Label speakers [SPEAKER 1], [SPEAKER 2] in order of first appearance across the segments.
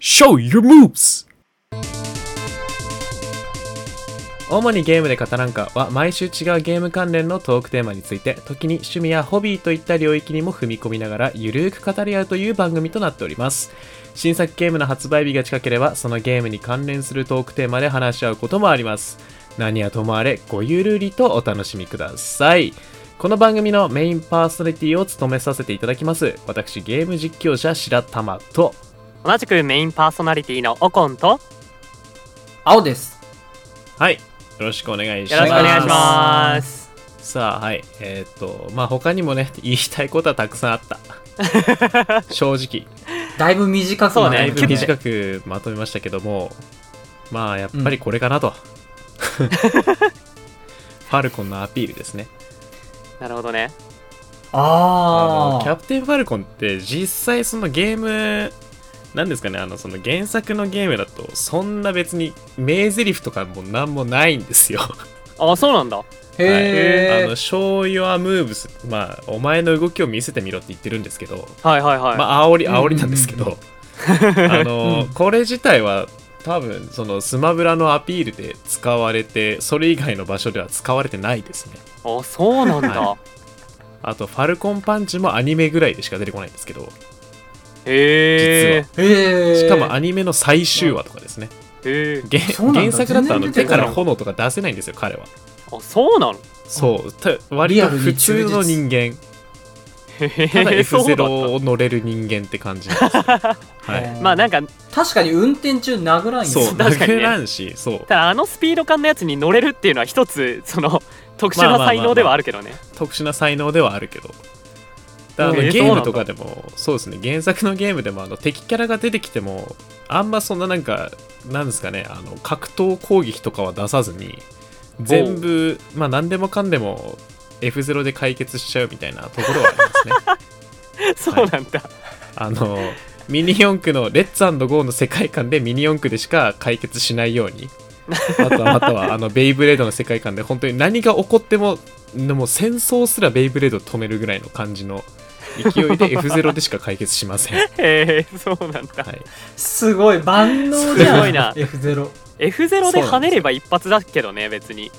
[SPEAKER 1] Show your moves! 主にゲームで語らんかは毎週違うゲーム関連のトークテーマについて時に趣味やホビーといった領域にも踏み込みながらゆるーく語り合うという番組となっております新作ゲームの発売日が近ければそのゲームに関連するトークテーマで話し合うこともあります何はともあれごゆるりとお楽しみくださいこの番組のメインパーソナリティを務めさせていただきます私ゲーム実況者白玉と
[SPEAKER 2] 同じくメインパーソナリティのオコンと
[SPEAKER 3] 青です。
[SPEAKER 1] はいよろしくお願いし
[SPEAKER 2] よ
[SPEAKER 1] ます
[SPEAKER 2] ろしくお願いします
[SPEAKER 1] さあはいえーっ、とまあ他にもね 言いたいことはたくさんあった 正直
[SPEAKER 3] だいぶ短く
[SPEAKER 2] そうね
[SPEAKER 1] だいぶ
[SPEAKER 3] 結構
[SPEAKER 1] 短くまとめましたけどもまあやっぱりこれか なと、ファルコンのアピールですね
[SPEAKER 2] なるほどね
[SPEAKER 1] あ
[SPEAKER 3] あ
[SPEAKER 1] のキャ
[SPEAKER 3] あ。
[SPEAKER 1] プテンファルコンって実際そのゲームなんですかねあのその原作のゲームだとそんな別に名台詞とかも何もないんですよ
[SPEAKER 2] あそうなんだ
[SPEAKER 1] はい、あ
[SPEAKER 3] へ
[SPEAKER 1] の「
[SPEAKER 3] え。
[SPEAKER 1] show your moves」まあお前の動きを見せてみろって言ってるんですけど
[SPEAKER 2] はいはいはい、
[SPEAKER 1] まあ煽り煽りなんですけど、 あの、
[SPEAKER 3] うん
[SPEAKER 1] これ自体は多分そのスマブラのアピールで使われてそれ以外の場所では使われてないですね
[SPEAKER 2] あそうなんだ、
[SPEAKER 1] はあと「ファルコンパンチ」もアニメぐらいでしか出てこないんですけど
[SPEAKER 2] へえ
[SPEAKER 3] へえ。
[SPEAKER 1] しかもアニメの最終話とかですね、
[SPEAKER 2] へえ
[SPEAKER 1] げ
[SPEAKER 3] そうなんだ
[SPEAKER 1] 原作だとあの
[SPEAKER 3] 全然
[SPEAKER 1] 手
[SPEAKER 3] 出て
[SPEAKER 1] か
[SPEAKER 3] こない
[SPEAKER 1] ら炎とか出せないんですよ彼は
[SPEAKER 2] あそうなの
[SPEAKER 1] そうた割と普通の人間
[SPEAKER 2] へえ
[SPEAKER 1] ただ
[SPEAKER 2] そうだ
[SPEAKER 1] F0
[SPEAKER 2] っ
[SPEAKER 1] を乗れる人間って感じなんですよはい
[SPEAKER 2] たまあなんか
[SPEAKER 3] 確かに運転中殴 らんよ。
[SPEAKER 1] そう
[SPEAKER 2] 確かにね
[SPEAKER 1] 殴らんしそう
[SPEAKER 2] ただあのスピード感のやつに乗れるっていうのは一つその特殊な才能ではあるけどね、
[SPEAKER 1] 特殊な才能ではあるけどだからあの
[SPEAKER 2] うんえ
[SPEAKER 1] ゲームと
[SPEAKER 2] そうな
[SPEAKER 1] かでもそうですね原作のゲームでもあの敵キャラが出てきてもあんまそんななんかなんですかねあの格闘攻撃とかは出さずに全部まあ何でもかんでも F0 で解決しちゃうみたいなところはありますね
[SPEAKER 2] そうなんだ、
[SPEAKER 1] あのミニ四駆のレッツゴーの世界観でミニ四駆でしか解決しないようにあとはまたはあのベイブレードの世界観で本当に何が起こってもでも戦争すらベイブレードを止めるぐらいの感じの勢いで F0 でしか解決しませ ん、はい、
[SPEAKER 2] へえそうなんだ
[SPEAKER 3] すごい万能じゃん。
[SPEAKER 2] すごいな
[SPEAKER 3] F0。
[SPEAKER 2] F0 で跳ねれば一発だけどね別に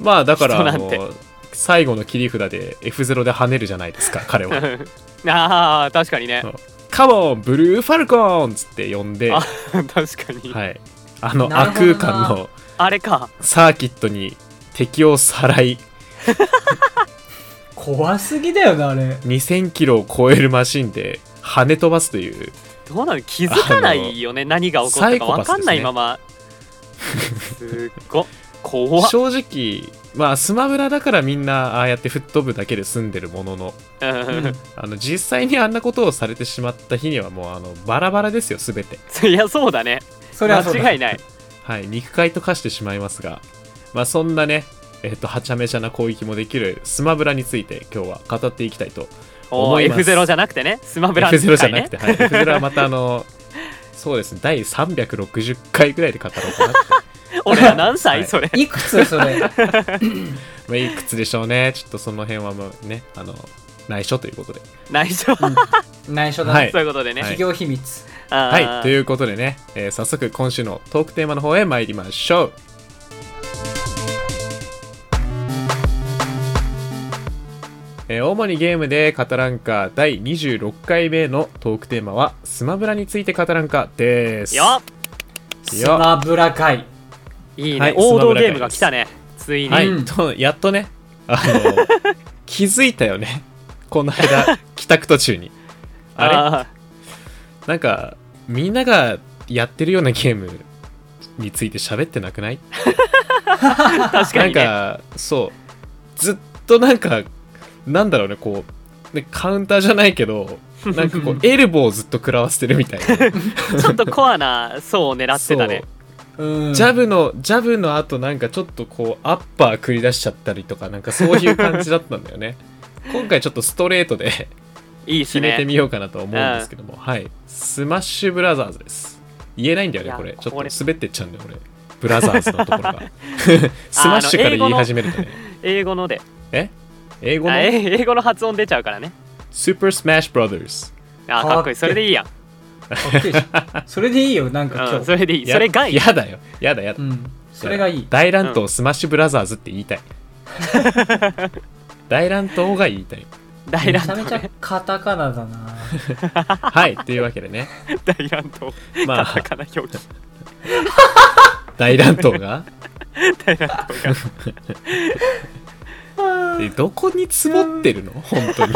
[SPEAKER 1] まあだから
[SPEAKER 2] 人
[SPEAKER 1] あ
[SPEAKER 2] なんて
[SPEAKER 1] の最後の切り札で F0 で跳ねるじゃないですか彼は
[SPEAKER 2] ああ確かにね
[SPEAKER 1] 「カモンブルーファルコン!」っつって呼んで、
[SPEAKER 2] あ
[SPEAKER 1] は
[SPEAKER 2] 確かに、
[SPEAKER 1] い、あの
[SPEAKER 3] なる
[SPEAKER 1] 悪
[SPEAKER 3] ほどな
[SPEAKER 1] 空間の
[SPEAKER 2] あれか
[SPEAKER 1] サーキットに敵をさらい
[SPEAKER 3] 怖すぎだよなあれ。
[SPEAKER 1] 2000キロを超えるマシンで跳ね飛ばすという
[SPEAKER 2] どうなの気づかないよね何が起こったか分かんないまま、すっご怖っ
[SPEAKER 1] 正直まあスマブラだからみんなああやって吹っ飛ぶだけで済んでるものの
[SPEAKER 2] うん
[SPEAKER 1] あの実際にあんなことをされてしまった日にはもうあのバラバラですよ全て
[SPEAKER 2] いやそうだね
[SPEAKER 3] それはそうだ。
[SPEAKER 2] 間違いない
[SPEAKER 1] はい肉塊と化してしまいますがまあそんなねえっとはちゃめちゃな攻撃もできるスマブラについて今日は語っていきたいと
[SPEAKER 2] お
[SPEAKER 1] 思い
[SPEAKER 2] ー
[SPEAKER 1] ます
[SPEAKER 2] F0 じゃなくてねスマブラの
[SPEAKER 1] F0
[SPEAKER 2] 世
[SPEAKER 1] じゃなく
[SPEAKER 2] 界ね
[SPEAKER 1] て、はい F0 はまたあのそうですね第360回ぐらいで語ろうかなって
[SPEAKER 2] 俺ら何歳、
[SPEAKER 1] はい
[SPEAKER 2] それ
[SPEAKER 3] いくつそれ。
[SPEAKER 1] まあ、いくつでしょうね。ちょっとその辺はもうね、あの、内緒ということで。
[SPEAKER 2] 内緒、
[SPEAKER 3] 内緒だ。
[SPEAKER 1] はい
[SPEAKER 2] そういうことでね、
[SPEAKER 1] はい
[SPEAKER 3] 企業秘密。
[SPEAKER 2] あ
[SPEAKER 1] は
[SPEAKER 2] ー
[SPEAKER 1] い、ということでね、えー早速今週のトークテーマの方へ参りましょう。えー主にゲームで語らんか第26回目のトークテーマは「スマブラについて語らんか」です。
[SPEAKER 2] よっ
[SPEAKER 3] スマブラ界。
[SPEAKER 2] いいね、
[SPEAKER 1] はい
[SPEAKER 2] 王道ゲームが来たねついに、
[SPEAKER 1] はい、
[SPEAKER 3] うん
[SPEAKER 1] とやっとねあ の気づいたよねこの間帰宅途中に。あれ
[SPEAKER 2] あ
[SPEAKER 1] なんかみんながやってるようなゲームについて喋ってなくない
[SPEAKER 2] ー確かにね
[SPEAKER 1] なんかそうずっとなんかなんだろうねこうねカウンターじゃないけ どなんかこうエルボーをずっと食らわせてるみたいな
[SPEAKER 2] ちょっとコア な層を狙ってたね
[SPEAKER 3] うん。
[SPEAKER 1] ジャブのジャブの後なんかちょっとこうアッパー繰り出しちゃったりとかなんかそういう感じだったんだよ ね今回ちょっとストレートで
[SPEAKER 2] いいっ
[SPEAKER 1] 決
[SPEAKER 2] す
[SPEAKER 1] めて
[SPEAKER 2] ね
[SPEAKER 1] みようかなと思うんですけども、はいスマッシュブラザーズです言えないんだよ
[SPEAKER 2] い
[SPEAKER 1] ね
[SPEAKER 2] や
[SPEAKER 1] これちょっと
[SPEAKER 2] これ
[SPEAKER 1] 滑ってっちゃうんだよ俺ブラザーズのところが スマッシュから言い始めるとね
[SPEAKER 2] 英語ので
[SPEAKER 1] え英語の
[SPEAKER 2] あえ英語の発音出ちゃうからね
[SPEAKER 1] スーパースマッシュブラザーズ
[SPEAKER 2] あーかっこいいそれでいいや
[SPEAKER 3] かっけえじゃんそれでいいよなんか
[SPEAKER 2] う
[SPEAKER 3] 今
[SPEAKER 2] ん、
[SPEAKER 3] 日
[SPEAKER 2] それでいい。
[SPEAKER 1] や
[SPEAKER 2] それがいい。
[SPEAKER 1] やだよやだやだ
[SPEAKER 3] うんそれがいい
[SPEAKER 1] 大乱闘スマッシュブラザーズって言い たい大乱闘が言いたい
[SPEAKER 2] 大
[SPEAKER 3] め
[SPEAKER 2] 乱
[SPEAKER 3] ちゃめち
[SPEAKER 2] 闘
[SPEAKER 3] ゃ
[SPEAKER 2] ね。
[SPEAKER 3] カタカナだな
[SPEAKER 1] はいというわけでね
[SPEAKER 2] 大乱闘。
[SPEAKER 1] ま
[SPEAKER 2] カ
[SPEAKER 1] あ
[SPEAKER 2] タカナ表記。
[SPEAKER 1] 大乱闘が
[SPEAKER 2] 大乱闘が。
[SPEAKER 1] でどこに積もってるの本当に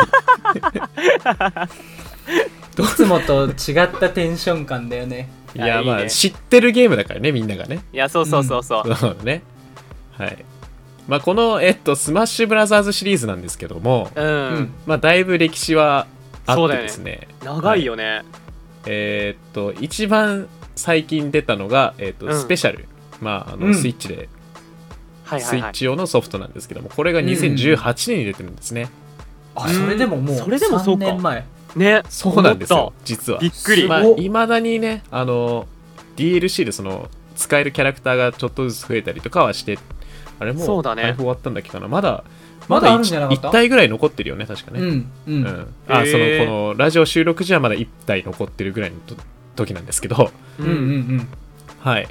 [SPEAKER 3] いつもと違ったテンション感だよね
[SPEAKER 1] い
[SPEAKER 2] い
[SPEAKER 1] やま
[SPEAKER 2] やいい
[SPEAKER 1] あ
[SPEAKER 2] ね
[SPEAKER 1] 知ってるゲームだからねみんながね
[SPEAKER 2] いや、そうそうそうそう。
[SPEAKER 1] そうねはいまあこのえっとスマッシュブラザーズシリーズなんですけども
[SPEAKER 2] うん。
[SPEAKER 3] うん
[SPEAKER 1] まあだいぶ歴史はあ
[SPEAKER 2] そ
[SPEAKER 1] っ
[SPEAKER 2] うだ
[SPEAKER 1] て
[SPEAKER 2] よね
[SPEAKER 1] ですね
[SPEAKER 2] 長いよね。
[SPEAKER 1] えーっと一番最近出たのが、えーっと
[SPEAKER 2] うん
[SPEAKER 1] スペシャルまああの、
[SPEAKER 3] うん
[SPEAKER 1] スイッチで
[SPEAKER 2] はいは
[SPEAKER 1] スイ
[SPEAKER 2] いは
[SPEAKER 1] ッ
[SPEAKER 2] い。
[SPEAKER 1] チ用のソフトなんですけどもこれが
[SPEAKER 3] うん
[SPEAKER 1] 2018年に出てるんですね、
[SPEAKER 3] あそれでももう
[SPEAKER 2] それでもそう
[SPEAKER 3] 3
[SPEAKER 2] か
[SPEAKER 3] 年前
[SPEAKER 2] ね。
[SPEAKER 1] そうなんですよ実は
[SPEAKER 2] びっくり。
[SPEAKER 1] まあ
[SPEAKER 3] お
[SPEAKER 1] いまだにねあの DLC でその使えるキャラクターがちょっとずつ増えたりとかはしてあれも
[SPEAKER 2] そううだね
[SPEAKER 1] 配布終わったんだっけかなまだ
[SPEAKER 3] まだあるんじゃなかった
[SPEAKER 1] 1, 体ぐらい残ってるよね確か
[SPEAKER 3] う
[SPEAKER 1] ね、
[SPEAKER 3] んう
[SPEAKER 1] うんあそ
[SPEAKER 2] へ
[SPEAKER 1] の
[SPEAKER 2] ー
[SPEAKER 1] このラジオ収録時はまだ1体残ってるぐらいのと時なんですけど
[SPEAKER 2] う
[SPEAKER 3] うんうん
[SPEAKER 2] ん。
[SPEAKER 1] はい。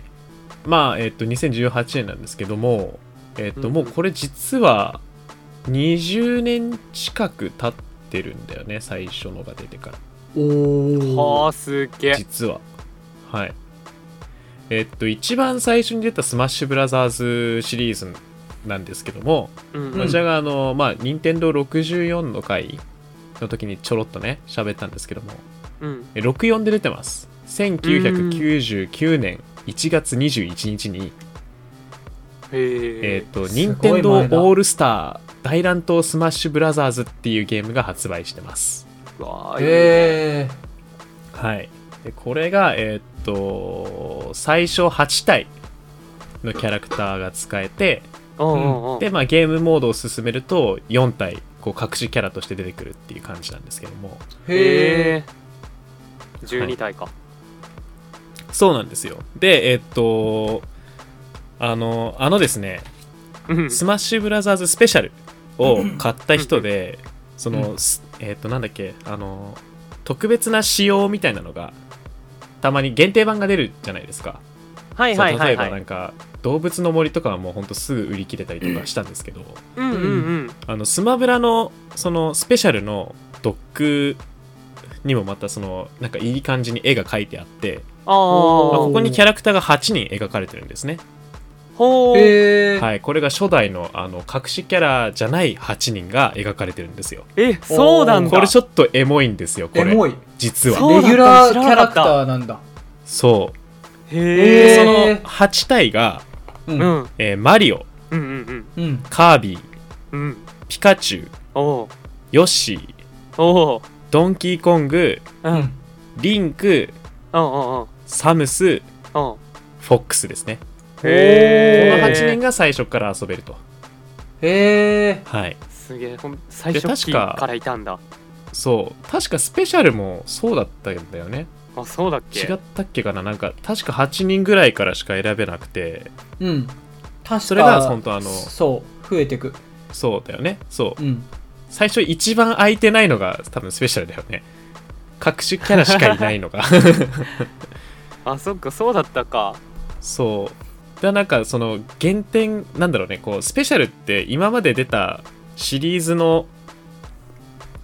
[SPEAKER 1] まあ、えっと、2018年なんですけども、えっと、
[SPEAKER 2] うん
[SPEAKER 1] もうこれ実は20年近く経ってるんだよね、最初のが出てか
[SPEAKER 3] うんうんお
[SPEAKER 2] は
[SPEAKER 3] お
[SPEAKER 2] あ、すげ
[SPEAKER 1] ら、
[SPEAKER 2] え。
[SPEAKER 1] 実は。はい。えっと、一番最初に出たスマッシュブラザーズシリーズなんですけども、
[SPEAKER 2] うん
[SPEAKER 3] ん
[SPEAKER 1] こちらがあの、まあ、任天堂64の回の時にちょろっとね、喋ったんですけども、
[SPEAKER 2] うん。
[SPEAKER 1] え64で出てます1999年1月21日に、
[SPEAKER 2] へ
[SPEAKER 1] え
[SPEAKER 2] え
[SPEAKER 1] っ。と、
[SPEAKER 3] すごい
[SPEAKER 1] 任天堂オ
[SPEAKER 3] 前だ
[SPEAKER 1] ールスター大乱闘スマッシュブラザーズっていうゲームが発売してます。
[SPEAKER 2] うわあ
[SPEAKER 3] え
[SPEAKER 1] はい。で、これが、えっと、最初8体のキャラクターが使えて、
[SPEAKER 2] うんうんうん。
[SPEAKER 1] で、まあ、ゲームモードを進めると4体、こう、隠しキャラとして出てくるっていう感じなんですけども。
[SPEAKER 3] へえ
[SPEAKER 2] へえ。12体か。
[SPEAKER 1] そうなんですよ。で、えっと、あの、あのですね、
[SPEAKER 2] うん
[SPEAKER 1] スマッシュブラザーズスペシャルを買った人で、その、すえっ、と、なんだっけ、あの、特別な仕様みたいなのが、たまに限定版が出るじゃないですか。
[SPEAKER 2] はいはいはい
[SPEAKER 1] そう例えば
[SPEAKER 2] は。
[SPEAKER 1] ないんか、動物の森とかはもうほんとすぐ売り切れたりとかしたんですけど、
[SPEAKER 2] うんうんうん。
[SPEAKER 1] あの、スマブラの、その、スペシャルのドックにもまたその、なんかいい感じに絵が描いてあって、
[SPEAKER 2] あ
[SPEAKER 1] ま
[SPEAKER 2] あ。
[SPEAKER 1] あ
[SPEAKER 3] お
[SPEAKER 1] こ
[SPEAKER 3] ー
[SPEAKER 1] こにキャラクターが8人描かれてるんですね。
[SPEAKER 2] ほう。
[SPEAKER 3] へえ
[SPEAKER 1] はい、これが初代のあの隠しキャラじゃない8人が描かれてるんですよ。
[SPEAKER 2] え、そうなんだ。
[SPEAKER 1] これちょっとエモいんですよ、こ
[SPEAKER 3] エ
[SPEAKER 1] れ。
[SPEAKER 3] モい
[SPEAKER 1] 実は。
[SPEAKER 2] そう
[SPEAKER 3] レ
[SPEAKER 2] だった
[SPEAKER 3] ギュラーキ
[SPEAKER 2] 知ら
[SPEAKER 3] ャ
[SPEAKER 2] な
[SPEAKER 3] ラ
[SPEAKER 2] かっ
[SPEAKER 3] ク
[SPEAKER 2] た
[SPEAKER 3] ターなんだ
[SPEAKER 1] そう。
[SPEAKER 2] へ
[SPEAKER 1] で
[SPEAKER 2] え。
[SPEAKER 1] そ
[SPEAKER 3] へ
[SPEAKER 1] の
[SPEAKER 3] ー
[SPEAKER 1] 8体が、
[SPEAKER 3] う
[SPEAKER 2] うん。うん
[SPEAKER 1] えーマリオ、
[SPEAKER 2] うんうん
[SPEAKER 3] うん
[SPEAKER 1] カービィ、
[SPEAKER 2] うん。
[SPEAKER 1] ピカチュウ、
[SPEAKER 2] おう
[SPEAKER 1] ヨッシー、
[SPEAKER 2] おう
[SPEAKER 1] ドンキーコング、
[SPEAKER 2] うんうん
[SPEAKER 1] リンク、
[SPEAKER 2] うんうん
[SPEAKER 1] サムス、フ
[SPEAKER 2] うん
[SPEAKER 1] ォックスですね。こ
[SPEAKER 3] へ
[SPEAKER 1] の
[SPEAKER 3] ー
[SPEAKER 1] 8人が最初から遊べると。
[SPEAKER 3] へえ
[SPEAKER 1] はい。
[SPEAKER 2] すげえほん最
[SPEAKER 1] で
[SPEAKER 2] 初
[SPEAKER 1] 確
[SPEAKER 2] 期
[SPEAKER 1] か
[SPEAKER 2] からいたんだ
[SPEAKER 1] そう。確かスペシャルもそうだったんだよね。
[SPEAKER 2] あそうだっけ
[SPEAKER 1] 違ったっけかななんか、確か8人ぐらいからしか選べなくて、
[SPEAKER 3] うん確か
[SPEAKER 1] それが本当あの
[SPEAKER 3] そう増えてく
[SPEAKER 1] そうだよね。そう
[SPEAKER 3] う。ん
[SPEAKER 1] 最初一番空いてないのが多分スペシャルだよね隠しキャラしかいない のが
[SPEAKER 2] あそっかそうだったか
[SPEAKER 1] そうだなんかその原点なんだろうねこうスペシャルって今まで出たシリーズの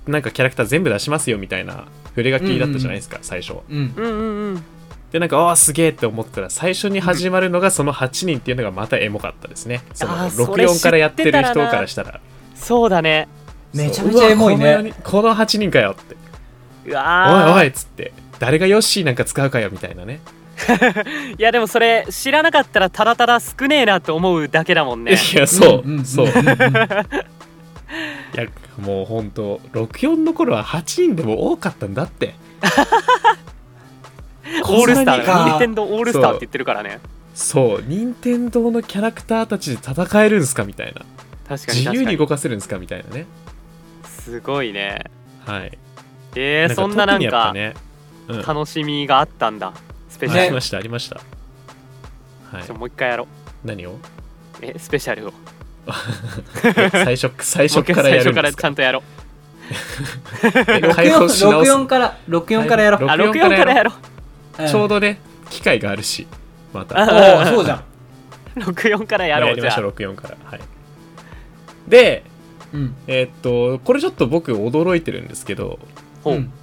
[SPEAKER 1] なんかキャラクター全部出しますよみたいな触れ書きだったじゃないですか、最初
[SPEAKER 3] うん
[SPEAKER 2] うんうんうん
[SPEAKER 1] でなんかああすげえって思ってたら最初に始まるのがその8人っていうのがまたエモかったですねその
[SPEAKER 2] あーそれ
[SPEAKER 1] 64からやってる人
[SPEAKER 2] 知ってたらな
[SPEAKER 1] からしたら
[SPEAKER 2] そうだね
[SPEAKER 3] めちゃめちゃエモい
[SPEAKER 1] そううわこの
[SPEAKER 3] ね
[SPEAKER 1] 四人この8人かよって
[SPEAKER 2] う
[SPEAKER 1] おい
[SPEAKER 2] わ
[SPEAKER 1] お
[SPEAKER 2] ー
[SPEAKER 1] いっつって誰がヨッシーなんか使うかよみたいなね
[SPEAKER 2] いやでもそれ知らなかったらただただ少ねえなと思うだけだもんね
[SPEAKER 1] いやそう、
[SPEAKER 3] んん
[SPEAKER 1] そうい
[SPEAKER 3] んん
[SPEAKER 1] やもうほんと64の頃は8人でも多かったんだ って
[SPEAKER 2] オールスター
[SPEAKER 3] こんなにか
[SPEAKER 2] だ任天堂オールスターって言ってるからね
[SPEAKER 1] そう任天堂のキャラクターたちで戦えるんすかみたいな
[SPEAKER 2] 確かに
[SPEAKER 1] 自
[SPEAKER 2] 確
[SPEAKER 1] 由
[SPEAKER 2] か
[SPEAKER 1] に
[SPEAKER 2] に
[SPEAKER 1] 動かせるんすかみたいなね
[SPEAKER 2] すごいね
[SPEAKER 1] はい
[SPEAKER 2] えー、そんななんか
[SPEAKER 1] 特にやっぱね、うん、
[SPEAKER 2] 楽しみがあったんだスペシ
[SPEAKER 1] あ
[SPEAKER 2] ャ
[SPEAKER 1] り
[SPEAKER 2] ル、
[SPEAKER 1] ましたありましたはい
[SPEAKER 2] ちょもう一回やろう
[SPEAKER 1] 何を
[SPEAKER 2] えスペシャルを
[SPEAKER 1] 最初最初からや
[SPEAKER 2] もう
[SPEAKER 1] るん
[SPEAKER 2] 一回最初か
[SPEAKER 1] で
[SPEAKER 2] ら
[SPEAKER 1] す
[SPEAKER 2] ちゃ
[SPEAKER 1] か
[SPEAKER 2] んとやろ う
[SPEAKER 1] 解放し直す
[SPEAKER 3] 64から64からやろう、
[SPEAKER 1] はい
[SPEAKER 2] あ、64からやろう。
[SPEAKER 3] ん
[SPEAKER 1] ちょうどね機会があるしまた
[SPEAKER 2] あ
[SPEAKER 3] おおそうじゃん
[SPEAKER 2] 64から
[SPEAKER 1] や
[SPEAKER 2] やろ
[SPEAKER 1] り
[SPEAKER 2] う、じ
[SPEAKER 1] ま
[SPEAKER 2] ゃ
[SPEAKER 1] し
[SPEAKER 2] あ
[SPEAKER 1] ょう。64からはいで
[SPEAKER 3] うん
[SPEAKER 1] えーっとこれちょっと僕驚いてるんですけど
[SPEAKER 2] ほう
[SPEAKER 3] うん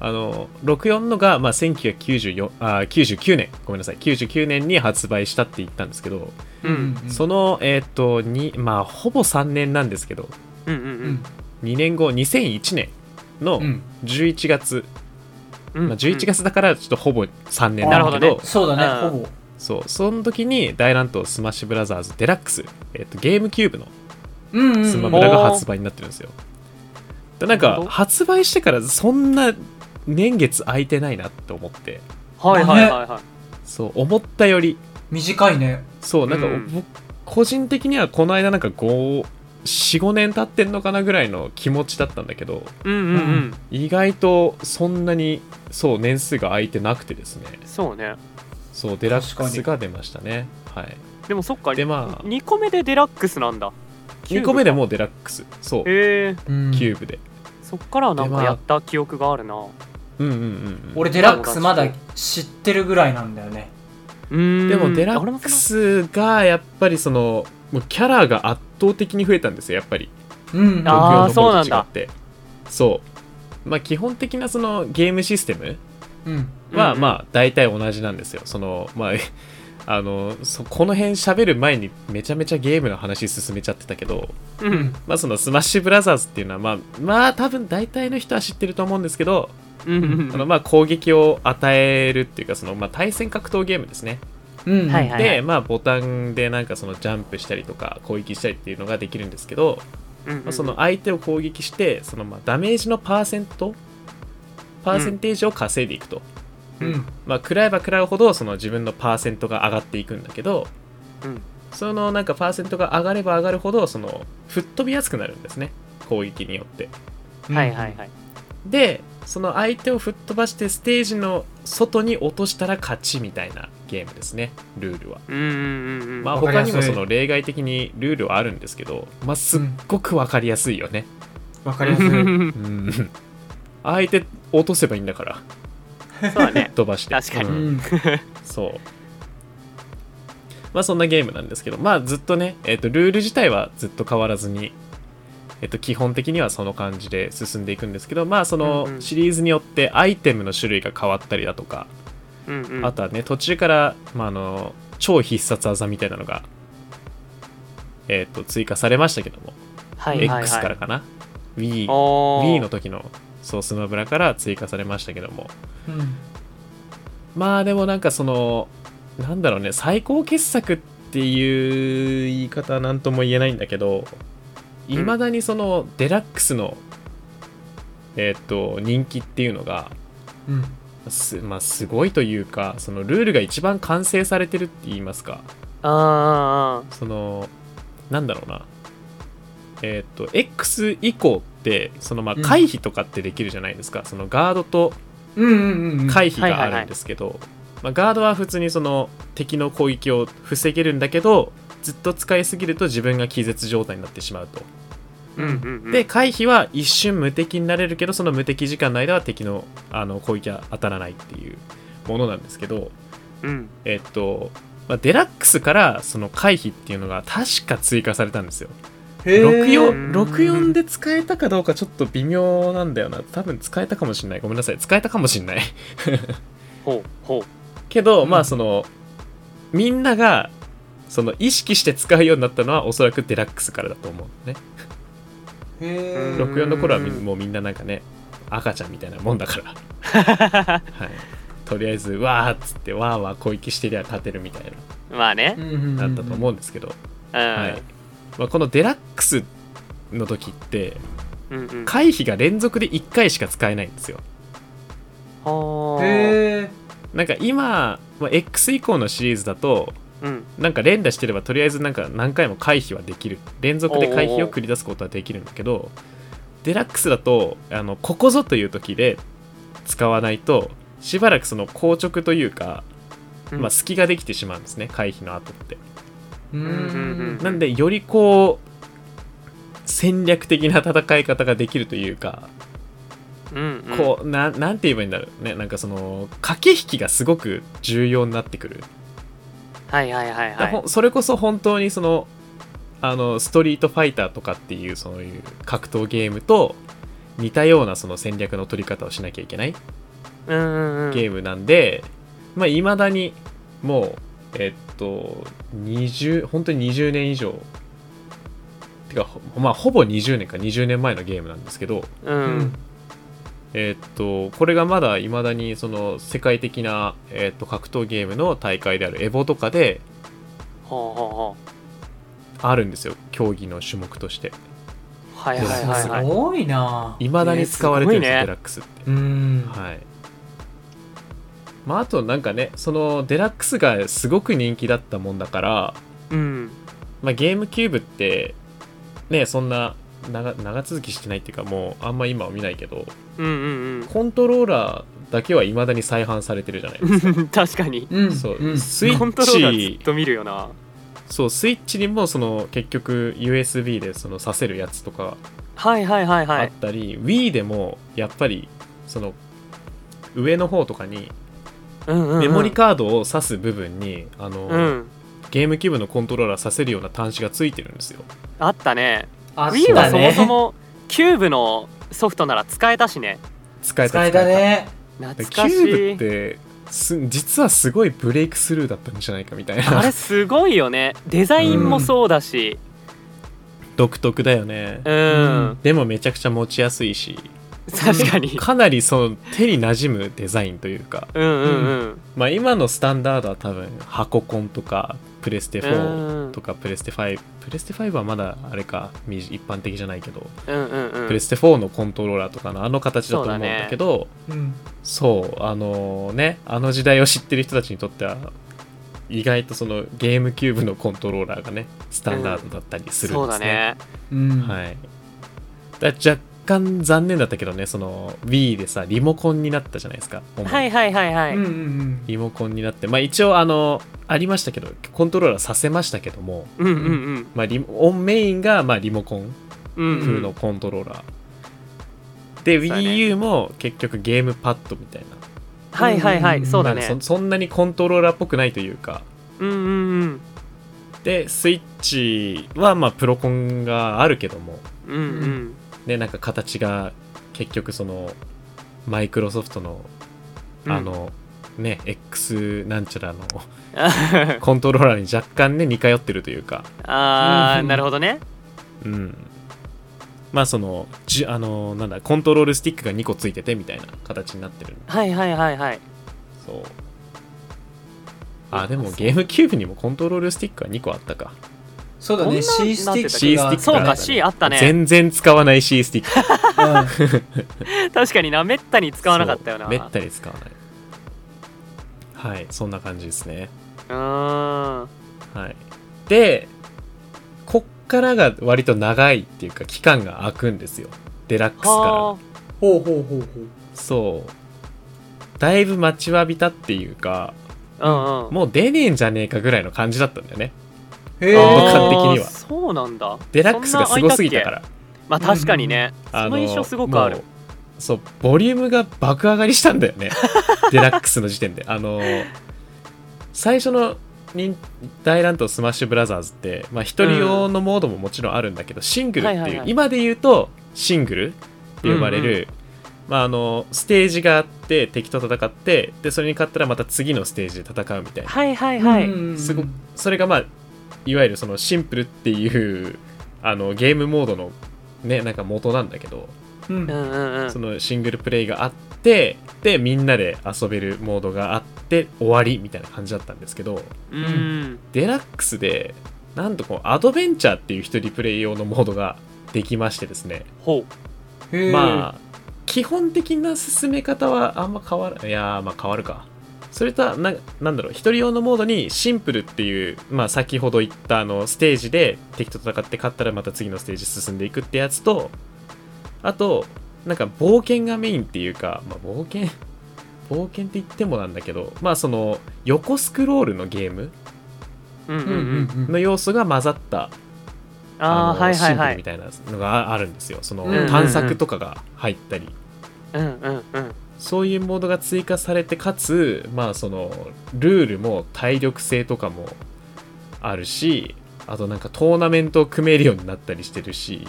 [SPEAKER 1] あの64のが、まあ、1994あ99年ごめんなさい99年に発売したって言ったんですけど、
[SPEAKER 2] うんうん
[SPEAKER 1] そのえーっとにまあほぼ3年なんですけど
[SPEAKER 2] うん
[SPEAKER 3] う
[SPEAKER 2] うん
[SPEAKER 3] ん
[SPEAKER 1] 2年後2001年の
[SPEAKER 3] うん
[SPEAKER 1] 11月、
[SPEAKER 2] うん。
[SPEAKER 1] まあ、11月だからちょっとほぼ3年
[SPEAKER 3] な
[SPEAKER 1] な
[SPEAKER 3] る
[SPEAKER 1] ん
[SPEAKER 3] ほ
[SPEAKER 1] だけ
[SPEAKER 2] ど
[SPEAKER 1] ど、
[SPEAKER 2] ね
[SPEAKER 3] そうだ
[SPEAKER 2] う
[SPEAKER 3] ね
[SPEAKER 2] ん
[SPEAKER 3] ほぼ
[SPEAKER 1] そうその時に大乱闘スマッシュブラザーズデラックス、えっとゲームキューブの
[SPEAKER 3] うんうんうん
[SPEAKER 1] スマブラが発売になってるんですよ、でなん
[SPEAKER 2] なる
[SPEAKER 1] か
[SPEAKER 2] ほど
[SPEAKER 1] 発売してからそんな年月空いてないなって思って
[SPEAKER 2] はいはいはいはい。
[SPEAKER 1] そう思ったより
[SPEAKER 3] 短いね
[SPEAKER 1] そうなんか、
[SPEAKER 2] うん
[SPEAKER 1] 僕個人的にはこの間なんか545年経ってんのかなぐらいの気持ちだったんだけど
[SPEAKER 2] うんうんうん。
[SPEAKER 1] 意外とそんなにそう年数が空いてなくてですね
[SPEAKER 2] そうね。
[SPEAKER 1] そうデラック
[SPEAKER 3] 確か
[SPEAKER 1] ス
[SPEAKER 3] に
[SPEAKER 1] が出ましたねはい
[SPEAKER 2] でもそっか、
[SPEAKER 1] でまあ
[SPEAKER 2] 2個目でデラックスなんだ。キューブ
[SPEAKER 1] 2個目でもうデラックスそう
[SPEAKER 2] へえ、
[SPEAKER 3] うん
[SPEAKER 1] キューブで
[SPEAKER 2] そっからなん
[SPEAKER 1] でま
[SPEAKER 2] か
[SPEAKER 1] あ
[SPEAKER 2] やった記憶があるな。
[SPEAKER 1] うんうんうんうん
[SPEAKER 3] 俺デラックスまだ知ってるぐらいなんだよね
[SPEAKER 2] うーん。
[SPEAKER 1] でもデラックスがやっぱりそのもうキャラが圧倒的に増えたんですよやっぱり
[SPEAKER 3] うんうん
[SPEAKER 2] あー
[SPEAKER 1] 東京の方と違ってそうまあ基本的なそのゲームシステム
[SPEAKER 3] うん
[SPEAKER 1] は、
[SPEAKER 2] うん
[SPEAKER 1] まあ大体同じなんですよそのまあ あのそこの辺喋る前にめちゃめちゃゲームの話進めちゃってたけど
[SPEAKER 2] 俺もうん。
[SPEAKER 1] まあそのスマッシュブラザーズっていうのはまあまあ多分大体の人は知ってると思うんですけど、
[SPEAKER 2] うんうん
[SPEAKER 1] あ
[SPEAKER 2] う
[SPEAKER 1] の
[SPEAKER 2] ん。
[SPEAKER 1] まあ攻撃を与えるっていうかそのまあ対戦格闘ゲームですね
[SPEAKER 3] うん
[SPEAKER 2] はいはい
[SPEAKER 1] で、まあ、ボタンでなんかそのジャンプしたりとか攻撃したりっていうのができるんですけど、
[SPEAKER 2] うんう
[SPEAKER 1] まあ
[SPEAKER 2] ん
[SPEAKER 1] その相手を攻撃してそのまあダメージのパーセントパーセンテージを稼いでいくと、
[SPEAKER 3] うん
[SPEAKER 1] まあ、食らえば食らうほどその自分のパーセントが上がっていくんだけど
[SPEAKER 2] うん
[SPEAKER 1] そのなんかパーセントが上がれば上がるほどその吹っ飛びやすくなるんですね攻撃によって
[SPEAKER 2] はいはいはい。
[SPEAKER 1] でその相手を吹っ飛ばしてステージの外に落としたら勝ちみたいなゲームですねルールは
[SPEAKER 2] うんうんうんうん。
[SPEAKER 1] まあ、
[SPEAKER 3] わかり
[SPEAKER 1] 他
[SPEAKER 3] やす
[SPEAKER 1] に
[SPEAKER 3] い
[SPEAKER 1] もその例外的にルールはあるんですけど、まあ、すっごく分かりやすいよね、
[SPEAKER 3] わかりやすい
[SPEAKER 1] うん、相手落とせばいいんだから
[SPEAKER 2] そうだね。
[SPEAKER 1] 飛ばして
[SPEAKER 2] 確かに
[SPEAKER 3] う
[SPEAKER 1] うん
[SPEAKER 3] ん
[SPEAKER 1] そうまあそんなゲームなんですけどまあずっとね、えっとルール自体はずっと変わらずに、えっと基本的にはその感じで進んでいくんですけどまあその
[SPEAKER 2] うんうん
[SPEAKER 1] シリーズによってアイテムの種類が変わったりだとか、
[SPEAKER 2] うんうん。
[SPEAKER 1] あとはね途中から、まあ、あの超必殺技みたいなのが、えっと追加されましたけども
[SPEAKER 2] はいはいはい
[SPEAKER 1] X からかな Wii,
[SPEAKER 2] おー
[SPEAKER 1] Wii の時のそうスマブラから追加されましたけども
[SPEAKER 3] うん
[SPEAKER 1] まあでもなんかそのなんだろうね最高傑作っていう言い方は何とも言えないんだけどいまだにそのデラックスの、えーっと人気っていうのが
[SPEAKER 3] うん
[SPEAKER 1] す,、まあ、すごいというかそのルールが一番完成されてるって言いますか
[SPEAKER 2] あーあーあ
[SPEAKER 1] そのなんだろうなえーっと X 以降ってそのまあ
[SPEAKER 3] うん
[SPEAKER 1] 回避とかってできるじゃないですか、そのガードと
[SPEAKER 3] うんうんうん
[SPEAKER 1] 回避があるんですけど、まあ、ガードは普通にその敵の攻撃を防げるんだけどずっと使いすぎると自分が気絶状態になってしまうと、
[SPEAKER 2] ーうんうんうん。
[SPEAKER 1] で、回避は一瞬無敵になれるけどその無敵時間の間は敵のあの攻撃は当たらないっていうものなんですけど
[SPEAKER 2] うん。
[SPEAKER 1] えっと、まあ、デラックスからその回避っていうのが確か追加されたんですよ
[SPEAKER 3] へ
[SPEAKER 1] 64
[SPEAKER 3] ー
[SPEAKER 1] 64で使えたかどうかちょっと微妙なんだよな多分使えたかもしんないごめんなさい使えたかもしんない
[SPEAKER 2] ほうほう。
[SPEAKER 1] けど、
[SPEAKER 3] うん
[SPEAKER 1] まあそのみんながその意識して使うようになったのはおそらくデラックスからだと思うね
[SPEAKER 3] へー
[SPEAKER 1] 64の頃はみ
[SPEAKER 2] うん
[SPEAKER 1] もうみんななんかね赤ちゃんみたいなもんだから、はい、とりあえずわーっつってわーわー攻撃してりゃ立てるみたい
[SPEAKER 2] まあね
[SPEAKER 3] う。んうんうん
[SPEAKER 1] なだったと思うんですけど、
[SPEAKER 2] うん。
[SPEAKER 1] はいまあ、このデラックスの時って
[SPEAKER 2] うんうん。
[SPEAKER 1] 回避が連続で1回しか使えないんですよ
[SPEAKER 2] はあ。
[SPEAKER 3] へ
[SPEAKER 1] なんか今、まあ X 以降のシリーズだと
[SPEAKER 2] うん。
[SPEAKER 1] なんか連打してればとりあえずなんか何回も回避はできる連続で回避を繰り出すことはできるんだけどデラックスだとあのここぞという時で使わないとしばらくその硬直というか、
[SPEAKER 2] うん
[SPEAKER 1] まあ、隙ができてしまうんですね回避の後って
[SPEAKER 3] ーうん
[SPEAKER 2] うんうんうん
[SPEAKER 1] なんでよりこう戦略的な戦い方ができるというか、
[SPEAKER 2] うんうん、
[SPEAKER 1] こうななんて言えばいいんだろうねなんかその駆け引きがすごく重要になってくる、
[SPEAKER 2] はいはいはい
[SPEAKER 1] だから
[SPEAKER 2] は
[SPEAKER 1] ほんそれこそ本当にそのあのストリートファイターとかっていうそういう格闘ゲームと似たようなその戦略の取り方をしなきゃいけない
[SPEAKER 2] い。うんうんうん。
[SPEAKER 1] ゲームなんで、まあ、いまだにもう、えっと、20、本当に20年以上、てか、ほまあ、ほぼ20年か、20年前のゲームなんですけど、
[SPEAKER 2] うん。
[SPEAKER 1] えっと、これがまだいまだに、その、世界的な、えっと、格闘ゲームの大会であるエボとかで、
[SPEAKER 2] ほうほうほう。
[SPEAKER 1] あるんですよ、競技の種目として。
[SPEAKER 2] はいはいはいはい
[SPEAKER 3] す。ごいない
[SPEAKER 1] まだに使われてるんですよ、
[SPEAKER 2] えーす
[SPEAKER 1] デ
[SPEAKER 2] ごいね
[SPEAKER 1] ラックスって。
[SPEAKER 3] うん、
[SPEAKER 1] はい。まあ、あとなんかね、その、デラックスがすごく人気だったもんだから、
[SPEAKER 2] うん。
[SPEAKER 1] まあ、ゲームキューブってねそんな長長続きしてないっていうかもうあんま今は見ないけど
[SPEAKER 2] うんうん
[SPEAKER 1] コントローラーだけはいまだに再販されてるじゃない ですか
[SPEAKER 2] うん。確かに。
[SPEAKER 3] うん
[SPEAKER 1] そう、
[SPEAKER 3] うん
[SPEAKER 1] スイ
[SPEAKER 2] コントローラー
[SPEAKER 1] ッ
[SPEAKER 2] ずっ
[SPEAKER 1] チ
[SPEAKER 2] と見るよな。
[SPEAKER 1] そうスイッチにもその結局 USB でそのさせるやつとか
[SPEAKER 2] はいはいはいは
[SPEAKER 1] あ
[SPEAKER 2] い
[SPEAKER 1] っ。たり、Wii でもやっぱりその上の方とかに
[SPEAKER 2] うんうんうん。
[SPEAKER 1] メモリカードを挿す部分に、あの
[SPEAKER 2] うん。
[SPEAKER 1] ゲームキューブのコントローラー挿せるような端子がついてるんですよ
[SPEAKER 2] あったね。
[SPEAKER 3] あ
[SPEAKER 2] Wii
[SPEAKER 3] そう
[SPEAKER 2] は
[SPEAKER 3] だ
[SPEAKER 2] そも
[SPEAKER 3] ね
[SPEAKER 2] そもキューブのソフトなら使えたしね。
[SPEAKER 1] 使えた
[SPEAKER 3] 使えたね
[SPEAKER 2] 懐
[SPEAKER 1] キ
[SPEAKER 2] か
[SPEAKER 1] ュ
[SPEAKER 2] し
[SPEAKER 1] ーブっ
[SPEAKER 2] い。
[SPEAKER 1] てす実はすごいブレイクスルーだったんじゃないかみたい
[SPEAKER 2] あ
[SPEAKER 1] な
[SPEAKER 2] れすごいよね。デザインもそうだし。
[SPEAKER 1] 独特だよね
[SPEAKER 2] う
[SPEAKER 3] うん
[SPEAKER 2] ん。
[SPEAKER 1] でもめちゃくちゃ持ちやすいし
[SPEAKER 2] 確かに。
[SPEAKER 1] かなりその手に馴染むデザインというか、
[SPEAKER 2] うんうんうん。
[SPEAKER 1] まあ、今のスタンダードは多分箱コンとかプレステ4
[SPEAKER 2] うん
[SPEAKER 1] とかプレステ5プレステ5はまだあれかみ一般的じゃないけど、
[SPEAKER 2] うんうんうん。
[SPEAKER 1] プレステ4のコントローラーとかのあの形だと思うんだけど
[SPEAKER 3] うん
[SPEAKER 1] そうあのねあの時代を知ってる人たちにとっては意外とそのゲームキューブのコントローラーがねスタンダードだったりするん
[SPEAKER 2] そう
[SPEAKER 1] で
[SPEAKER 2] だ
[SPEAKER 1] すね。
[SPEAKER 2] ね。
[SPEAKER 3] うん
[SPEAKER 1] はい、だ若干残念だったけどねその Wii でさリモコンになったじゃないですか、主に
[SPEAKER 2] はいはいはいはい。
[SPEAKER 3] うんうん
[SPEAKER 1] リモコンになってまあ一応あのありましたけどコントローラーさせましたけども、
[SPEAKER 2] うんうんうん。
[SPEAKER 1] まあ、リモオンメインがまあリモコン
[SPEAKER 2] うん
[SPEAKER 1] 風
[SPEAKER 2] う
[SPEAKER 1] の
[SPEAKER 2] ん。
[SPEAKER 1] コントローラー、で
[SPEAKER 2] そうだね
[SPEAKER 1] WiiU も結局ゲームパッドみたいな
[SPEAKER 2] はいはいはい。そうだね。
[SPEAKER 1] なんかそそんなにコントローラーっぽくないというか
[SPEAKER 2] うんうんうん。
[SPEAKER 1] でスイッチはまあプロコンがあるけども
[SPEAKER 2] うんうん。
[SPEAKER 1] ねなんか形が結局そのマイクロソフトの
[SPEAKER 2] うん
[SPEAKER 1] あ、の、ね X なんちゃらの
[SPEAKER 2] あ
[SPEAKER 1] コントローラーに若干ね似通ってるというか
[SPEAKER 2] あー、なるほどね。
[SPEAKER 1] うんまあそのじゅあのなんだコントロールスティックが2個ついててみたいな形になってる
[SPEAKER 2] はいはいはいはい。
[SPEAKER 1] そうあでもゲームキューブにもコントロールスティックは2個あったか
[SPEAKER 3] そうだね
[SPEAKER 2] こんな
[SPEAKER 3] C スティ
[SPEAKER 1] C
[SPEAKER 3] ッ
[SPEAKER 1] ス
[SPEAKER 3] ク
[SPEAKER 1] ティ
[SPEAKER 3] が
[SPEAKER 1] ック
[SPEAKER 2] そう
[SPEAKER 1] だ
[SPEAKER 2] か C あったね
[SPEAKER 1] 全然使わない C スティック
[SPEAKER 3] うん
[SPEAKER 2] 確かにな、めったに使わなかったよな。
[SPEAKER 1] そうめったに使わないはいそんな感じですね
[SPEAKER 2] うーん。
[SPEAKER 1] はいでこっからが割と長いっていうか期間が空くんですよデラックスから
[SPEAKER 2] は
[SPEAKER 3] ほうほうほうほう
[SPEAKER 1] そうだいぶ待ちわびたっていうか
[SPEAKER 2] あ。うんうん。
[SPEAKER 1] もう出ねえんじゃねえかぐらいの感じだったんだよね
[SPEAKER 3] へえ
[SPEAKER 1] 僕は完璧には
[SPEAKER 2] あーそうなんだ。
[SPEAKER 1] デラックスがすごすぎたから
[SPEAKER 2] まあ確かにね。
[SPEAKER 1] あ
[SPEAKER 2] その印象すごくある
[SPEAKER 1] もうそうボリュームが爆上がりしたんだ よねデラックスの時点であの最初の忍大乱闘スマッシュブラザーズって、まあ、一人用のモードももちろんあるんだけど、シングルっていう、
[SPEAKER 2] はいはいはい
[SPEAKER 1] 今で言うとシングルって呼ばれる、まあ、あのステージがあって敵と戦ってでそれに勝ったらまた次のステージで戦うみたいな
[SPEAKER 2] はいはいはい。
[SPEAKER 3] うん
[SPEAKER 1] すごくそれがまあいわゆるそのシンプルっていうあのゲームモードのねなんか元なんだけど、
[SPEAKER 3] うん
[SPEAKER 2] うんうんうん
[SPEAKER 1] そ。のシングルプレイがあってでみんなで遊べるモードがあって終わりみたいな感じだったんですけど
[SPEAKER 2] うん。
[SPEAKER 1] デラックスでなんとこうアドベンチャーっていう一人プレイ用のモードができましてですね、
[SPEAKER 2] ほ
[SPEAKER 3] へえ
[SPEAKER 1] まあ基本的な進め方はあんま変わらいやーまあ変わるかそれとはななんだろう一人用のモードにシンプルっていう、まあ、先ほど言ったあのステージで敵と戦って勝ったらまた次のステージ進んでいくってやつとあとなんか冒険がメインっていうか、まあ、冒険冒険って言ってもなんだけどまあその横スクロールのゲーム
[SPEAKER 2] う。うんう
[SPEAKER 3] うんうん
[SPEAKER 2] ん
[SPEAKER 3] うん
[SPEAKER 1] の要素が混ざった
[SPEAKER 2] あ
[SPEAKER 1] の
[SPEAKER 2] ーはいは
[SPEAKER 1] シ
[SPEAKER 2] い
[SPEAKER 1] ンプ
[SPEAKER 2] は
[SPEAKER 1] ルみ
[SPEAKER 2] い
[SPEAKER 1] たいなのがあるんですよその
[SPEAKER 3] うんうんうん
[SPEAKER 1] 探索とかが入ったり、
[SPEAKER 2] うんうんうん
[SPEAKER 1] そういうモードが追加されてかつまあそのルールも体力性とかもあるしあとなんかトーナメントを組めるようになったりしてるし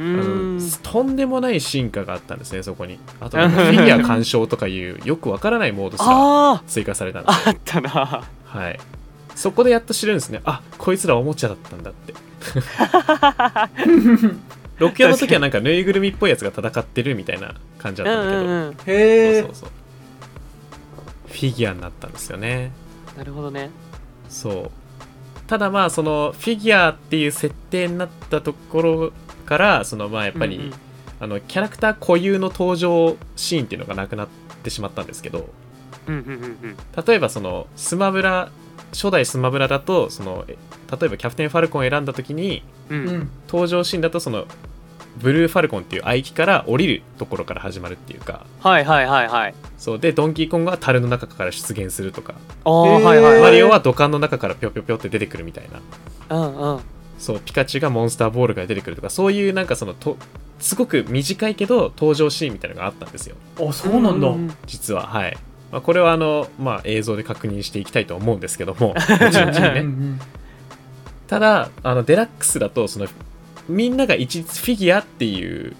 [SPEAKER 1] あの
[SPEAKER 2] ーん
[SPEAKER 1] とんでもない進化があったんですねそこにあとなん かフィギュア鑑賞とかいうよくわからないモードすら
[SPEAKER 2] あ
[SPEAKER 1] 追加されたんで
[SPEAKER 2] ああったな
[SPEAKER 1] はいそこでやっと知るんですねあこいつらおもちゃだったんだって64の時はなんかぬいぐるみっぽいやつが戦ってるみたいな感じ
[SPEAKER 2] う
[SPEAKER 1] だったんだけど、
[SPEAKER 2] んうんうん
[SPEAKER 3] へえ
[SPEAKER 1] そうそうそうフィギュアになったんですよね
[SPEAKER 2] なるほどね
[SPEAKER 1] そうただまあそのフィギュアっていう設定になったところからそのまあやっぱり、
[SPEAKER 2] うんうん
[SPEAKER 1] あのキャラクター固有の登場シーンっていうのがなくなってしまったんですけど
[SPEAKER 2] うんうんうん
[SPEAKER 1] 例えばそのスマブラ初代スマブラだとそのえ例えばキャプテンファルコンを選んだ時に
[SPEAKER 2] うんうん
[SPEAKER 3] ん
[SPEAKER 1] 登場シーンだとそのブルーファルコンっていう愛機から降りるところから始まるっていうか
[SPEAKER 2] はいはいはいはい
[SPEAKER 1] そうでドンキーコングは樽の中から出現するとか
[SPEAKER 2] ああ、はいはい
[SPEAKER 3] へー
[SPEAKER 2] は
[SPEAKER 1] マ
[SPEAKER 2] い
[SPEAKER 1] リオは土管の中からぴょぴょぴょって出てくるみたいな
[SPEAKER 2] うんうん
[SPEAKER 1] そうピカチュウがモンスターボールから出てくるとかそういうなんかそのとすごく短いけど登場シーンみたいなのがあったんですよ
[SPEAKER 3] あそうなんだ
[SPEAKER 2] うん
[SPEAKER 1] 実ははい、まあ、これはあの、まあ、映像で確認していきたいと思うんですけど も後々に
[SPEAKER 2] う
[SPEAKER 3] うん
[SPEAKER 1] ね
[SPEAKER 3] うん
[SPEAKER 1] ただあのデラックスだとそのみんなが一律フィギュアっていう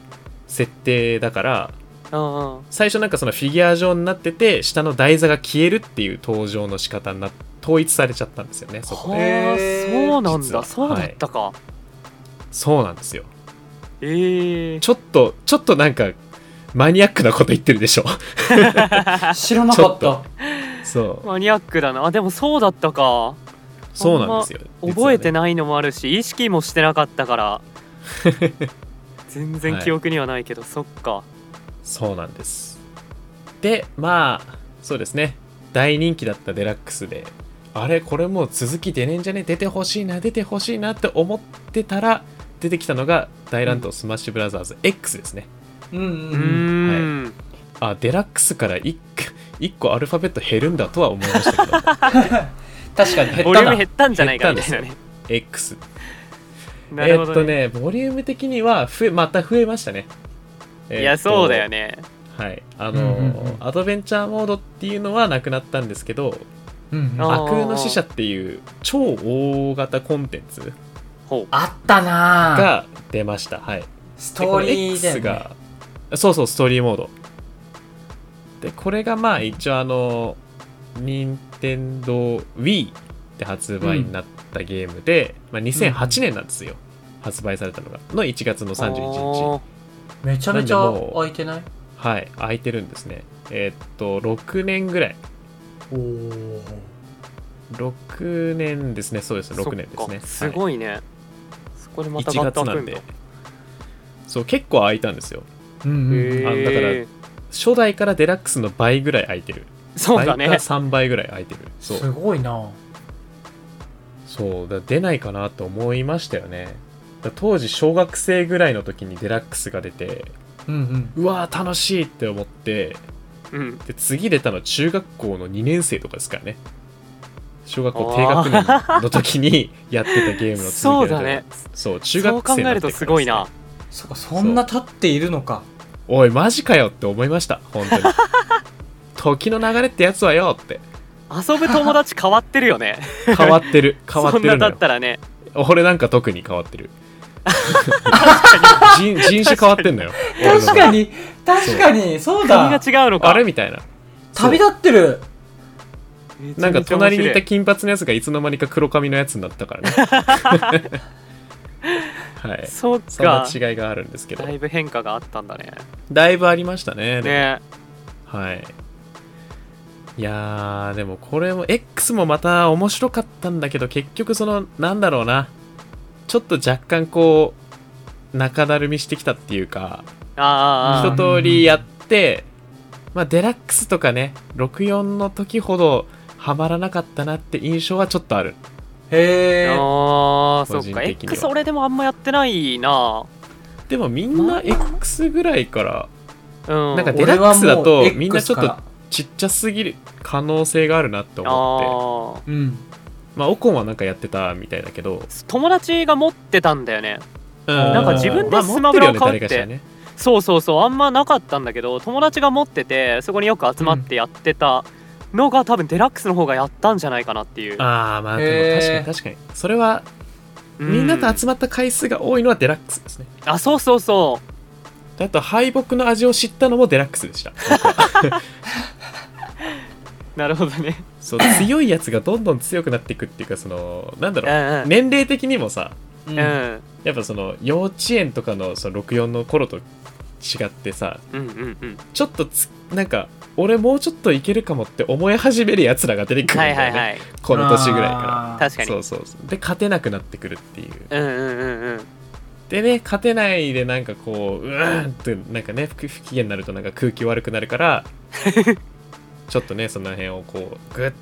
[SPEAKER 1] 設定だから
[SPEAKER 2] うんうん
[SPEAKER 1] 最初なんかそのフィギュア状になってて下の台座が消えるっていう登場の仕方にな統一されちゃったんですよねそこ
[SPEAKER 2] はあ、
[SPEAKER 3] へー
[SPEAKER 2] そうなん
[SPEAKER 1] 実は
[SPEAKER 2] だそうだったか、
[SPEAKER 1] そうなんですよ
[SPEAKER 2] ええ
[SPEAKER 1] ちょっとちょっとなんかマニアックなこと言ってるでしょ
[SPEAKER 3] 知らなか
[SPEAKER 1] ち
[SPEAKER 3] っ
[SPEAKER 1] ょったそう
[SPEAKER 2] マニアックだなあでもそうだったか
[SPEAKER 1] そうなんですよ、
[SPEAKER 2] 覚えて
[SPEAKER 1] ない
[SPEAKER 2] ないのもあるし、意識もしてなかったから全然記憶にはないけど、そっか
[SPEAKER 1] そうなんですでまあそうですね大人気だったデラックスであれこれもう続き出ねえんじゃね出てほしいな出てほしいなって思ってたら出てきたのが大乱闘スマッシュブラザーズ X ですね、
[SPEAKER 3] うん
[SPEAKER 2] う
[SPEAKER 3] う
[SPEAKER 2] ー
[SPEAKER 3] ん
[SPEAKER 2] ん、
[SPEAKER 1] あデラックスから 1, 1個アルファベット減るんだとは思いましたけ ど
[SPEAKER 3] 確かに減
[SPEAKER 2] ボ
[SPEAKER 3] っ
[SPEAKER 2] リュー
[SPEAKER 3] た
[SPEAKER 2] ム
[SPEAKER 3] な
[SPEAKER 2] 減ったんじゃないかみ
[SPEAKER 1] 減った
[SPEAKER 2] い
[SPEAKER 1] たん
[SPEAKER 2] なね
[SPEAKER 1] X
[SPEAKER 2] なるほどね,、
[SPEAKER 1] えっとねボリューム的には増えまた増えましたね、
[SPEAKER 2] いやそうだよ
[SPEAKER 1] ね
[SPEAKER 2] ね
[SPEAKER 1] はいあのー
[SPEAKER 3] うんうんうん
[SPEAKER 1] アドベンチャーモードっていうのはなくなったんですけど
[SPEAKER 3] うん
[SPEAKER 2] あ
[SPEAKER 1] 架
[SPEAKER 3] あ
[SPEAKER 1] 空の使者っていう超大型コンテンツ
[SPEAKER 2] ほう
[SPEAKER 3] あったなぁ
[SPEAKER 1] が出ましたはい
[SPEAKER 3] ス
[SPEAKER 1] で
[SPEAKER 3] ト
[SPEAKER 1] こ
[SPEAKER 3] ー
[SPEAKER 1] れ
[SPEAKER 3] リーだ
[SPEAKER 1] X
[SPEAKER 3] よね
[SPEAKER 1] がそうそうストーリーモードでこれがまあ一応あの任天堂 Wii で発売になったゲームで、まあ、2008年なんですよ、発売されたのがの1月の31日
[SPEAKER 2] あー
[SPEAKER 3] めちゃめちゃ
[SPEAKER 1] なんでもう
[SPEAKER 3] 空いてない
[SPEAKER 1] はい、空いてるんですね。えーっと、6年ぐらい。
[SPEAKER 3] おお
[SPEAKER 1] 6年ですね、そうです、
[SPEAKER 2] そっ
[SPEAKER 1] 6年ですね。
[SPEAKER 2] かす
[SPEAKER 1] は
[SPEAKER 2] ごいね、そこでま
[SPEAKER 1] い、
[SPEAKER 2] た
[SPEAKER 1] 1
[SPEAKER 2] ガッ
[SPEAKER 1] 月
[SPEAKER 2] タ
[SPEAKER 1] な
[SPEAKER 2] く
[SPEAKER 1] ん
[SPEAKER 2] んだ
[SPEAKER 1] で。そう、結構空いたんですよ。
[SPEAKER 3] うんうん
[SPEAKER 2] へ
[SPEAKER 1] あ
[SPEAKER 2] ー
[SPEAKER 1] 初代からデラックスの倍ぐらい空いてる。
[SPEAKER 2] そうだね
[SPEAKER 1] 倍か3倍ぐらい空いてる。そ
[SPEAKER 3] す
[SPEAKER 1] う。
[SPEAKER 3] ごいな
[SPEAKER 1] そう、だ出ないかなと思いましたよね。だ当時、小学生ぐらいの時にデラックスが出て、
[SPEAKER 3] うんうん
[SPEAKER 1] うわー、楽しいって思って、
[SPEAKER 2] うん
[SPEAKER 1] で次出たの中学校の2年生とかですからね小学校低学年の時にやってたゲームの 続
[SPEAKER 2] そう
[SPEAKER 1] き
[SPEAKER 2] だ
[SPEAKER 1] だね
[SPEAKER 2] ね
[SPEAKER 1] そう中
[SPEAKER 2] そう
[SPEAKER 1] 学
[SPEAKER 2] 考
[SPEAKER 1] 生にな
[SPEAKER 2] え
[SPEAKER 1] ってからで
[SPEAKER 2] ると
[SPEAKER 1] すね
[SPEAKER 2] すごいな
[SPEAKER 3] そっかそんな経っているのか
[SPEAKER 1] おいマジかよって思いました本当 に時の流れってやつはよって
[SPEAKER 2] 遊ぶ友達変わってるよね
[SPEAKER 1] 変わってる 変わって
[SPEAKER 2] そ
[SPEAKER 1] るの
[SPEAKER 2] んな
[SPEAKER 1] よ
[SPEAKER 2] だったらね
[SPEAKER 1] 俺なんか特に変わって る人人種変わってんのよ
[SPEAKER 3] 確か
[SPEAKER 1] に
[SPEAKER 3] に確かにそう
[SPEAKER 2] 国が
[SPEAKER 3] だ
[SPEAKER 2] 違うのか
[SPEAKER 1] あれみたいな
[SPEAKER 3] 旅立ってる
[SPEAKER 2] めち
[SPEAKER 1] な
[SPEAKER 2] ゃ
[SPEAKER 1] ん
[SPEAKER 2] め
[SPEAKER 1] か
[SPEAKER 2] ちゃ面白
[SPEAKER 1] 隣にいた金髪のやつがいつの間にか黒髪のやつになったからね はい
[SPEAKER 2] そう
[SPEAKER 1] そんな
[SPEAKER 2] か
[SPEAKER 1] 違いがあるんですけど
[SPEAKER 2] だいぶ変化があったんだね
[SPEAKER 1] だいぶありましたねでも
[SPEAKER 2] ね
[SPEAKER 1] はいいやーでもこれも X もまた面白かったんだけど結局そのなんだろうなちょっと若干こう中だるみしてきたっていうか
[SPEAKER 2] あーあー
[SPEAKER 1] 一
[SPEAKER 2] あ
[SPEAKER 1] 通りやってまあデラックスとかね64の時ほどハマらなかったなって印象はちょっとある
[SPEAKER 3] へえ
[SPEAKER 2] ーあーそ
[SPEAKER 1] 個
[SPEAKER 2] っ
[SPEAKER 1] 人
[SPEAKER 2] か
[SPEAKER 1] 的には
[SPEAKER 2] X 俺でもあんまやってないな
[SPEAKER 1] でもみんな X ぐらいから
[SPEAKER 2] うん
[SPEAKER 1] なんかデラ
[SPEAKER 3] 俺
[SPEAKER 1] ッ
[SPEAKER 3] は
[SPEAKER 1] クスだ
[SPEAKER 3] もう
[SPEAKER 1] と
[SPEAKER 3] X
[SPEAKER 1] みんなちょっ
[SPEAKER 3] か
[SPEAKER 1] と
[SPEAKER 3] ら
[SPEAKER 1] ちっちゃすぎる可能性があるなって思って
[SPEAKER 2] ああ
[SPEAKER 3] うん
[SPEAKER 1] ま
[SPEAKER 2] ま
[SPEAKER 1] あオコンはなんかやってたみたいだけど、
[SPEAKER 2] 友達が持ってたんだよね
[SPEAKER 1] うん
[SPEAKER 2] なんか自分でスマブラを買うって
[SPEAKER 1] ね
[SPEAKER 2] そうそうそうあんまなかったんだけど友達が持っててそこによく集まってやってたのが、多分デラックスの方がやったんじゃないかなっていう
[SPEAKER 1] ああまあでも
[SPEAKER 3] へ
[SPEAKER 1] 確
[SPEAKER 3] ー
[SPEAKER 1] かに確かにそれはみんなと
[SPEAKER 2] 集
[SPEAKER 1] 集まった回数が多いのはデラックスですね、
[SPEAKER 2] あそうそうそう
[SPEAKER 1] あと敗北の味を知ったのもデラックスで した
[SPEAKER 2] なるほどね
[SPEAKER 1] そう強いやつがどんどん強くなっていくっていうかそのなんだ
[SPEAKER 2] う
[SPEAKER 1] ろう、
[SPEAKER 2] んうん、
[SPEAKER 1] 年齢的にもさ
[SPEAKER 3] う
[SPEAKER 2] うんんうん
[SPEAKER 1] やっぱその幼稚園とかのその64の頃と違ってさ
[SPEAKER 2] うんうん
[SPEAKER 1] ちょっとつなんか俺もうちょっといけるかもって思い始めるやつらが出てくるん
[SPEAKER 2] は
[SPEAKER 1] だ
[SPEAKER 2] い
[SPEAKER 1] よね、
[SPEAKER 2] はいはい
[SPEAKER 1] この年ぐらいか
[SPEAKER 3] あー
[SPEAKER 2] 確からに
[SPEAKER 1] そうそうそうで勝てなくなってくるっていう
[SPEAKER 2] うんうんうんうん
[SPEAKER 1] でね勝てないでなんかこううーんってなんかね不不機嫌になるとなんか空気悪くなるからちょっとねその辺をこうグッて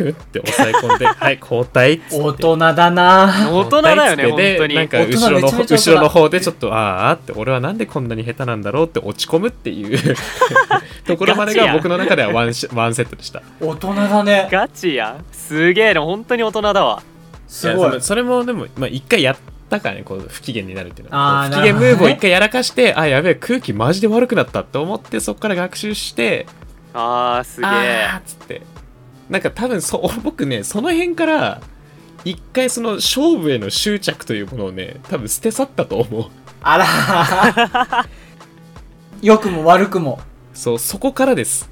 [SPEAKER 1] グッて抑え込んではい交代っつ
[SPEAKER 3] 大
[SPEAKER 1] って
[SPEAKER 3] 人だな
[SPEAKER 2] 大人だよね
[SPEAKER 1] 交代っつって
[SPEAKER 2] 本当
[SPEAKER 1] で
[SPEAKER 2] に
[SPEAKER 1] なんか後ろの
[SPEAKER 3] 大人めちゃめちゃ大人
[SPEAKER 1] 後ろの方でちょっとあーあーって俺はなんでこんなに下手なんだろうって落ち込むっていうところまで
[SPEAKER 2] ガチ
[SPEAKER 1] が
[SPEAKER 2] や
[SPEAKER 1] 僕の中ではワンシワンセットでした
[SPEAKER 3] 大人だね
[SPEAKER 2] ガチやすげえの本当に大人だわ
[SPEAKER 3] すご
[SPEAKER 1] やそ
[SPEAKER 3] い
[SPEAKER 1] れそれもでもまあ、一回やったからねこう不機嫌になるっていうの
[SPEAKER 3] あ
[SPEAKER 1] は
[SPEAKER 3] ー
[SPEAKER 1] こう不機嫌
[SPEAKER 3] な
[SPEAKER 1] ム
[SPEAKER 3] るほ
[SPEAKER 1] ーブ
[SPEAKER 3] どね
[SPEAKER 1] を一回やらかしてあやべえ空気マジで悪くなったって思ってそこから学習して
[SPEAKER 2] あーすげえ
[SPEAKER 1] あーっつってなんか多分そ僕ねその辺から一回その勝負への執着というものをね多分捨て去ったと思う
[SPEAKER 3] あら 良くも悪くも
[SPEAKER 1] そうそこからです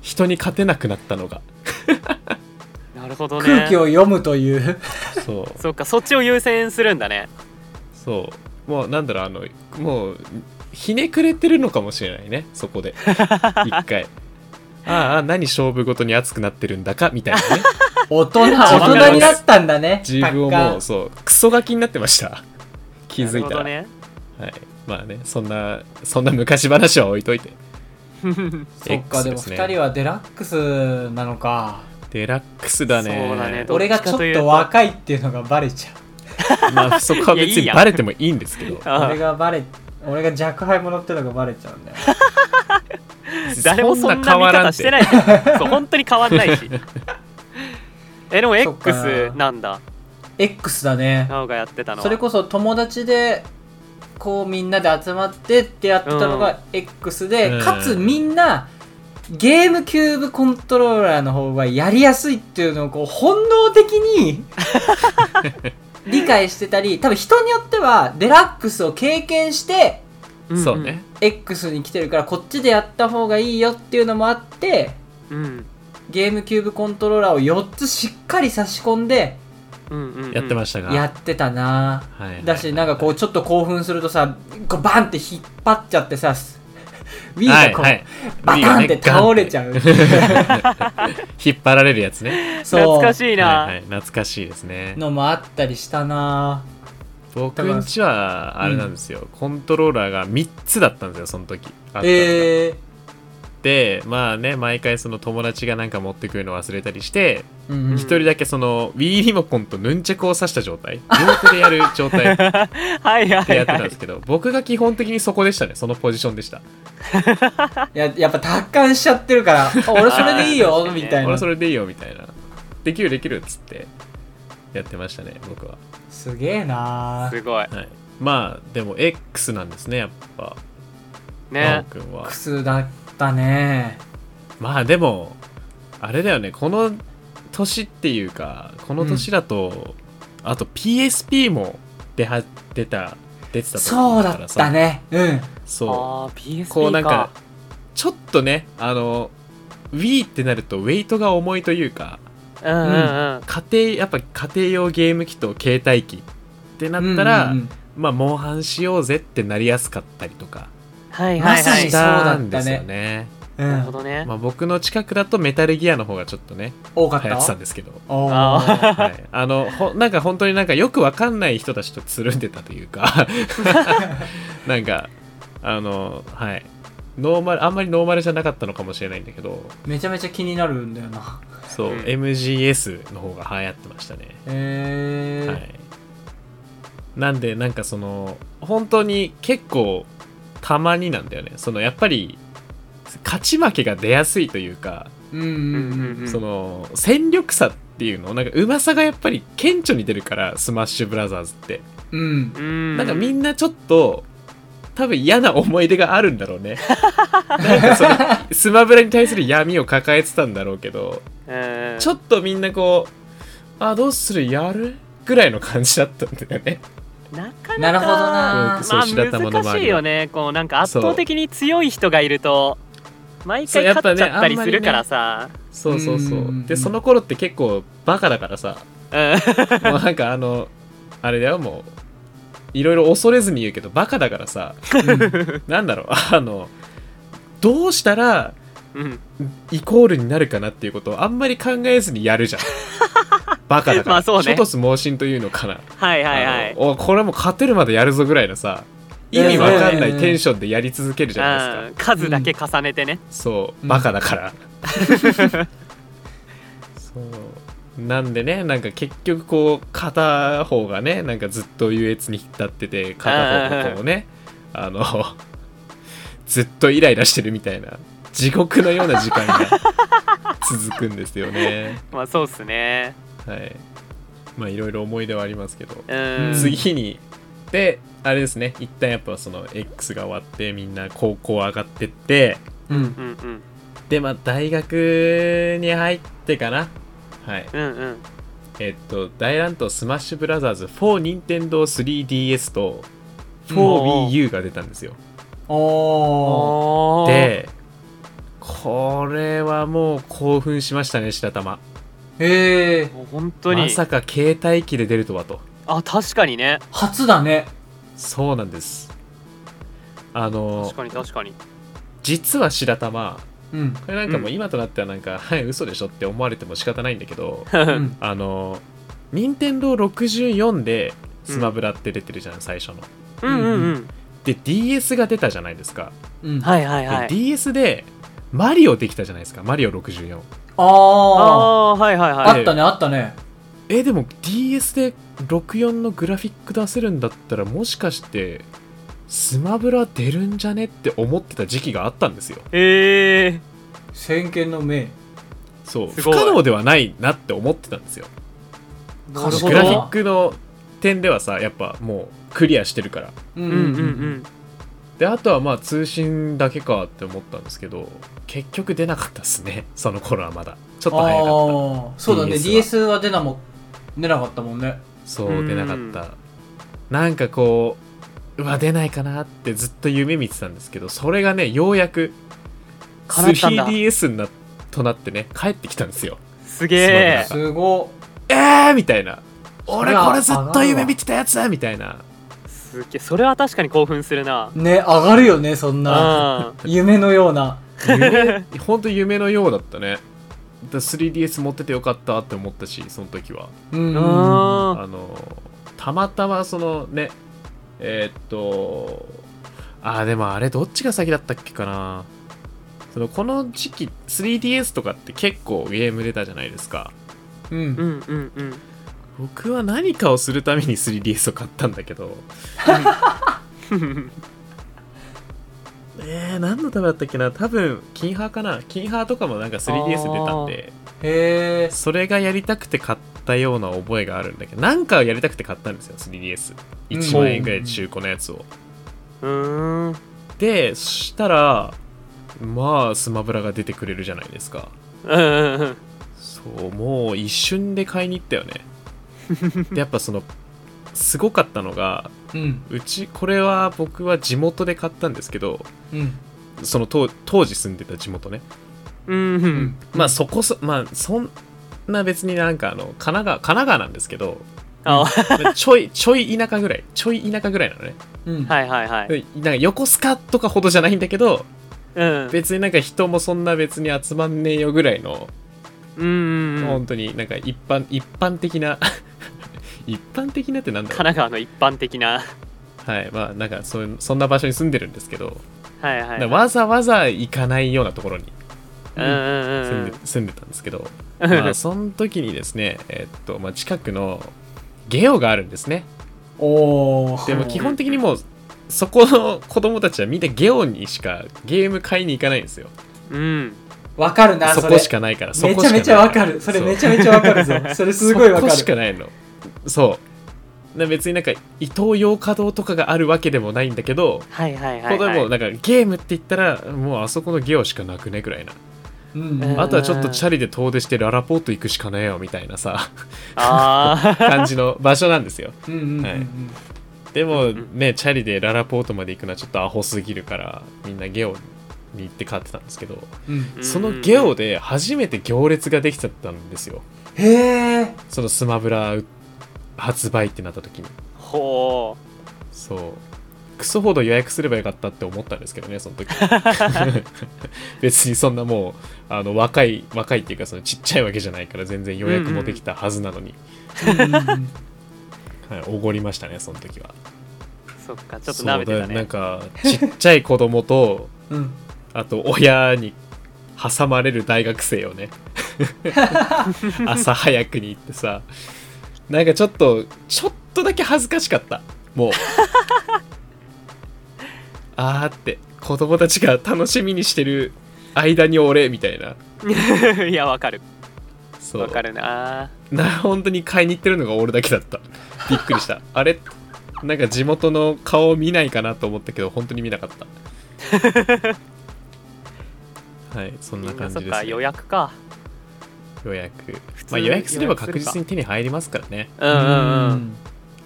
[SPEAKER 1] 人に勝てなくなったのが
[SPEAKER 2] なるほどね
[SPEAKER 3] 空気を読むという
[SPEAKER 1] そう
[SPEAKER 2] そっかそっちを優先するんだね
[SPEAKER 1] そうもうなんだろうあのもうひねくれてるのかもしれないねそ こで一回ああ何勝負ごとに熱くなってるんだかみたいな ね
[SPEAKER 3] 大人大人になったんだね
[SPEAKER 1] 自分をもうそうクソガキになってま した気づいた
[SPEAKER 2] なる
[SPEAKER 1] ら、
[SPEAKER 2] ほどね
[SPEAKER 1] はい、まあねそんなそんな昔話は置いといて
[SPEAKER 3] そっか
[SPEAKER 1] X
[SPEAKER 3] でも
[SPEAKER 1] すね
[SPEAKER 3] 2人はデラックスなのか
[SPEAKER 1] デラックスだね
[SPEAKER 2] そうだねどっ
[SPEAKER 3] 俺がちょっと若いっていうのがバレちゃう
[SPEAKER 1] まあそこは別
[SPEAKER 2] いやいい
[SPEAKER 1] に
[SPEAKER 2] や
[SPEAKER 1] バレてもいいんですけど
[SPEAKER 2] あ
[SPEAKER 3] 俺がバレ俺が若輩者っていうのがバレちゃうんだよ
[SPEAKER 2] 誰もそんな見方してないいそう本当に変わんないしえでも
[SPEAKER 3] そっか
[SPEAKER 2] X なんだ
[SPEAKER 3] X だね
[SPEAKER 2] なおがやってたのは
[SPEAKER 3] それこそ友達でこうみんなで集まってってやってたの
[SPEAKER 2] うん
[SPEAKER 3] が X で、
[SPEAKER 1] うん
[SPEAKER 3] かつみんなゲームキューブコントローラーの方がやりやすいっていうのをこう本能的 に理解してたり多分人によってはデラックスを経験して
[SPEAKER 2] んん
[SPEAKER 1] そうね
[SPEAKER 3] X に来てるからこっちでやった方がいいよっていうのもあって
[SPEAKER 2] うん
[SPEAKER 3] ゲームキューブコントローラーを4つしっかり差し込んで
[SPEAKER 2] うんうんうん
[SPEAKER 1] やってま
[SPEAKER 2] し
[SPEAKER 1] したが
[SPEAKER 3] やってたな
[SPEAKER 1] はいはい
[SPEAKER 3] だしなんかこうちょっと興奮するとさこうバンって引っ張っちゃって さ Wii
[SPEAKER 1] はい
[SPEAKER 3] がこう、
[SPEAKER 1] はい
[SPEAKER 3] バタンって倒れちゃう、
[SPEAKER 1] 引っ張られるやつね
[SPEAKER 3] そう
[SPEAKER 2] 懐かしい
[SPEAKER 1] はいは
[SPEAKER 2] ない
[SPEAKER 1] 懐かしいですね
[SPEAKER 3] のもあったりしたな
[SPEAKER 1] 僕んちはあれなんですよ、コントローラーが3つだったんですよその時あったのが
[SPEAKER 3] え
[SPEAKER 1] でまあね毎回その友達がなんか持ってくるの忘れたりして
[SPEAKER 3] ーうんうん、
[SPEAKER 1] 一人だけその Wii リモコンとヌンチャクを刺した状態両手でやる状態で
[SPEAKER 2] はいはい
[SPEAKER 1] やってた
[SPEAKER 2] は
[SPEAKER 1] ん
[SPEAKER 2] い
[SPEAKER 1] ですけど僕が基本的にそこでしたねそのポジションでした
[SPEAKER 3] ややっぱ達観しちゃって るからあ俺それでいい
[SPEAKER 2] あー確
[SPEAKER 3] よ
[SPEAKER 2] かにね
[SPEAKER 3] みたい
[SPEAKER 1] 俺
[SPEAKER 3] な
[SPEAKER 1] それでいいよみたいなできるできるっつってやってましたね僕は、
[SPEAKER 3] すげえな
[SPEAKER 2] すごい
[SPEAKER 1] はい、まあでも X なんですねやっぱ真央
[SPEAKER 2] ね
[SPEAKER 1] くんは
[SPEAKER 3] クスだったね
[SPEAKER 1] まあでもあれだよねこの年っていうかこの年だと、あと PSP も出は出た出てたと思
[SPEAKER 3] そうだ
[SPEAKER 1] から
[SPEAKER 3] っ
[SPEAKER 1] さ
[SPEAKER 3] たねうん
[SPEAKER 1] そ
[SPEAKER 2] あー PSP
[SPEAKER 1] う
[SPEAKER 2] か
[SPEAKER 1] こうなんかちょっとねあの Wii ってなるとウェイトが重いというか
[SPEAKER 2] うんうんうん
[SPEAKER 1] 家庭やっぱ家庭用ゲーム機と携帯機ってなったら、
[SPEAKER 3] うんうんうん
[SPEAKER 1] まあモンハンしようぜってなりやすかったりとか
[SPEAKER 2] はいはい
[SPEAKER 3] まさ
[SPEAKER 2] は
[SPEAKER 3] に
[SPEAKER 2] い
[SPEAKER 3] そうだったね
[SPEAKER 1] したんですよね
[SPEAKER 3] う
[SPEAKER 2] なんるほどね
[SPEAKER 1] まあ、僕の近くだとメタルギアの方がちょっとね
[SPEAKER 3] 多かっ
[SPEAKER 1] 流行ってた
[SPEAKER 3] た
[SPEAKER 1] んですけど
[SPEAKER 3] おー
[SPEAKER 2] あ
[SPEAKER 1] はい、あのほなんか本当になんかよくわかんない人たちとつるんでたというかなんかあのはいノーマルあんまりノーマルじゃなかったのかもしれないんだけど
[SPEAKER 3] めちゃめちゃ気になるんだよな
[SPEAKER 1] そう、
[SPEAKER 2] うん
[SPEAKER 1] MGS の方が流行ってましたね、
[SPEAKER 3] えー
[SPEAKER 1] はいなんでなんかその本当に結構たまになんだよねそのやっぱり勝ち負けが出やすいというか、
[SPEAKER 3] うんうんうん
[SPEAKER 2] うん
[SPEAKER 1] その戦力差っていうのなんかうまさがやっぱり顕著に出るからスマッシュブラザーズって
[SPEAKER 3] うん
[SPEAKER 2] うん
[SPEAKER 1] なんかみんなちょっと多分嫌な思い出があるんだろうね なんかそのスマブラに対する闇を抱えてたんだろうけど
[SPEAKER 2] うん
[SPEAKER 1] ちょっとみんなこうあどうするやるぐらいの感じだったんだよね
[SPEAKER 2] なかなか
[SPEAKER 3] なるほどな
[SPEAKER 1] そう
[SPEAKER 2] まあ
[SPEAKER 1] 白玉の周りは
[SPEAKER 2] 難しいよねこうなんか圧倒的に強い人がいると毎
[SPEAKER 1] そう
[SPEAKER 2] 回
[SPEAKER 1] やっ
[SPEAKER 2] 勝
[SPEAKER 1] ぱ
[SPEAKER 2] っ
[SPEAKER 1] ね
[SPEAKER 2] ちゃったりするからさ
[SPEAKER 1] そうそうそう
[SPEAKER 3] うんうんうん
[SPEAKER 1] でその頃って結構バカだから さ
[SPEAKER 2] うん
[SPEAKER 1] もうなんかあのあれだよもういろいろ恐れずに言うけどバカだからさ
[SPEAKER 3] うん
[SPEAKER 1] なんだろうあのどうしたら
[SPEAKER 2] うん
[SPEAKER 1] イコールになるかなっていうことをあんまり考えずにやる じゃんバカだから、
[SPEAKER 2] まあそうね
[SPEAKER 1] 諸突猛進というのかな、
[SPEAKER 2] はいはいはい
[SPEAKER 1] あのおこれもう勝てるまでやるぞぐらいのさ意味わかんないテンションでやり続けるじゃないで
[SPEAKER 2] うん数だけ重ねてね
[SPEAKER 1] すか、そううんバカだから、そうなんでねなんか結局こう片方がねなんかずっと優越に浸ってて片方がこうねあのずっとイライラしてるみたいな地獄のような時間 が続くんですよね
[SPEAKER 2] まあそうっすね
[SPEAKER 1] はいまあいろいろ思い出はありますけど、
[SPEAKER 2] うん
[SPEAKER 1] 次にであれですね一旦やっぱその X が終わってみんな高校上がってって
[SPEAKER 3] うん
[SPEAKER 2] うんうん
[SPEAKER 1] でまあ大学に入ってかなはい
[SPEAKER 2] うんうん
[SPEAKER 1] えっと大乱闘スマッシュブラザーズ4任天堂 3DS と
[SPEAKER 2] お
[SPEAKER 1] 4WiiU が出たんですよ
[SPEAKER 3] おー
[SPEAKER 2] おー
[SPEAKER 1] でこれはもう興奮しましたね白玉
[SPEAKER 3] へえ
[SPEAKER 2] もう本当に、
[SPEAKER 1] まさか携帯機で出るとはと
[SPEAKER 2] あ確かにね
[SPEAKER 3] 初だね
[SPEAKER 1] そうなんですあの
[SPEAKER 2] 確かに確かに
[SPEAKER 1] 実は白玉
[SPEAKER 3] うん
[SPEAKER 1] これなんかもう
[SPEAKER 2] う
[SPEAKER 1] 今となってはなんか、はい嘘でしょって思われても仕方ないんだけど
[SPEAKER 3] うん
[SPEAKER 1] あの任天堂64でスマブラって出てるじゃん、最初の
[SPEAKER 2] うんうんうん、
[SPEAKER 1] で DS が出たじゃないですか、
[SPEAKER 3] うん
[SPEAKER 2] はいはいは
[SPEAKER 1] で
[SPEAKER 2] い
[SPEAKER 1] DS でマリオできたじゃないですかマリオ64
[SPEAKER 3] あー
[SPEAKER 2] ああーはいはい
[SPEAKER 3] あ
[SPEAKER 2] は
[SPEAKER 1] れ
[SPEAKER 2] い
[SPEAKER 3] ったねあったね
[SPEAKER 1] えーでも DS で64のグラフィック出せるんだったらもしかしてスマブラ出るんじゃねって思ってた時期があったんですよ
[SPEAKER 2] ええ
[SPEAKER 3] 先見の明
[SPEAKER 1] そう
[SPEAKER 2] す
[SPEAKER 1] 不
[SPEAKER 2] ごい
[SPEAKER 1] 可能ではないなって思ってたんですよ
[SPEAKER 2] ー、
[SPEAKER 3] な
[SPEAKER 2] なるほ
[SPEAKER 1] グラフィ
[SPEAKER 2] ど
[SPEAKER 1] ックの点ではさやっぱもうクリアしてるから
[SPEAKER 3] う
[SPEAKER 2] うんんうんうん
[SPEAKER 1] であとはまあ通信だけかって思ったんですけど結局出なかったっすね その頃はまだちょっと早かっ
[SPEAKER 3] ああそうだね
[SPEAKER 1] DS
[SPEAKER 3] DS は出なも出なかったもんね
[SPEAKER 1] たそううん出なかったなんかこううわ出ないかなってずっと夢見てたんですけどそれがねようやく
[SPEAKER 2] 叶ったんだ
[SPEAKER 1] 3DS になとなってね帰ってきたんですよ
[SPEAKER 2] すげえ
[SPEAKER 1] そ
[SPEAKER 3] すご
[SPEAKER 1] えーみたいな
[SPEAKER 3] そり
[SPEAKER 1] 俺
[SPEAKER 3] ゃ
[SPEAKER 1] これずっと夢見てたやつだみたいな
[SPEAKER 2] すげえそれは確かに興奮するな
[SPEAKER 3] ね上がるよねそんな
[SPEAKER 2] あ
[SPEAKER 3] 夢のような
[SPEAKER 1] 夢本当夢のようだったねだ 3DS 持っててよかったって思ったしその時は
[SPEAKER 3] うん
[SPEAKER 2] あ
[SPEAKER 1] あのたまたまそのねえーっとあーでもあれどっちが先だったっけかなそのこの時期 3DS とかって結構ゲーム出たじゃないですか
[SPEAKER 3] う
[SPEAKER 2] うんんうんうん
[SPEAKER 1] 僕は何かをするために 3DS を買ったんだけどえー、何のためだったっけな多分金ハーかな金ハーとかもなんか 3DS 出たんで
[SPEAKER 3] へえ
[SPEAKER 1] それがやりたくて買ったような覚えがあるんだけどなんかやりたくて買ったんですよ 3DS1 万円ぐらいで中古のやつを、
[SPEAKER 2] うーん
[SPEAKER 1] でそしたらまあスマブラが出てくれるじゃないですか
[SPEAKER 2] うんうんうん
[SPEAKER 1] そうもう一瞬で買いに行ったよねでやっぱそのすごかったのが
[SPEAKER 3] うん
[SPEAKER 1] うちこれは僕は地元で買ったんですけど
[SPEAKER 3] うん
[SPEAKER 1] その当当時住んでた地元ね
[SPEAKER 2] うんう
[SPEAKER 3] うんん
[SPEAKER 1] まあそこそまあそんな別になんかあの神奈川神奈川なんですけど
[SPEAKER 2] あ
[SPEAKER 1] まあちょい ちょい田舎ぐらいちょい田舎ぐらいなのね
[SPEAKER 3] うん
[SPEAKER 2] はいはいはい
[SPEAKER 1] でなんか横須賀とかほどじゃないんだけど
[SPEAKER 2] うん
[SPEAKER 1] 別になんか人もそんな別に集まんねえよぐらいの
[SPEAKER 2] うんうんうん
[SPEAKER 1] 本当になんか一般一般的な 一般的なってなんだ
[SPEAKER 2] 神
[SPEAKER 1] ろう
[SPEAKER 2] 奈川の一般的な
[SPEAKER 1] はいまあなんかそういうそんな場所に住んでるんですけど、
[SPEAKER 2] はいはい
[SPEAKER 1] わざわざ行かないようなところに
[SPEAKER 2] うんうんう
[SPEAKER 1] 住ん
[SPEAKER 2] ん
[SPEAKER 1] で,、住んでたんですけど、
[SPEAKER 2] うん
[SPEAKER 1] まあ、その時にですね、えっとまあ、近くのゲオがあるんですね
[SPEAKER 3] おお
[SPEAKER 1] でも基本的にもうそこの子供たちはみんなゲオにしかゲーム買いに行かないんですよ
[SPEAKER 2] うん
[SPEAKER 3] わかるな
[SPEAKER 1] そ
[SPEAKER 3] そ
[SPEAKER 1] こ
[SPEAKER 3] れ
[SPEAKER 1] しかないからそ
[SPEAKER 3] め
[SPEAKER 1] こし
[SPEAKER 3] ちゃ
[SPEAKER 1] かない
[SPEAKER 3] めちゃわかるそれめちゃめちゃわかるぞ それすごいわか
[SPEAKER 1] そこしか
[SPEAKER 3] る
[SPEAKER 1] ないのそうな別になんか伊東洋華堂とかがあるわけでもないんだけど、
[SPEAKER 2] はいはい
[SPEAKER 1] こ
[SPEAKER 2] は
[SPEAKER 1] れ
[SPEAKER 2] い、はい、
[SPEAKER 1] もなんかゲームって言ったらもうあそこのゲオしかなくねぐらいな、
[SPEAKER 3] うん
[SPEAKER 2] うん
[SPEAKER 1] あとはちょっとチャリで遠出してララポート行くしかねえよみたいな さ
[SPEAKER 2] ああ
[SPEAKER 1] 感じの場所なんですよ
[SPEAKER 3] うんうんうんう
[SPEAKER 1] はい
[SPEAKER 3] ん
[SPEAKER 1] で
[SPEAKER 2] う
[SPEAKER 1] も
[SPEAKER 2] んうん
[SPEAKER 1] ねチャリでララポートまで行くのはちょっとアホすぎるからみんなゲオに行って買ってたんですけど
[SPEAKER 3] うん
[SPEAKER 1] そのゲオで初めて行列ができちゃったんですよ
[SPEAKER 3] へえ
[SPEAKER 1] そのスマブラ発売ってなった時に
[SPEAKER 2] ほ
[SPEAKER 1] そうクソほど予約すればよかったって思ったんですけどねその 時別にそんなもうあの若い若いっていうかそのちっちゃいわけじゃないから全然予約もできたはずなのに、はい、おごりましたねその時は
[SPEAKER 2] うそっかちょっと舐めて
[SPEAKER 1] そ
[SPEAKER 2] た
[SPEAKER 1] うだなん
[SPEAKER 2] ね
[SPEAKER 1] かちっちゃい子供と
[SPEAKER 3] うん
[SPEAKER 1] あと親に挟まれる大学生 をね朝早くに行ってさなんかちょっとちょっとだけ恥ずかしかったも うあーって子供たちが楽しみにしてる間に俺みたいな
[SPEAKER 2] いやわかる
[SPEAKER 1] そう
[SPEAKER 2] わかるな
[SPEAKER 1] な本当に買いに行ってるのが俺だけだったびっくりしたあれなんか地元の顔見ないかなと思ったけど本当に見なかった はいそん
[SPEAKER 2] み
[SPEAKER 1] なん
[SPEAKER 2] な
[SPEAKER 1] 感じ
[SPEAKER 2] そっ
[SPEAKER 1] です、
[SPEAKER 2] か
[SPEAKER 1] ね、
[SPEAKER 2] 予約か
[SPEAKER 1] 予約
[SPEAKER 2] 普通
[SPEAKER 1] まあ、予約すれば
[SPEAKER 2] 予約する
[SPEAKER 1] 確
[SPEAKER 2] か
[SPEAKER 1] 実に手に入りますからね
[SPEAKER 2] うんうんうん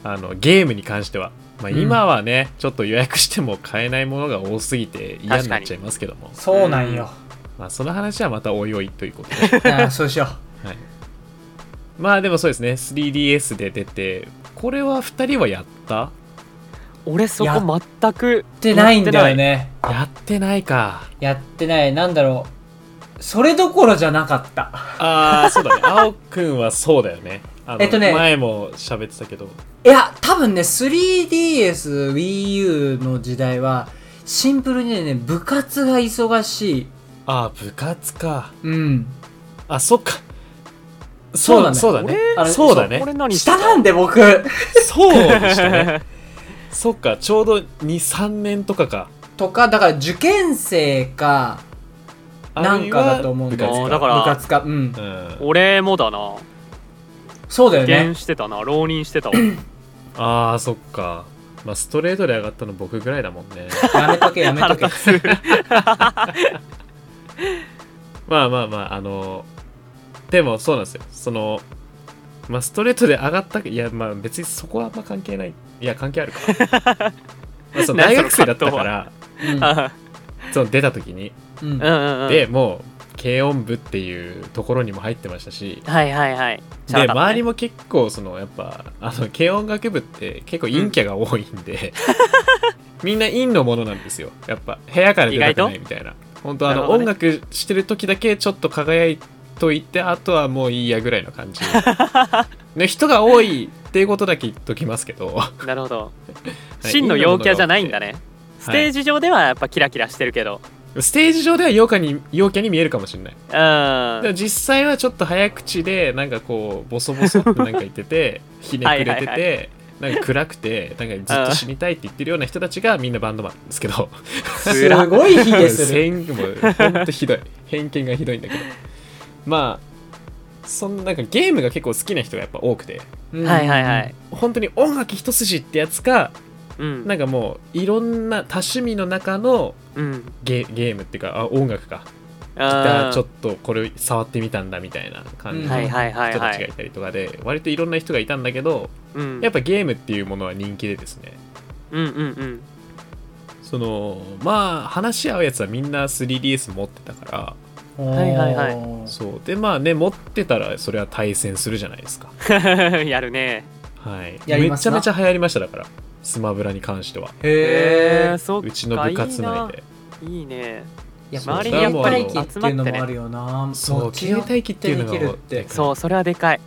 [SPEAKER 1] あのゲームに関しては、まあ、
[SPEAKER 3] うん
[SPEAKER 1] 今はね、ちょっと予約しても買えないものが多すぎて嫌になっちゃいますけども、
[SPEAKER 3] そうなんよ
[SPEAKER 1] まあ、その話はまたおいおいという ことで、
[SPEAKER 3] ああそうしよ
[SPEAKER 1] はい、まあでもそうですね 3DS で出てこれは2人はやった
[SPEAKER 2] 俺そこ全く
[SPEAKER 3] うってないんだよね
[SPEAKER 1] やってないか
[SPEAKER 3] やってないなんだろうそれどころじゃなかった
[SPEAKER 1] ああそう だね青くんはそうだよねあの
[SPEAKER 3] えっとね
[SPEAKER 1] 前も喋ってたけど
[SPEAKER 3] いや多分ね 3DSWiiU の時代はシンプルにね部活が忙しい
[SPEAKER 1] ああ部活か
[SPEAKER 3] うん
[SPEAKER 1] あそっか
[SPEAKER 3] そうなんだよ
[SPEAKER 1] そうだね
[SPEAKER 3] あれ
[SPEAKER 1] そうだね
[SPEAKER 2] 俺何して
[SPEAKER 3] 下なんで僕
[SPEAKER 1] そうでしたね そっかちょうど23年とかか
[SPEAKER 3] とかだから受験生かなんかだと思うんだよ
[SPEAKER 1] あるいは部活
[SPEAKER 2] だか
[SPEAKER 3] 部
[SPEAKER 2] ら
[SPEAKER 3] 活かうん
[SPEAKER 1] うん、
[SPEAKER 2] 俺もだな
[SPEAKER 3] そうだよ
[SPEAKER 2] 受験
[SPEAKER 3] ね
[SPEAKER 2] してたな浪人してたわ
[SPEAKER 1] あーそっか、まあ、ストレートで上がったの僕ぐらいだもんね
[SPEAKER 3] やめとけやめ とけ
[SPEAKER 1] まあまあまああのでもそうなんですよそのまあストレートで上がったいやまあ別にそこはあんま関係ないいや関係ある かまあその大学生だったからその出た時に、
[SPEAKER 3] うんうん
[SPEAKER 2] うんうんうん
[SPEAKER 1] でもう軽音部っていうところにも入ってましたし
[SPEAKER 2] はいはいはいチャ
[SPEAKER 1] で
[SPEAKER 2] ラかったね
[SPEAKER 1] 周りも結構そのやっぱあの軽音楽部って結構陰キャが多いん で、みんな陰のものなんですよやっぱ部屋から出たくないみたいな本当あの、
[SPEAKER 2] なるほど
[SPEAKER 1] 音
[SPEAKER 2] ね
[SPEAKER 1] 楽してる時だけちょっと輝いといてあとはもういいやぐらいの感 じね人が多いっていうことだけ言っときますけど
[SPEAKER 2] なる ほど
[SPEAKER 1] い
[SPEAKER 2] 真の陽キャじゃないんだねステージ上ではやっぱキラキラしてるけど、
[SPEAKER 1] ステージ上では陽キャに陽キャに見えるかもしれないで
[SPEAKER 2] う
[SPEAKER 1] も
[SPEAKER 2] ん
[SPEAKER 1] 実際はちょっと早口でなんかこうボソボソってなんか言って てひねくれてて
[SPEAKER 2] はいは
[SPEAKER 1] なんか暗くてなんかずっと死にたいって言ってるような人たちがみんなバンドマンなんですけど
[SPEAKER 3] すごいヒゲする
[SPEAKER 1] 戦もほんとひどい偏見がひどいんだけどまあそんなんかゲームが結構好きな人がやっぱ多くて
[SPEAKER 3] う ん
[SPEAKER 2] はいはいはい
[SPEAKER 1] 本当に音楽一筋ってやつか
[SPEAKER 2] うん
[SPEAKER 1] なんかもういろんな多趣味の中の
[SPEAKER 2] うん
[SPEAKER 1] ゲゲームっていうかあ音楽か
[SPEAKER 2] ギ
[SPEAKER 1] ギターちょっとこれ触ってみたんだみたいな感じの
[SPEAKER 2] はいはいはい
[SPEAKER 1] 人
[SPEAKER 2] は
[SPEAKER 1] たちがい
[SPEAKER 2] い、
[SPEAKER 1] たりとかで割といろんな人がいたんだけど
[SPEAKER 2] うん、
[SPEAKER 1] やっぱゲームっていうものは人気でですね
[SPEAKER 2] うんうんうん
[SPEAKER 1] そのまあ話し合うやつはみんな 3DS 持ってたか
[SPEAKER 3] はい
[SPEAKER 2] はいはい
[SPEAKER 1] ら
[SPEAKER 3] い
[SPEAKER 1] そうでまあね持ってたらそれは対戦するじゃないですか
[SPEAKER 2] やるね
[SPEAKER 1] はい
[SPEAKER 3] やり
[SPEAKER 1] め
[SPEAKER 3] ま
[SPEAKER 1] ち
[SPEAKER 3] す
[SPEAKER 1] ゃ
[SPEAKER 3] な
[SPEAKER 1] めちゃ流行りましただからスマブラに関しては
[SPEAKER 3] へえ
[SPEAKER 2] そう
[SPEAKER 1] ちの部活内で
[SPEAKER 2] いいね
[SPEAKER 3] やっぱ
[SPEAKER 1] 周
[SPEAKER 3] り
[SPEAKER 1] りにやっぱり
[SPEAKER 3] 携帯機っていうのもあるよな
[SPEAKER 1] そう携帯機っていうのが
[SPEAKER 3] できるって
[SPEAKER 2] そうそれはでかい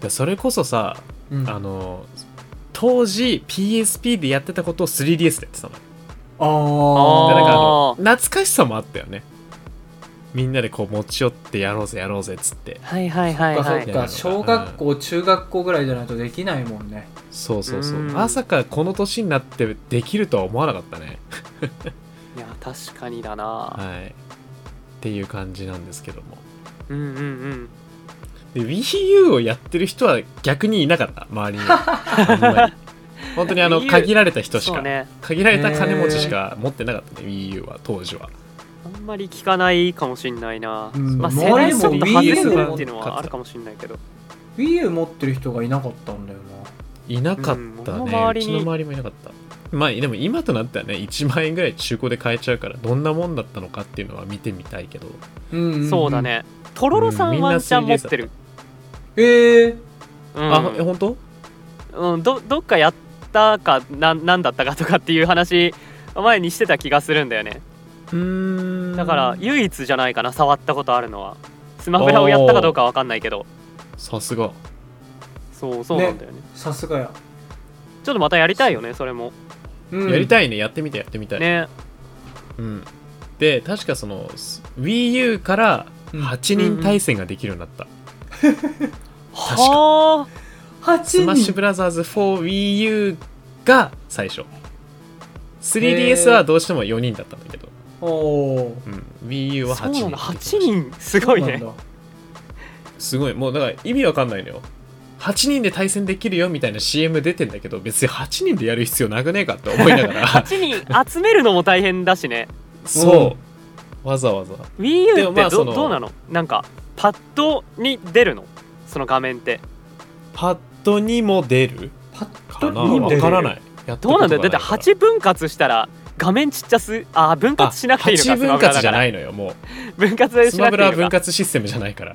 [SPEAKER 1] でそれこそさ
[SPEAKER 3] うん
[SPEAKER 1] あの当時 PSP でやってたことを 3DS でやってたので
[SPEAKER 3] あ
[SPEAKER 1] なんかあの
[SPEAKER 2] あ
[SPEAKER 1] 懐かしさもあったよねみんなでこう持ち寄ってやろうぜやろうぜっつって
[SPEAKER 2] はいはいはい
[SPEAKER 3] あ、そ
[SPEAKER 2] は
[SPEAKER 3] っ
[SPEAKER 2] い
[SPEAKER 1] そ
[SPEAKER 3] か
[SPEAKER 1] う
[SPEAKER 3] そっか小学校中学校ぐらいじゃないとできないもんね
[SPEAKER 1] そうそうそう
[SPEAKER 2] うん
[SPEAKER 1] まさかこの年になってできるとは思わなかったね
[SPEAKER 2] いや確かにだな、
[SPEAKER 1] はいっていう感じなんですけども
[SPEAKER 2] うんうんうん
[SPEAKER 1] で WiiU をやってる人は逆にいなかった周りにはあん まり本当にあの
[SPEAKER 2] Wii U
[SPEAKER 1] 限られた人し
[SPEAKER 2] そ
[SPEAKER 1] か、
[SPEAKER 2] うね
[SPEAKER 1] 限られた金持ちしか持ってなかったね WiiU は当時は
[SPEAKER 2] あんまり聞かないかもしんないな、
[SPEAKER 3] うん
[SPEAKER 2] まあ
[SPEAKER 3] 周
[SPEAKER 2] 世
[SPEAKER 3] り
[SPEAKER 2] 代
[SPEAKER 3] も
[SPEAKER 2] ちょっと外れてるっていうの
[SPEAKER 1] Wii U
[SPEAKER 2] はあるかもしんないけど
[SPEAKER 3] WiiU 持ってる人がいなかったんだよ
[SPEAKER 1] いなかった
[SPEAKER 2] うん
[SPEAKER 1] ね、う
[SPEAKER 2] 僕も周り
[SPEAKER 1] ち
[SPEAKER 2] に
[SPEAKER 1] の周りもいなかったまあでも今となってはね1万円ぐらい中古で買えちゃうからどんなもんだったのかっていうのは見てみたいけど
[SPEAKER 3] な、うんんん
[SPEAKER 2] そうだねとろろさ
[SPEAKER 1] うん
[SPEAKER 2] ん
[SPEAKER 1] みんな
[SPEAKER 2] ワンチャン持ってる、
[SPEAKER 3] ええ
[SPEAKER 2] うん
[SPEAKER 1] あえ本当
[SPEAKER 2] うん、どどっかやったかななんだったかとかっていう話前にしてた気がするんだよね
[SPEAKER 1] うーん
[SPEAKER 2] だから唯一じゃないかな触ったことあるのはスマブラをやったかどうかわかんないけど
[SPEAKER 1] さすが
[SPEAKER 2] そうそうなんだよね
[SPEAKER 3] さすがや、
[SPEAKER 2] ちょっとまたやりたいよねそれも
[SPEAKER 3] うん
[SPEAKER 1] やりたいねやってみてやってみたい、
[SPEAKER 2] ね
[SPEAKER 1] うん、で確かその WiiU から
[SPEAKER 3] うん
[SPEAKER 1] 8人対戦ができるようになった、確か
[SPEAKER 2] はあ
[SPEAKER 3] 8人
[SPEAKER 1] スマッシュブラザーズ 4WiiU が最初 3DS はどうしても4人だったんだけど、
[SPEAKER 3] おー
[SPEAKER 1] うん、WiiU は
[SPEAKER 2] そ
[SPEAKER 1] 8
[SPEAKER 2] う
[SPEAKER 1] 人
[SPEAKER 2] なんだ8人すごいね
[SPEAKER 3] そうなんだ
[SPEAKER 1] すごいもうだから意味わかんないのよ8人で対戦できるよみたいな CM 出てんだけど別に8人でやる必要なくねえかって思いなが ら
[SPEAKER 2] 8人集めるのも大変だしね
[SPEAKER 1] そうわざわざ
[SPEAKER 2] WiiU
[SPEAKER 1] で
[SPEAKER 2] っ
[SPEAKER 1] も
[SPEAKER 2] て
[SPEAKER 1] まあ
[SPEAKER 2] ど
[SPEAKER 1] その
[SPEAKER 2] どうなのなんかパッドに出るのその画面って
[SPEAKER 1] パッドにも出る
[SPEAKER 3] パ
[SPEAKER 1] か
[SPEAKER 3] ッ
[SPEAKER 1] な
[SPEAKER 3] と見
[SPEAKER 1] わ
[SPEAKER 3] てる
[SPEAKER 1] からないやった
[SPEAKER 2] どうなんだよだ
[SPEAKER 1] こと
[SPEAKER 2] って
[SPEAKER 1] がいから
[SPEAKER 2] 8分割したら画面ちっちゃすあ分
[SPEAKER 1] あ
[SPEAKER 2] 割しなくていいのか
[SPEAKER 1] 8分割じゃないいのよも
[SPEAKER 2] 分
[SPEAKER 1] う
[SPEAKER 2] 割
[SPEAKER 1] ス
[SPEAKER 2] し
[SPEAKER 1] マ
[SPEAKER 2] な
[SPEAKER 1] ブ
[SPEAKER 2] くてい
[SPEAKER 1] ラ
[SPEAKER 2] い
[SPEAKER 1] は分
[SPEAKER 2] のか
[SPEAKER 1] 割システムじゃないから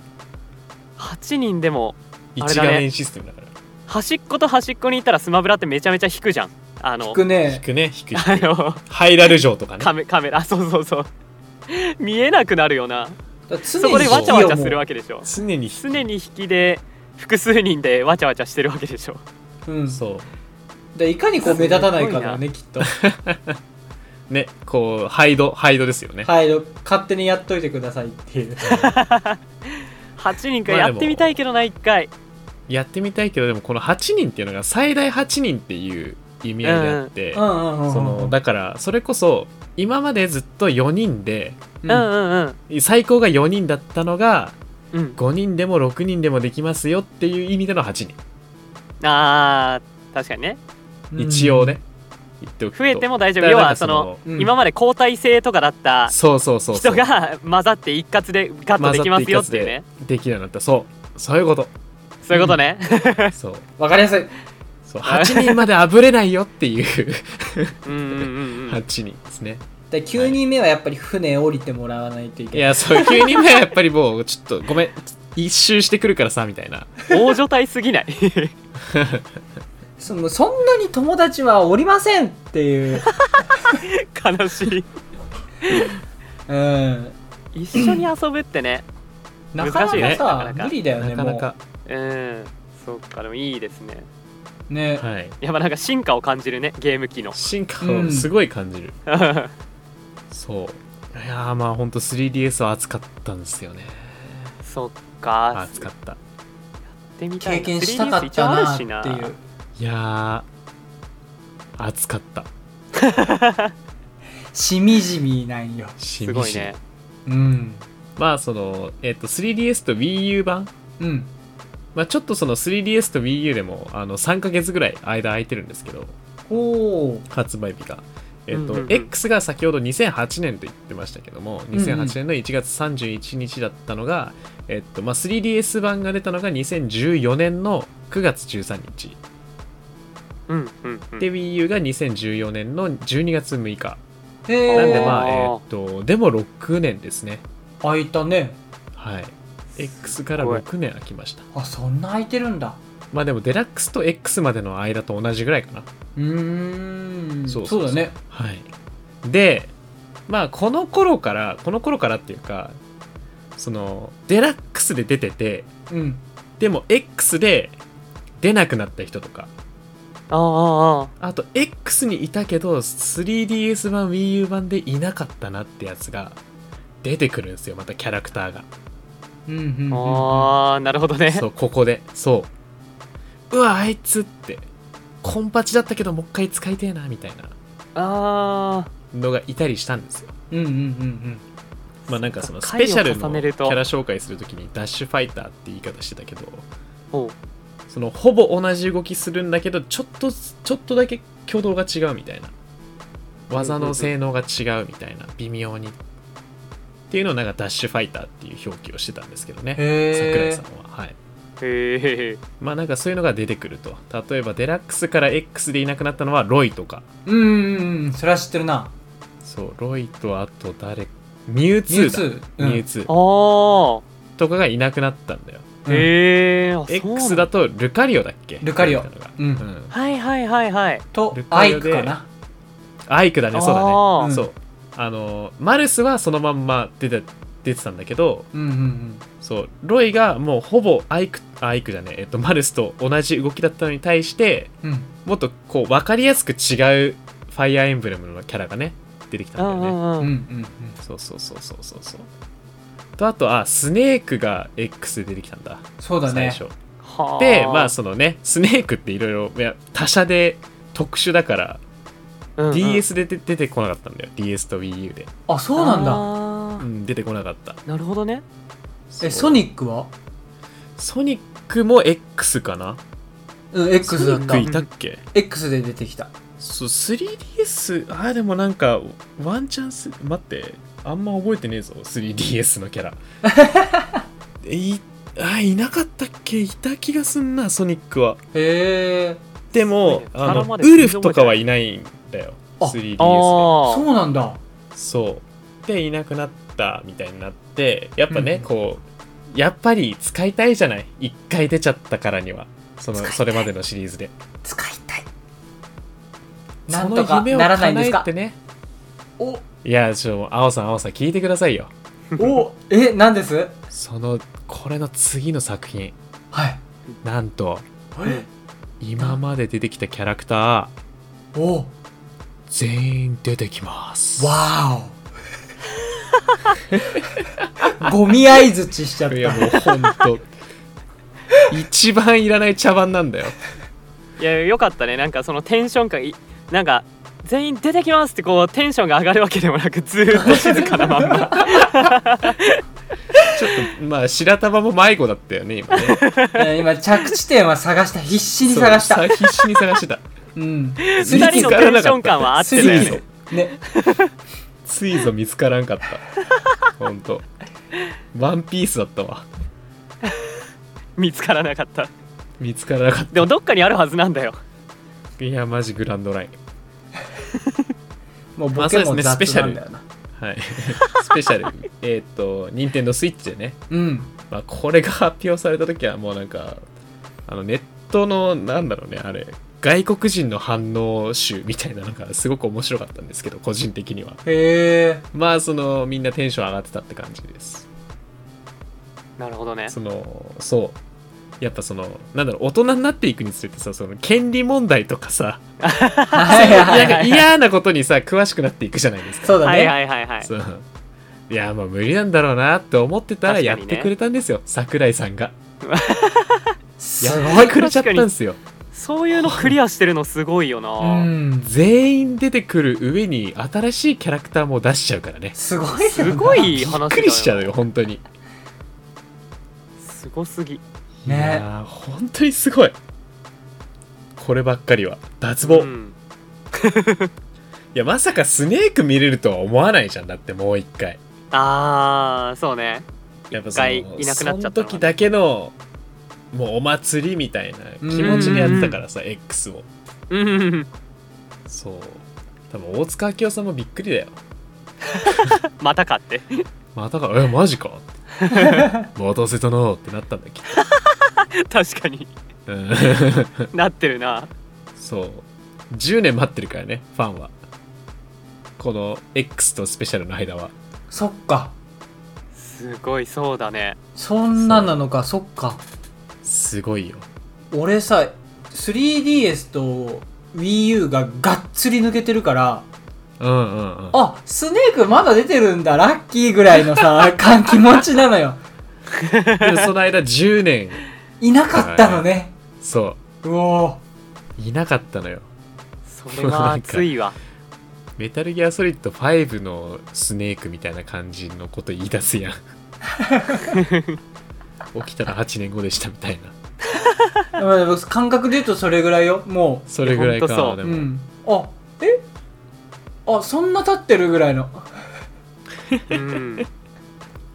[SPEAKER 2] 8人でもあれ
[SPEAKER 1] 1
[SPEAKER 2] だ
[SPEAKER 1] 画
[SPEAKER 2] ね
[SPEAKER 1] 面システムだから、
[SPEAKER 2] 端っこと端っこにいたらスマブラってめちゃめちゃ引くじゃんあの
[SPEAKER 3] 聞く
[SPEAKER 1] 引
[SPEAKER 3] ね
[SPEAKER 1] くね引く引
[SPEAKER 2] あ
[SPEAKER 1] く
[SPEAKER 2] の
[SPEAKER 1] ハイラル城とかね
[SPEAKER 2] カメカメラそうそうそう見えなくなるよな
[SPEAKER 3] だから常に
[SPEAKER 2] そこでわちゃわちゃするわ
[SPEAKER 3] け、
[SPEAKER 2] けでしょ
[SPEAKER 1] 常に引く
[SPEAKER 2] 常に引きで複数人でわちゃわちゃしてるわけでしょ
[SPEAKER 3] うん、だか
[SPEAKER 1] そ
[SPEAKER 3] らいかにこう目立たないかだよねきっと
[SPEAKER 1] うねこうハイドハイドですよね、
[SPEAKER 3] はい勝手にやっといてくださいっていう
[SPEAKER 2] 8人か
[SPEAKER 1] まあ
[SPEAKER 2] や
[SPEAKER 1] でも
[SPEAKER 2] ってみたいけどな1回
[SPEAKER 1] やってみたいけどでもこの8人っていうのが最大8人っていう意味合いであって、
[SPEAKER 3] うんうんうんうん
[SPEAKER 1] そのだからそれこそ今までずっと4人で
[SPEAKER 3] う
[SPEAKER 2] うんんうんうん
[SPEAKER 1] 最高が4人だったのが
[SPEAKER 2] うん
[SPEAKER 1] 5人でも6人でもできますよっていう意味での8人、
[SPEAKER 2] あー確かにね
[SPEAKER 1] 一応ね言っておくと
[SPEAKER 2] 増えても大丈夫
[SPEAKER 1] だ
[SPEAKER 2] 要
[SPEAKER 1] から
[SPEAKER 2] はその
[SPEAKER 3] うん
[SPEAKER 2] 今まで交代制とかだった
[SPEAKER 1] そうそうそうそう
[SPEAKER 2] 人が混ざって一括でガッとできますよっていうね
[SPEAKER 1] できるようになったそうそういうこと
[SPEAKER 2] そういうことね、
[SPEAKER 1] そう
[SPEAKER 3] わかりやすい
[SPEAKER 1] そう8人まであぶれないよっていう
[SPEAKER 2] うん、うん うんう
[SPEAKER 1] 8
[SPEAKER 2] ん
[SPEAKER 1] 人ですね
[SPEAKER 3] で9人目はやっぱり船降りてもらわないとい
[SPEAKER 1] い
[SPEAKER 3] けない
[SPEAKER 1] やそう9人目はやっぱりもうちょっとごめん一周してくるからさみたいな
[SPEAKER 2] 大所帯すぎない
[SPEAKER 3] そのそんなに友達はおりませんっ ていう、
[SPEAKER 2] 悲し
[SPEAKER 3] うん、
[SPEAKER 2] い一緒に遊ぶってね
[SPEAKER 3] なかな
[SPEAKER 2] 難
[SPEAKER 3] か
[SPEAKER 2] しいね
[SPEAKER 3] さ、
[SPEAKER 2] なかなか
[SPEAKER 3] 無理だよね
[SPEAKER 1] なかなか
[SPEAKER 2] うんそっかでもいいですね
[SPEAKER 3] もうね、
[SPEAKER 1] はい
[SPEAKER 2] やっぱなんか進化を感じるねゲーム機の
[SPEAKER 1] 進化をすごい感じる、そういやーまあほんと 3DS は熱かったんですよね
[SPEAKER 2] そっか
[SPEAKER 1] 熱かった
[SPEAKER 2] やってみたい
[SPEAKER 3] 経
[SPEAKER 2] な
[SPEAKER 3] 験したかったな
[SPEAKER 2] 3DS 一応
[SPEAKER 3] っ
[SPEAKER 2] あ
[SPEAKER 3] て
[SPEAKER 2] るし
[SPEAKER 3] いう
[SPEAKER 1] いやー熱かった
[SPEAKER 3] しみじみなんよ
[SPEAKER 1] し
[SPEAKER 2] す
[SPEAKER 1] み
[SPEAKER 2] ごい
[SPEAKER 1] じみ
[SPEAKER 2] ね
[SPEAKER 3] うん
[SPEAKER 1] まあその、えっと 3DS と WiiU 版、
[SPEAKER 3] うん
[SPEAKER 1] まあ、ちょっとその 3DS と WiiU でもあの3ヶ月ぐらい間空いてるんですけど
[SPEAKER 3] おお
[SPEAKER 1] 発売日が。えっと
[SPEAKER 2] うんうんうん
[SPEAKER 1] X が先ほど2008年と言ってましたけども2008年の1月31日だったのが、えっとまあ、3DS 版が出たのが2014年の9月13日
[SPEAKER 2] うんうんうん
[SPEAKER 1] で WiiU が2014年の12月6日
[SPEAKER 3] へえ
[SPEAKER 1] なんでまあ
[SPEAKER 2] おー
[SPEAKER 1] えーっとでも6年ですね
[SPEAKER 3] 開いたね
[SPEAKER 1] はい X から
[SPEAKER 2] すごい
[SPEAKER 1] 6年空きました
[SPEAKER 3] あそんな開いてるんだ
[SPEAKER 1] まあでもデラックスと X までの間と同じぐらいかな
[SPEAKER 3] うーん
[SPEAKER 1] そうそうそう
[SPEAKER 3] だね
[SPEAKER 1] はいでまあこの頃からこの頃からっていうかそのデラックスで出てて
[SPEAKER 3] うん
[SPEAKER 1] でも X で出なくなった人とか
[SPEAKER 2] ああああ
[SPEAKER 1] あと X にいたけど 3DS 版 WiiU 版でいなかったなってやつが出てくるんですよまたキャラクターが
[SPEAKER 3] うんうんうんうん
[SPEAKER 2] ああなるほどね
[SPEAKER 1] そうここでそううわあいつってコンパチだったけどもう一回使いてえなみたいな
[SPEAKER 2] ああ
[SPEAKER 1] のがいたりしたんですよ
[SPEAKER 3] うんうんうん
[SPEAKER 1] まあなんかそのス
[SPEAKER 2] 回
[SPEAKER 1] ペ
[SPEAKER 2] を
[SPEAKER 1] シャルの
[SPEAKER 2] 重
[SPEAKER 1] キ
[SPEAKER 2] ねると
[SPEAKER 1] ャラ紹介するときにダッシュファイターって言い方してたけど
[SPEAKER 2] ほう
[SPEAKER 1] そのほぼ同じ動きするんだけどちょっとずちょっとだけ挙動が違うみたいな技の性能が違うみたいな微妙にっていうのをなんかダッシュファイターっていう表記をしてたんですけどね桜井
[SPEAKER 3] へ
[SPEAKER 1] さんははい
[SPEAKER 2] へえ
[SPEAKER 1] まあなんかそういうのが出てくると例えばデラックスから X でいなくなったのはロイとか
[SPEAKER 3] えうんうんうんそれは知ってるな
[SPEAKER 1] そうロイとあと誰ミュウツ
[SPEAKER 3] ミュ
[SPEAKER 1] ー
[SPEAKER 3] ウ
[SPEAKER 1] だ
[SPEAKER 3] ツー、
[SPEAKER 1] ミ
[SPEAKER 3] うん
[SPEAKER 1] ュウツー
[SPEAKER 2] あー
[SPEAKER 1] とかがいなくなったんだよ
[SPEAKER 3] うん
[SPEAKER 2] へえあそうなん
[SPEAKER 1] X だとルカリオだっけ
[SPEAKER 3] ルカリオ
[SPEAKER 1] 出てたのが
[SPEAKER 3] うん
[SPEAKER 1] うん
[SPEAKER 2] はいはいはいはい
[SPEAKER 3] と
[SPEAKER 1] ルカ
[SPEAKER 3] ア
[SPEAKER 1] リ
[SPEAKER 3] イ
[SPEAKER 1] オ
[SPEAKER 3] ク
[SPEAKER 1] で
[SPEAKER 3] かな
[SPEAKER 1] アイクだねそうだね
[SPEAKER 2] あー
[SPEAKER 1] そうあのマルスはそのまんま出て出てたんだけど
[SPEAKER 3] うんうんうん
[SPEAKER 1] そうロイがもうほぼアイクあアイクじゃねえ、えっと、マルスと同じ動きだったのに対して
[SPEAKER 3] うん
[SPEAKER 1] もっとこう分かりやすく違うファイアーエンブレムのキャラがね出てきた
[SPEAKER 2] うん
[SPEAKER 1] んだ
[SPEAKER 2] う
[SPEAKER 1] よね
[SPEAKER 2] ん
[SPEAKER 3] う
[SPEAKER 2] うん
[SPEAKER 3] うん
[SPEAKER 2] ん
[SPEAKER 3] うん
[SPEAKER 1] そうそうそうそうそうそうとあとあスネークが X で出てきたんだ
[SPEAKER 3] そうだ
[SPEAKER 1] 最
[SPEAKER 3] ね
[SPEAKER 1] 初
[SPEAKER 2] はあ
[SPEAKER 1] でまあそのねスネークっていろいろいや他社で特殊だから、
[SPEAKER 2] うんうん
[SPEAKER 1] DS で出て出てこなかったんだよ DS と WiiU で、
[SPEAKER 3] あそうなんだ
[SPEAKER 1] う
[SPEAKER 2] だ
[SPEAKER 1] ん、出てこなかった
[SPEAKER 2] なるほどね
[SPEAKER 1] そう
[SPEAKER 3] えソニックは
[SPEAKER 1] ソニックも X かな
[SPEAKER 3] うん X だ
[SPEAKER 1] ソニ
[SPEAKER 3] っ
[SPEAKER 1] ッ
[SPEAKER 3] た
[SPEAKER 1] クいたっけ
[SPEAKER 3] X で出てきた
[SPEAKER 1] そう 3DS あーでもなんかワンチャンス待ってあんま覚えてねえぞ 3DS のキャ ラいあーいなかったっけいた気がすんなソニックは
[SPEAKER 3] へえ
[SPEAKER 1] でも
[SPEAKER 2] すごいね
[SPEAKER 1] あ
[SPEAKER 2] 皿
[SPEAKER 1] の
[SPEAKER 2] ま
[SPEAKER 1] ウ
[SPEAKER 2] で全然
[SPEAKER 1] ルフとかはいないんだよ
[SPEAKER 3] あ
[SPEAKER 1] 3DS
[SPEAKER 2] あ
[SPEAKER 3] そうなんだ
[SPEAKER 1] でそうでいなくなったみたいになってやっぱね、
[SPEAKER 3] うん
[SPEAKER 1] こうやっぱり使いたいじゃない一回出ちゃったからにはその
[SPEAKER 3] 使いたい
[SPEAKER 1] それまでのシリーズで
[SPEAKER 3] 使いたいな
[SPEAKER 1] そ
[SPEAKER 3] ん
[SPEAKER 1] の
[SPEAKER 3] とか
[SPEAKER 1] 夢を
[SPEAKER 3] ならないんですか
[SPEAKER 1] 叶えてね
[SPEAKER 3] お
[SPEAKER 1] いやちょ青さん青さん聞いてくださいよ
[SPEAKER 3] おえ何です
[SPEAKER 1] そのこれの次の作品
[SPEAKER 3] はい
[SPEAKER 1] なんと
[SPEAKER 3] え
[SPEAKER 1] 今まで出てきたキャラクター
[SPEAKER 3] お
[SPEAKER 1] 全員出てきます
[SPEAKER 3] わおゴミ相づちしちゃっ
[SPEAKER 1] いや
[SPEAKER 3] た
[SPEAKER 1] もうほん と一番いらない茶番なんだよ
[SPEAKER 2] いやよかったねなんかそのテンション感いなんか全員出てきますってこうテンションが上がるわけでもなくずーっと静かなまん
[SPEAKER 1] ちょ
[SPEAKER 2] ま
[SPEAKER 1] っとまあ白玉も迷子だったよね今ね
[SPEAKER 3] えー今着地点は探した必死に探した
[SPEAKER 1] そうさ必死に探 してた
[SPEAKER 3] うん
[SPEAKER 2] 二人のテンション感は合って
[SPEAKER 1] な
[SPEAKER 2] ないい
[SPEAKER 1] ぞ
[SPEAKER 2] ね
[SPEAKER 3] ね
[SPEAKER 1] ついぞ見つからんかった ほんとワンピースだったわ
[SPEAKER 2] 見つからなかった
[SPEAKER 1] 見つからなかっ
[SPEAKER 2] でもどっかにあるはずなんだよ
[SPEAKER 1] たいやマジグランドライン
[SPEAKER 3] もう
[SPEAKER 1] ま
[SPEAKER 3] ボ
[SPEAKER 1] あそう
[SPEAKER 3] ケ
[SPEAKER 1] です
[SPEAKER 3] も
[SPEAKER 1] ね
[SPEAKER 3] 雑
[SPEAKER 1] スペシャ
[SPEAKER 3] な
[SPEAKER 1] ル
[SPEAKER 3] んだよな、
[SPEAKER 1] はい スペシャルえーっと任天堂スイッチでね
[SPEAKER 3] うん
[SPEAKER 1] まあ、これが 発表された時はもうなんかあのネットのなんだろうねあれ外国人の反応集みたいなのがすごく面白かったんですけど個人的には
[SPEAKER 3] へえ
[SPEAKER 1] まあそのみんなテンション上がってたって感じです
[SPEAKER 2] なるほどね
[SPEAKER 1] そのそうやっぱそのなんだろう大人になっていくにつれてさその権利問題とかさ
[SPEAKER 3] はいは
[SPEAKER 1] なん
[SPEAKER 3] いは
[SPEAKER 1] か
[SPEAKER 3] い
[SPEAKER 1] 嫌なことにさ詳しくなっていくじゃないですか
[SPEAKER 3] そうだね、
[SPEAKER 2] はいはいはいはい
[SPEAKER 1] そういやまあ無理なんだろうなって思ってたら
[SPEAKER 2] 確か
[SPEAKER 1] やっ
[SPEAKER 2] にね
[SPEAKER 1] てくれたんですよ、桜井さんが
[SPEAKER 3] す
[SPEAKER 1] や
[SPEAKER 3] ご
[SPEAKER 1] って
[SPEAKER 3] い
[SPEAKER 1] くれちゃったんですよ
[SPEAKER 2] そういうのクリアしてるのすごいよ
[SPEAKER 3] う
[SPEAKER 2] な、
[SPEAKER 3] ん
[SPEAKER 1] 全員出てくる上に新しいキャラクターも出しちゃうからね
[SPEAKER 3] すごいよな
[SPEAKER 2] すごい話だ
[SPEAKER 1] び
[SPEAKER 2] よ
[SPEAKER 1] っくりしちゃうよ本当に
[SPEAKER 2] すごすぎ
[SPEAKER 1] い
[SPEAKER 3] ね
[SPEAKER 1] やー本当にすごいこればっかりは脱帽、
[SPEAKER 2] う
[SPEAKER 1] い
[SPEAKER 2] ん
[SPEAKER 1] やまさかスネーク見れるとは思わないじゃんだってもう一回
[SPEAKER 2] ああそうね
[SPEAKER 1] やっぱ
[SPEAKER 2] 一回いなくなっちゃったのはね
[SPEAKER 1] その時だけのもうお祭りみたいな気持ちでやってたからさ X を
[SPEAKER 2] うんうんうん
[SPEAKER 1] そう多分大塚明夫さんもびっくりだよ
[SPEAKER 2] またかって
[SPEAKER 1] またかえマ ジか待たせたなーってなったんだけ
[SPEAKER 2] 確かに
[SPEAKER 1] ど、うん
[SPEAKER 2] なってるな
[SPEAKER 1] そう10年待ってるからねファンはこの X とスペシャルの間は
[SPEAKER 3] そっか
[SPEAKER 2] すごいそうだね
[SPEAKER 3] そんなんなのかそっか
[SPEAKER 1] すごいよ
[SPEAKER 3] 俺さ 3DS と WiiU ががっつり抜けてるから
[SPEAKER 1] うんうんうん
[SPEAKER 3] あスネークまだ出てるんだラッキーぐらいの さ感気持ちなのよ
[SPEAKER 1] でもその間10年
[SPEAKER 3] いなかったのね
[SPEAKER 1] そう
[SPEAKER 3] おー
[SPEAKER 1] いなかったのよ
[SPEAKER 2] それは熱いわ
[SPEAKER 1] メタルギアソリッド5のスネークみたいな感じのこと言い出 すやん起きたら8年後でしたみたいな
[SPEAKER 3] まあ僕感覚で言うとそれぐらいよも
[SPEAKER 1] それぐらいか
[SPEAKER 2] いやほんとそう
[SPEAKER 1] で
[SPEAKER 3] う、
[SPEAKER 1] も、
[SPEAKER 3] うん、あえあそんな経ってるぐらいの
[SPEAKER 2] うん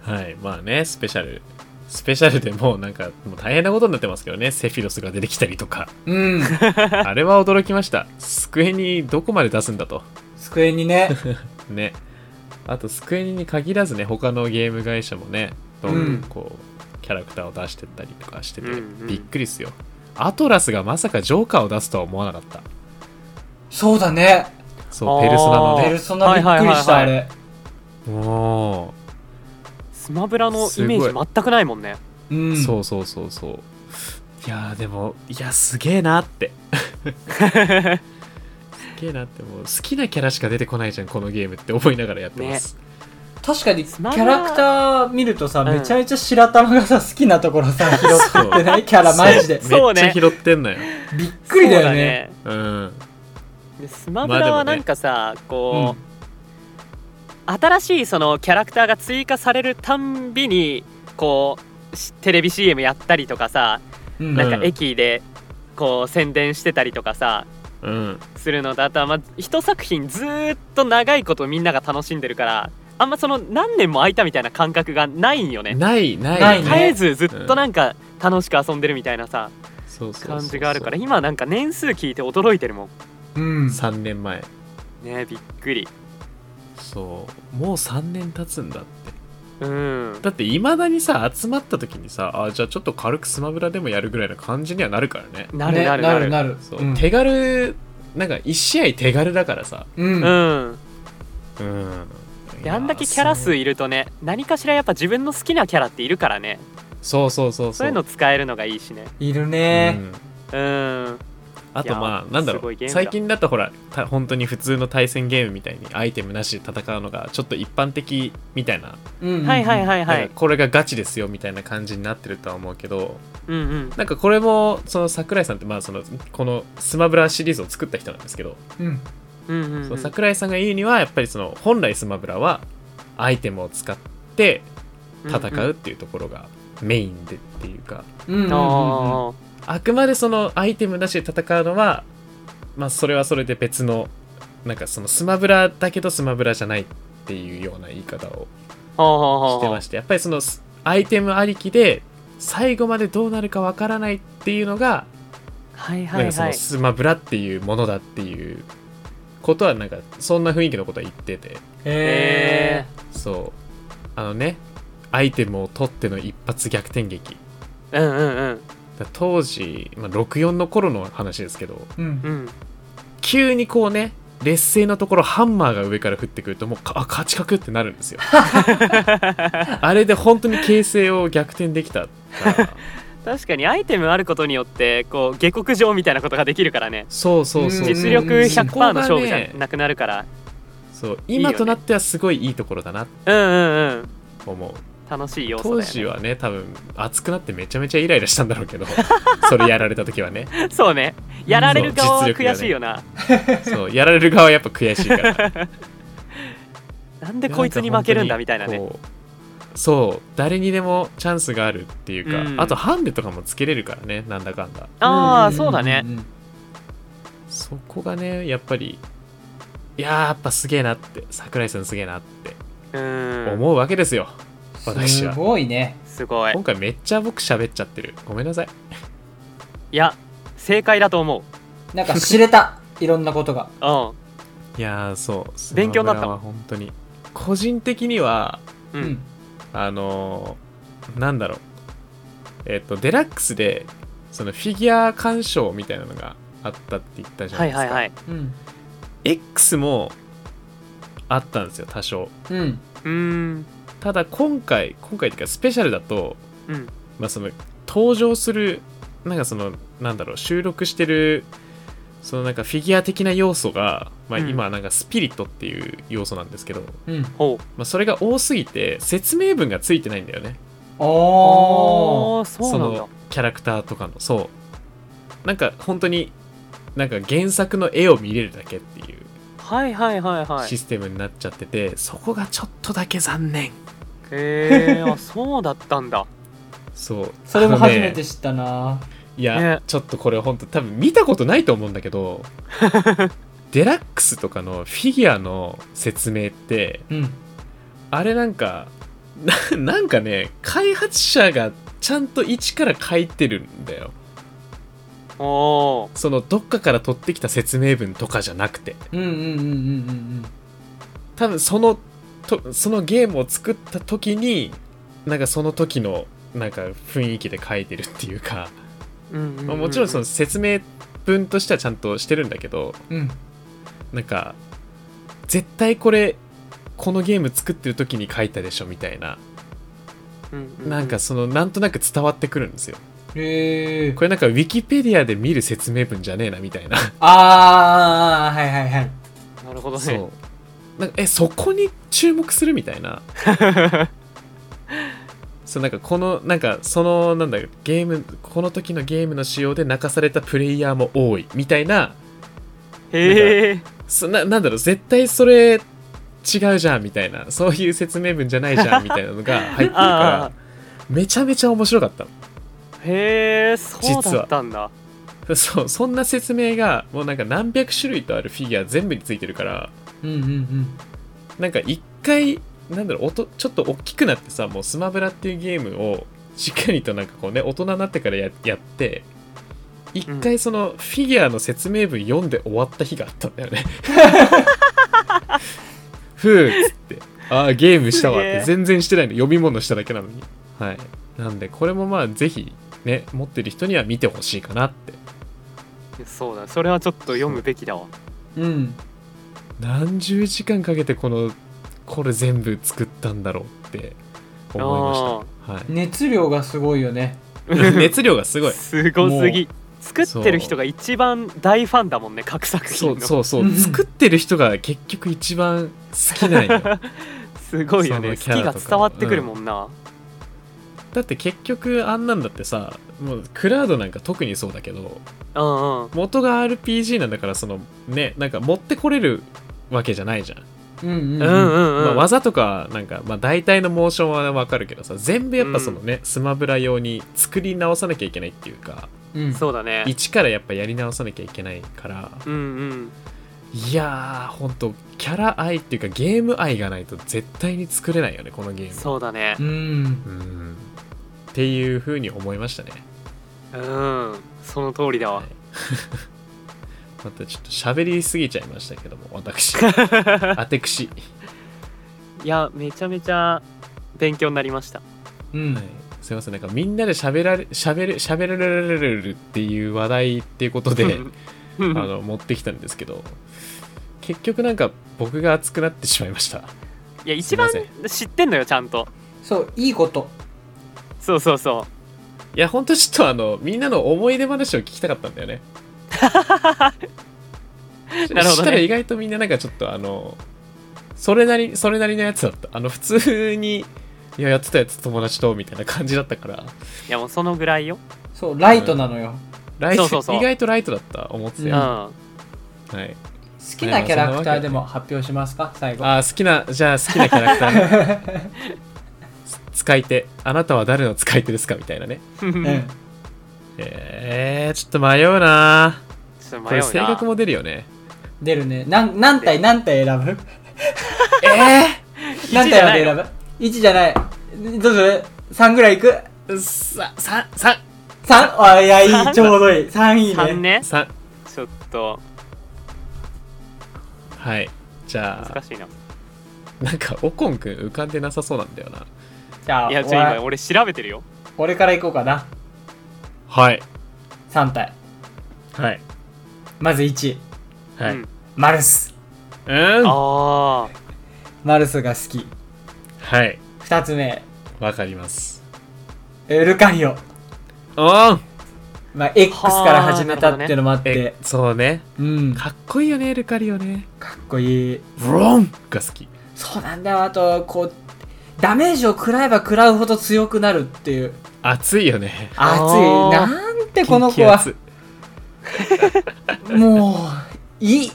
[SPEAKER 1] はいまあねスペシャルスペシャルでもうなんかもう大変なことになってますけどねセフィロスが出てきたりと か
[SPEAKER 3] うん
[SPEAKER 1] あれは驚きました机にどこまで出すんだと
[SPEAKER 3] 机にね
[SPEAKER 1] ねあとスクエニに限らずね他のゲーム会社もねどんどんこう、キャラクターを出してったりとかしてて、
[SPEAKER 2] うんうん
[SPEAKER 1] びっくりっすよアトラスがまさかジョーカーを出すとは思わなかった
[SPEAKER 3] そうだね
[SPEAKER 1] そうペルソナの
[SPEAKER 2] あー
[SPEAKER 3] ペルソナびっくりした
[SPEAKER 2] は
[SPEAKER 3] あ
[SPEAKER 2] いはいはい
[SPEAKER 3] れ
[SPEAKER 1] ねも
[SPEAKER 2] スマブラのイメー
[SPEAKER 1] すご
[SPEAKER 2] ジ全くないもんね
[SPEAKER 3] う
[SPEAKER 1] う、
[SPEAKER 3] ん
[SPEAKER 1] そうそうそうそういやーでもいやすげえなってすげえなってもう好きなキャラしか出てこないじゃんこのゲームって思いながらやってます、
[SPEAKER 3] 確かにキ
[SPEAKER 2] スマブ
[SPEAKER 3] ャ
[SPEAKER 2] ラ
[SPEAKER 3] ラクター見るとさ、
[SPEAKER 2] うん
[SPEAKER 3] めちゃめちゃ白玉がさ好きなところ さ拾ってないキャラマジで
[SPEAKER 2] そう
[SPEAKER 1] めっちゃ
[SPEAKER 2] ね
[SPEAKER 1] 拾ってんのよ
[SPEAKER 3] びっくりだよね
[SPEAKER 1] うんうん
[SPEAKER 2] そうだねでスマブラはなんかさ、こう、新しいそのキャラクターが追加されるたんびにこうしテレビ CM やったりとかさ、
[SPEAKER 3] うん
[SPEAKER 2] なん
[SPEAKER 1] う
[SPEAKER 2] か
[SPEAKER 1] ん
[SPEAKER 2] 駅でこう宣伝してたりとかさ
[SPEAKER 1] うん
[SPEAKER 2] するのとあとはまあ一作品ずーっと長いことみんなが楽しんでるからあんまその何年も空いたみたいな感覚がないんよね
[SPEAKER 1] ないない
[SPEAKER 3] ない
[SPEAKER 2] 絶
[SPEAKER 3] ね
[SPEAKER 2] えずずっとなんか楽しく遊んでるみたいなさ
[SPEAKER 1] そうそうそうそう
[SPEAKER 2] 感じがあるから今なんか年数聞いて驚いてるも
[SPEAKER 3] うん
[SPEAKER 1] 3年前
[SPEAKER 2] んねびっくり
[SPEAKER 1] そうもう3年経つんだって
[SPEAKER 2] うん
[SPEAKER 1] だっていまだにさ集まった時にさあじゃあちょっと軽くスマブラでもやるぐらいな感じにはなるからね
[SPEAKER 2] なるなるなる,、
[SPEAKER 3] ねなる
[SPEAKER 1] そう、
[SPEAKER 3] うん
[SPEAKER 1] 手軽なんか1試合手軽だからさ
[SPEAKER 3] うん
[SPEAKER 2] うん
[SPEAKER 1] うんい
[SPEAKER 2] で
[SPEAKER 1] や
[SPEAKER 2] あんだけキャラ数いるとね何かしらやっぱ自分の好きなキャラっているからね
[SPEAKER 1] そうそうそうそう
[SPEAKER 2] そういうの使えるのがいいしね
[SPEAKER 3] いる
[SPEAKER 1] う
[SPEAKER 3] ね
[SPEAKER 1] ん
[SPEAKER 2] うん
[SPEAKER 1] あとま
[SPEAKER 2] い
[SPEAKER 1] あ
[SPEAKER 2] や
[SPEAKER 1] なんだ
[SPEAKER 2] す
[SPEAKER 1] ろ
[SPEAKER 2] ごいうゲームだ
[SPEAKER 1] 最近だとほらた本当に普通の対戦ゲームみたいにアイテムなしで戦うのがちょっと一般的みたいな,、
[SPEAKER 3] うん
[SPEAKER 2] はいはいはいは
[SPEAKER 1] なん
[SPEAKER 2] い
[SPEAKER 1] かこれがガチですよみたいな感じになってるとは思うけど
[SPEAKER 2] うんうん
[SPEAKER 1] なんかこれもその桜井さんってまあそのこのスマブラシリーズを作った人なんですけど、
[SPEAKER 3] うん
[SPEAKER 2] うんうん
[SPEAKER 1] そうの
[SPEAKER 2] ん
[SPEAKER 1] 桜井さんが言うにはやっぱりその本来スマブラはアイテムを使って戦うっていうところがメインでっていうか、
[SPEAKER 3] うんうんうんうん
[SPEAKER 2] あ
[SPEAKER 1] あくまでそのアイテムなしで戦うのはまあそれはそれで別のなんかそのスマブラだけどスマブラじゃないっていうような言い方を
[SPEAKER 2] あは
[SPEAKER 1] してましてやっぱりそのすアイテムありきで最後までどうなるかわからないっていうのが
[SPEAKER 2] はい
[SPEAKER 1] な
[SPEAKER 2] は
[SPEAKER 1] ん
[SPEAKER 2] い
[SPEAKER 1] かそ
[SPEAKER 2] は
[SPEAKER 1] の
[SPEAKER 2] い
[SPEAKER 1] スマブラっていうものだっていうことはなんかそんな雰囲気のことは言ってて
[SPEAKER 3] へえ
[SPEAKER 1] そうあのねアイテムを取っての一発逆転劇
[SPEAKER 2] えうんうんうん
[SPEAKER 1] だ当時、まあ、64の頃の話ですけど
[SPEAKER 3] う
[SPEAKER 2] うんん
[SPEAKER 1] 急にこうね劣勢のところハンマーが上から降ってくるともうかあカチカクってなるん ですよあれで本当に形勢を逆転できたから
[SPEAKER 2] 確かにアイテムあることによってこう下克上みたいなことができるからね
[SPEAKER 1] そうそうそうそう
[SPEAKER 2] 実力
[SPEAKER 3] うん
[SPEAKER 2] 100%の勝負じ
[SPEAKER 1] そこが
[SPEAKER 2] ゃ
[SPEAKER 1] ね
[SPEAKER 2] なくなるから
[SPEAKER 1] そう
[SPEAKER 2] いいよ
[SPEAKER 1] 今
[SPEAKER 2] ね
[SPEAKER 1] となってはすごいいいところだな
[SPEAKER 2] うんうんうん
[SPEAKER 1] と思う
[SPEAKER 2] 楽しい要素
[SPEAKER 1] 当
[SPEAKER 2] だ
[SPEAKER 1] 時
[SPEAKER 2] よ
[SPEAKER 1] はね多分熱くなってめちゃめちゃイライラしたんだろうけど それやられた時はね
[SPEAKER 2] ねそうねやられる側は
[SPEAKER 1] そう実力がね
[SPEAKER 2] 悔しいよな
[SPEAKER 1] そうやられる側はやっぱ悔しいから
[SPEAKER 2] なん でこいつに負けるんだみたいなね
[SPEAKER 1] こうそう誰にでもチャンスがあるっていうか、
[SPEAKER 2] うん
[SPEAKER 1] あとハンデとかもつけれるからねなんだかんだ
[SPEAKER 2] ああそうだね
[SPEAKER 3] ん
[SPEAKER 1] そこがねやっぱりいやーやっぱすげえなって桜井さんすげえなって
[SPEAKER 2] うん
[SPEAKER 1] 思うわけですよ、私は
[SPEAKER 3] すごいね
[SPEAKER 2] すごい
[SPEAKER 1] 今回めっちゃ僕喋っちゃってるごめんなさい
[SPEAKER 2] いや正解だと思う
[SPEAKER 3] なんか知れ たいろんなことが
[SPEAKER 2] う
[SPEAKER 1] いやーそう
[SPEAKER 2] 勉強になった
[SPEAKER 1] スマブラは本当に個人的には
[SPEAKER 3] うん
[SPEAKER 2] うん
[SPEAKER 3] ん
[SPEAKER 1] あのーなんだろうえっ、とデラックスでそのフィギュア鑑賞みたいなのがあったって言ったじゃな
[SPEAKER 2] はいい
[SPEAKER 1] ですか、
[SPEAKER 2] はいはい。
[SPEAKER 3] うん
[SPEAKER 1] X もあったんですよ多少
[SPEAKER 3] うん
[SPEAKER 2] うーん。
[SPEAKER 1] ただ今回今回っていうかスペシャルだと、
[SPEAKER 2] うん。
[SPEAKER 1] まあ、その登場するなんかそのなんだろう収録してるそのなんかフィギュア的な要素が、まあ、
[SPEAKER 2] うん
[SPEAKER 1] 今はなんかスピリットっていう要素なんですけど、
[SPEAKER 3] うん
[SPEAKER 2] ほう。
[SPEAKER 1] まあ、それが多すぎて説明文がついてないんだよね
[SPEAKER 3] おー
[SPEAKER 2] あー、そうなんだ
[SPEAKER 1] の。キャラクターとかのそうなんか本当になんか原作の絵を見れるだけっていう
[SPEAKER 2] はいはいはいはい
[SPEAKER 1] システムになっちゃってて、そこがちょっとだけ残念
[SPEAKER 2] へ えあそうだったんだ
[SPEAKER 1] そう
[SPEAKER 3] それも初
[SPEAKER 1] あの
[SPEAKER 3] め
[SPEAKER 1] ね
[SPEAKER 3] て知ったな、
[SPEAKER 1] いや、
[SPEAKER 2] ね
[SPEAKER 1] ちょっとこれ本当多分見たことないと思うんだけ どデラックスとかのフィギュアの説明って
[SPEAKER 3] うん
[SPEAKER 1] あれなんかななんかね開発者がちゃんと一から書いてるんだよ
[SPEAKER 2] おお
[SPEAKER 1] そのどっかから取ってきた説明文とかじゃなくて
[SPEAKER 3] うんうんうんうんうん
[SPEAKER 1] 多分そのとそのゲームを作った時になんかその時のなんか雰囲気で書いてるっていうか、
[SPEAKER 2] ーうんうんう
[SPEAKER 1] まあ
[SPEAKER 2] ん
[SPEAKER 1] もちろんその説明文としてはちゃんとしてるんだけど
[SPEAKER 3] うんうん
[SPEAKER 1] なんか絶対これこのゲーム作ってる時に書いたでしょみたいな
[SPEAKER 2] うんう
[SPEAKER 1] なんかそのなんとなく伝わってくるんですよ
[SPEAKER 3] へえ
[SPEAKER 1] これなんかウィキペディアで見る説明文じゃねえなみたいな
[SPEAKER 3] ああはいはいはい
[SPEAKER 2] なるほどね
[SPEAKER 1] そうなんかえそこに注目するみたいなそうなんかこのなんかそのなんだろうゲームこの時のゲームの仕様で泣かされたプレイヤーも多いみたいな
[SPEAKER 2] へえ
[SPEAKER 1] そななんだろう絶対それ違うじゃんみたいなそういう説明文じゃないじゃんみたいなのが入ってる
[SPEAKER 2] あ
[SPEAKER 1] からめちゃめちゃ面白かった
[SPEAKER 2] へえそうだったんだ
[SPEAKER 1] のそうそんな説明がもうなんか何百種類とあるフィギュア全部についてるから
[SPEAKER 3] うんうんうん
[SPEAKER 1] なんか一回なんだろうおとちょっと大きくなってさもうスマブラっていうゲームをしっかりとなんかこうね大人になってからややって一回そのフィギュアの説明文読んで終わった日があったんだよね。ふうっつってああゲームしたわっ
[SPEAKER 2] すげ
[SPEAKER 1] て
[SPEAKER 2] え
[SPEAKER 1] 全然してないの読み物しただけなのに。はい、なんでこれもまあぜひね持ってる人には見てほしいかなって。
[SPEAKER 2] そうだそれはちょっと読むべきだわ
[SPEAKER 3] うん
[SPEAKER 1] 何十時間かけてこのこれ全部作ったんだろうって思いました。はい
[SPEAKER 3] 熱量がすごいよね
[SPEAKER 1] 熱量がすごい
[SPEAKER 2] すごすぎ作ってる人が一番大ファンだもんね各作
[SPEAKER 1] そ
[SPEAKER 2] 品
[SPEAKER 1] う
[SPEAKER 2] の
[SPEAKER 1] そうそう
[SPEAKER 3] うん
[SPEAKER 1] 作ってる人が結局一番好きなんよ
[SPEAKER 2] すごいよね好
[SPEAKER 1] そ
[SPEAKER 2] き
[SPEAKER 1] のキャラ
[SPEAKER 2] が
[SPEAKER 1] とか
[SPEAKER 2] 伝わってくるもんな、
[SPEAKER 1] だって結局あんなんだってさもうクラウドなんか特にそうだけど
[SPEAKER 2] うんうん
[SPEAKER 1] 元が RPG なんだからそのねなんか持ってこれるわけじゃないじゃん、
[SPEAKER 3] うんう
[SPEAKER 2] う
[SPEAKER 3] んう
[SPEAKER 2] ん
[SPEAKER 3] ん
[SPEAKER 2] うんうん、
[SPEAKER 1] まあ、技とかなんか、まあ、大体のモーションはわかるけどさ全部やっぱそのね、スマブラ用に作り直さなきゃいけないっていうか
[SPEAKER 3] うん
[SPEAKER 2] そうだね
[SPEAKER 1] 一からやっぱやり直さなきゃいけないから
[SPEAKER 2] うんうん
[SPEAKER 1] いやーほんとキャラ愛っていうかゲーム愛がないと絶対に作れないよねこのゲーム
[SPEAKER 2] そうだね
[SPEAKER 3] うん
[SPEAKER 1] うんっていうふうに思いましたね。
[SPEAKER 2] うんその通りだわ、
[SPEAKER 1] はいまたちょっと喋りすぎちゃいましたけども、私。あてくし。
[SPEAKER 2] い、やめちゃめちゃ勉強になりました
[SPEAKER 3] うん
[SPEAKER 1] はいすいません、なんかみんなで喋られ、喋れ、喋られるっていう話題っていうこと で、
[SPEAKER 2] う
[SPEAKER 1] あ
[SPEAKER 2] ん
[SPEAKER 1] の、持ってきたんですけど、結局なんか僕が熱くなってしまいました。
[SPEAKER 2] いや一番
[SPEAKER 1] すいま
[SPEAKER 2] 知ってんのよちゃんと
[SPEAKER 3] そういいこと
[SPEAKER 2] そうそうそ
[SPEAKER 1] いや、ほんとちょっとあの、みんなの思い出話を聞きたかったんだよね。
[SPEAKER 2] なるほどね
[SPEAKER 1] したら意外とみんななんかちょっとあの、それなり、それなりのやつだった。あの、普通に、いや、やってたやつ友達と、みたいな感じだったから、
[SPEAKER 2] ういやもうそのぐらいよ、
[SPEAKER 3] そうライトなのよ、
[SPEAKER 1] ライト
[SPEAKER 2] そうそうそう
[SPEAKER 1] 意外とライトだった、思ってた
[SPEAKER 2] う
[SPEAKER 1] よ
[SPEAKER 2] ん、 好
[SPEAKER 1] はい。
[SPEAKER 3] 好きなキャラクターでも発表しますか最後
[SPEAKER 1] あー、好きな、じゃあ好きなキャラクター。す使い手。あなたは誰の使い手ですかみたいなね。
[SPEAKER 3] うん
[SPEAKER 1] えー、ちょっと迷うな
[SPEAKER 2] ちょっと
[SPEAKER 1] こ
[SPEAKER 2] 迷
[SPEAKER 1] れ
[SPEAKER 2] う
[SPEAKER 1] 性
[SPEAKER 2] な
[SPEAKER 1] 格も出るよね。
[SPEAKER 3] 出るねなん何体何体選ぶ
[SPEAKER 1] えー
[SPEAKER 3] 何
[SPEAKER 2] じゃない
[SPEAKER 3] 体まで選ぶ1じゃないどうする3ぐらいいく
[SPEAKER 1] さ、さ、さ、
[SPEAKER 3] 3あいやいいちょうどいい3いいね
[SPEAKER 2] 3ね
[SPEAKER 1] さ、
[SPEAKER 2] ちょっと
[SPEAKER 1] はい。じゃ
[SPEAKER 2] 難しいな
[SPEAKER 1] あ、なんか、オコンくん浮かんでなさそうなんだよな。
[SPEAKER 3] じゃあ
[SPEAKER 2] いやちょ
[SPEAKER 3] 俺
[SPEAKER 2] 今俺調べてるよ
[SPEAKER 3] 俺からいこうかな
[SPEAKER 1] はい。
[SPEAKER 3] 3体
[SPEAKER 1] はい。
[SPEAKER 3] まず1
[SPEAKER 1] はい。う
[SPEAKER 2] うん
[SPEAKER 1] ん。、
[SPEAKER 3] マルス
[SPEAKER 2] ああ
[SPEAKER 3] マルスが好き
[SPEAKER 1] はい。
[SPEAKER 3] 2つ目
[SPEAKER 1] わかります。
[SPEAKER 3] えルカリオ、
[SPEAKER 1] おん
[SPEAKER 3] まあ、X から始めたっていうのもあって、
[SPEAKER 1] え、そうね。
[SPEAKER 3] うんか
[SPEAKER 1] かっこいいよね、ルカリオね。
[SPEAKER 3] っこいい
[SPEAKER 1] ブロンが好き。
[SPEAKER 3] そうなんだよあとこうダメージを食らえば食らうほど強くなるっていう
[SPEAKER 1] 熱いよね。
[SPEAKER 3] 熱い
[SPEAKER 2] あー
[SPEAKER 3] なんてこの子は
[SPEAKER 1] 激熱
[SPEAKER 3] もういい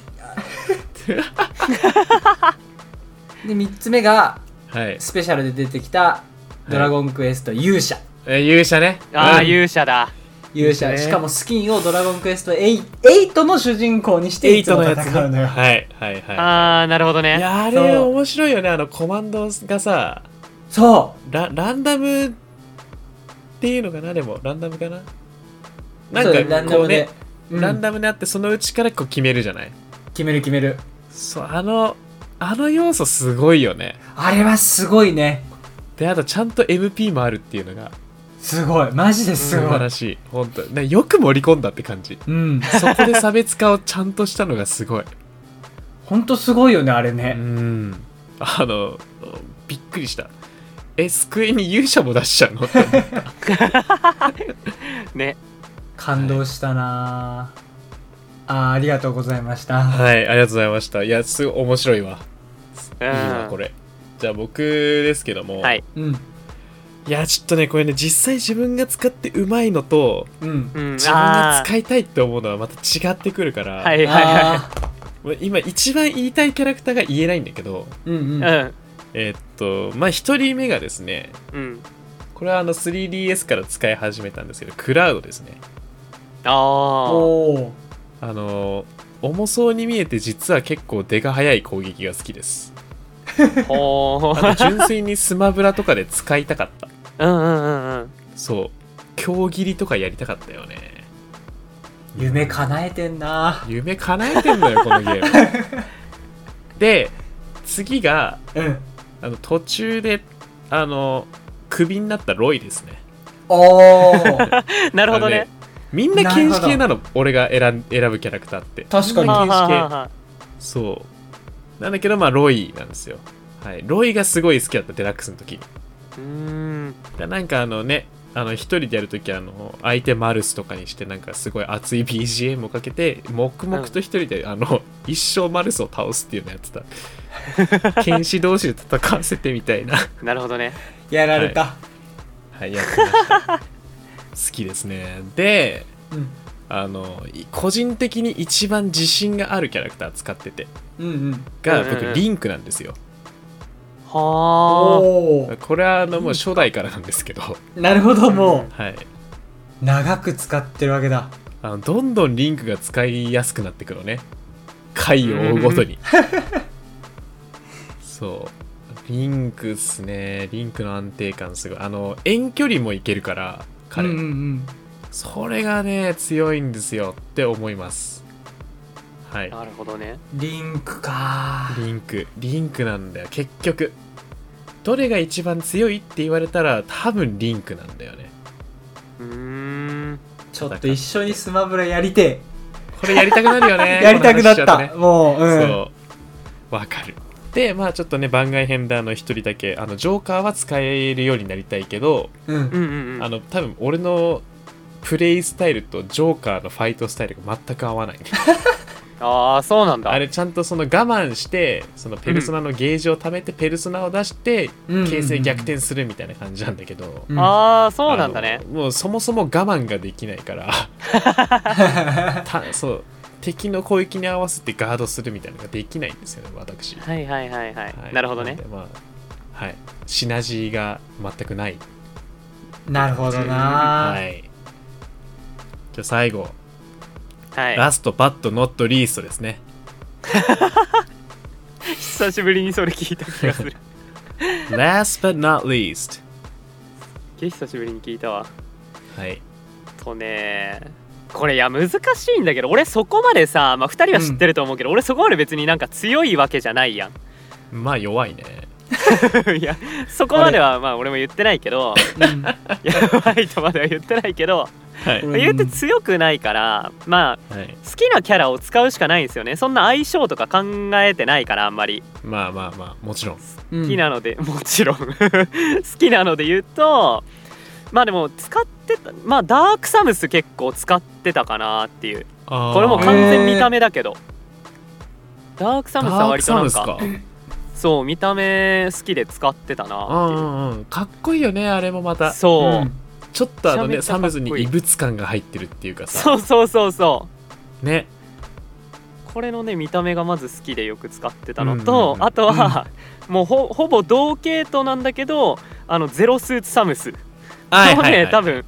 [SPEAKER 3] で3つ目が
[SPEAKER 1] はい
[SPEAKER 3] スペシャルで出てきた「ドラゴンクエスト勇者」
[SPEAKER 1] え勇者ね
[SPEAKER 2] ああ、
[SPEAKER 1] うん
[SPEAKER 2] 勇者だ。
[SPEAKER 3] 勇者、
[SPEAKER 1] ね
[SPEAKER 3] しかもスキンを「ドラゴンクエスト8」8の主人公にしていつも戦うのよ
[SPEAKER 1] はいはいは
[SPEAKER 2] ああ、なるほど
[SPEAKER 1] いい
[SPEAKER 2] ね。
[SPEAKER 1] やあ
[SPEAKER 3] そう
[SPEAKER 1] れ面白いよねあのコマンドがさ
[SPEAKER 3] そ
[SPEAKER 1] ラランダムっていうのかなでもランダムかな
[SPEAKER 3] う
[SPEAKER 1] な
[SPEAKER 3] そうんラ
[SPEAKER 1] か
[SPEAKER 3] ンダ
[SPEAKER 1] こう
[SPEAKER 3] ムで
[SPEAKER 1] ね、
[SPEAKER 3] うん
[SPEAKER 1] ランダムであってそのうちからこう決めるじゃない
[SPEAKER 3] 決める決める
[SPEAKER 1] そうあのあの要素すごいよね
[SPEAKER 3] あれはすごいね
[SPEAKER 1] であとちゃんと MP もあるっていうのが
[SPEAKER 3] すごいマジです
[SPEAKER 1] 素
[SPEAKER 3] ご
[SPEAKER 1] 晴
[SPEAKER 3] い
[SPEAKER 1] らしい本当ねよく盛り込んだって感じ
[SPEAKER 3] うん
[SPEAKER 1] そこで差別化をちゃんとしたのがすごい
[SPEAKER 3] ほんとすごいよねあれ
[SPEAKER 1] う
[SPEAKER 3] ね
[SPEAKER 1] んあのびっくりしたえ机に勇者も出しちゃうのって思う
[SPEAKER 2] ね。
[SPEAKER 3] 感動したなああーありがとうございまし た
[SPEAKER 1] はいありがとうございましたいやすごい面白いわ
[SPEAKER 2] う
[SPEAKER 1] いいわこ
[SPEAKER 2] ん。
[SPEAKER 1] れじゃあ僕ですけども、
[SPEAKER 2] はい、
[SPEAKER 3] うん
[SPEAKER 1] いやちょっとねこれね実際自分が使ってうまいのと
[SPEAKER 3] うん
[SPEAKER 2] うん
[SPEAKER 1] 自分が使いたいって思うのはまた違ってくるから、
[SPEAKER 2] あーはいはいは
[SPEAKER 3] あ
[SPEAKER 1] もう今一番言いたいキャラクターが言えないんだけど
[SPEAKER 3] ーうんうん
[SPEAKER 2] い。
[SPEAKER 1] えーっとまあ1人目がですね
[SPEAKER 2] うん。うん。
[SPEAKER 1] これはあの 3DS から使い始めたんですけどクラウドですね
[SPEAKER 2] あ
[SPEAKER 3] おー
[SPEAKER 1] あのー重そうに見えて実は結構出が速い攻撃が好きです
[SPEAKER 2] あ。ほ
[SPEAKER 1] あと
[SPEAKER 2] ー。
[SPEAKER 1] 純粋にスマブラとかで使いたかった
[SPEAKER 2] うんうんうんうん。
[SPEAKER 1] そう強切りとかやりたかったよね
[SPEAKER 3] 夢叶えてんな
[SPEAKER 1] 夢叶えてんのよこのゲーム で次が
[SPEAKER 3] うん
[SPEAKER 1] あの途中であのクビになったロイですね
[SPEAKER 3] おー
[SPEAKER 2] なるほど
[SPEAKER 1] あの
[SPEAKER 2] ね。
[SPEAKER 1] みんな剣士系なの俺が選ん選ぶキャラクターって
[SPEAKER 3] 確か
[SPEAKER 1] あの
[SPEAKER 3] に
[SPEAKER 1] ね
[SPEAKER 2] はあはあはあはあ
[SPEAKER 1] そうなんだけどまあロイなんですよはいロイがすごい好きだったデラックスの時
[SPEAKER 2] うーん。
[SPEAKER 1] だなんかあのねあの一人でやるときあの相手マルスとかにしてなんかすごい熱い BGM をかけて黙々と一人で、あの一生マルスを倒すっていうのやってた剣士同士で戦わせてみたいな
[SPEAKER 2] なるほどね。
[SPEAKER 3] やられた
[SPEAKER 1] はいやってました好きですねで
[SPEAKER 3] うん
[SPEAKER 1] あのい個人的に一番自信があるキャラクター使ってて
[SPEAKER 3] うんうん
[SPEAKER 1] が
[SPEAKER 2] うんうんうん
[SPEAKER 1] 僕リンクなんですよ
[SPEAKER 2] は
[SPEAKER 3] おー
[SPEAKER 1] これはあのもう初代からなんですけど
[SPEAKER 3] なるほども
[SPEAKER 1] はい、
[SPEAKER 3] う長く使ってるわけだ
[SPEAKER 1] あのどんどんリンクが使いやすくなってくのね回を追うごとにそうリンクっすねリンクの安定感すごいあの遠距離もいけるから彼、
[SPEAKER 3] うんうんうん
[SPEAKER 1] それがね強いんですよって思いますはい
[SPEAKER 2] あ。なるほどね。
[SPEAKER 3] リンクか
[SPEAKER 1] リンクリンクなんだよ結局どれが一番強いって言われたら多分リンクなんだよね
[SPEAKER 2] うーん。
[SPEAKER 3] ちょっと一緒にスマブラやりて
[SPEAKER 1] これやりたくなるよ
[SPEAKER 3] え
[SPEAKER 1] ね
[SPEAKER 3] やりたくなっ
[SPEAKER 1] この話しちゃうとね
[SPEAKER 3] たもううん
[SPEAKER 1] そうわかるでまあちょっとね番外編であの一人だけあのジョーカーは使えるようになりたいけど、
[SPEAKER 2] う
[SPEAKER 3] う
[SPEAKER 2] んう
[SPEAKER 3] ん
[SPEAKER 2] んうん。
[SPEAKER 1] あの多分俺のプレイスタイルとジョーカーのファイトスタイルが全く合 わない
[SPEAKER 2] ああ、そうなんだ。
[SPEAKER 1] あれちゃんとその我慢してそのペルソナのゲージを貯めてペルソナを出して
[SPEAKER 3] うん
[SPEAKER 1] 形勢逆転するみたいな感じなんだけど、
[SPEAKER 3] うん
[SPEAKER 2] ああ、そうなんだね
[SPEAKER 1] あ。のもうそもそも我慢ができないから たそう敵の攻撃に合わせてガードするみたいなのができないんですよね私
[SPEAKER 2] はいはいはいはい。
[SPEAKER 1] はい
[SPEAKER 2] なるほどね
[SPEAKER 1] んで。まあはいシナジーが全くない
[SPEAKER 3] なるほどな、
[SPEAKER 1] はいじゃあ最後、
[SPEAKER 2] は
[SPEAKER 1] ラストバッドノットリーストですね
[SPEAKER 2] い。久しぶりにそれ聞いた気がする。
[SPEAKER 1] Last but not least
[SPEAKER 2] すげえ久しぶりに聞いたわ。
[SPEAKER 1] はい
[SPEAKER 2] とねこれいや難しいんだけど俺そこまでさ、まあ、2人は知ってると思うけど、俺そこまで別になんか強いわけじゃないやん
[SPEAKER 1] まあ弱いね
[SPEAKER 2] いやそこまではまあ俺も言ってないけど
[SPEAKER 3] うん
[SPEAKER 2] やばいとまでは言ってないけど、
[SPEAKER 1] はい
[SPEAKER 3] うん
[SPEAKER 2] 言って強くないからまあ
[SPEAKER 1] はい
[SPEAKER 2] 好きなキャラを使うしかないんですよねそんな相性とか考えてないからあんまり
[SPEAKER 1] まあまあまあもちろん
[SPEAKER 3] うん
[SPEAKER 2] 好きなので、 もちろん好きなので言うとまあでも使ってたまあダークサムス結構使ってたかなっていう
[SPEAKER 1] あー
[SPEAKER 2] これもう
[SPEAKER 3] か
[SPEAKER 2] 完
[SPEAKER 3] ん
[SPEAKER 2] 全見た目だけど、ダークサムスは
[SPEAKER 1] ダーク
[SPEAKER 2] 割と
[SPEAKER 1] サ
[SPEAKER 2] なん
[SPEAKER 1] ムス
[SPEAKER 2] か
[SPEAKER 1] か
[SPEAKER 2] そう見た目好きで使ってた
[SPEAKER 1] う
[SPEAKER 2] なっ
[SPEAKER 1] ん
[SPEAKER 2] て
[SPEAKER 1] う
[SPEAKER 2] いうん
[SPEAKER 1] うんかっこいいよねあれもまた
[SPEAKER 2] そう、
[SPEAKER 1] ちょっとあのね
[SPEAKER 2] めちゃ
[SPEAKER 1] サム
[SPEAKER 2] めちゃかっこ
[SPEAKER 1] ズ
[SPEAKER 2] いい
[SPEAKER 1] に異物感が入ってるっていうかさ
[SPEAKER 2] そうそうそうそ
[SPEAKER 1] ね
[SPEAKER 2] うこれのね見た目がまず好きでよく使ってたのと、
[SPEAKER 1] うんうんうん
[SPEAKER 2] あとは、もうほほぼ同系統なんだけどあのゼロスーツサムス、
[SPEAKER 1] はいはい、
[SPEAKER 2] も
[SPEAKER 1] は
[SPEAKER 2] ね
[SPEAKER 1] い、
[SPEAKER 2] 多分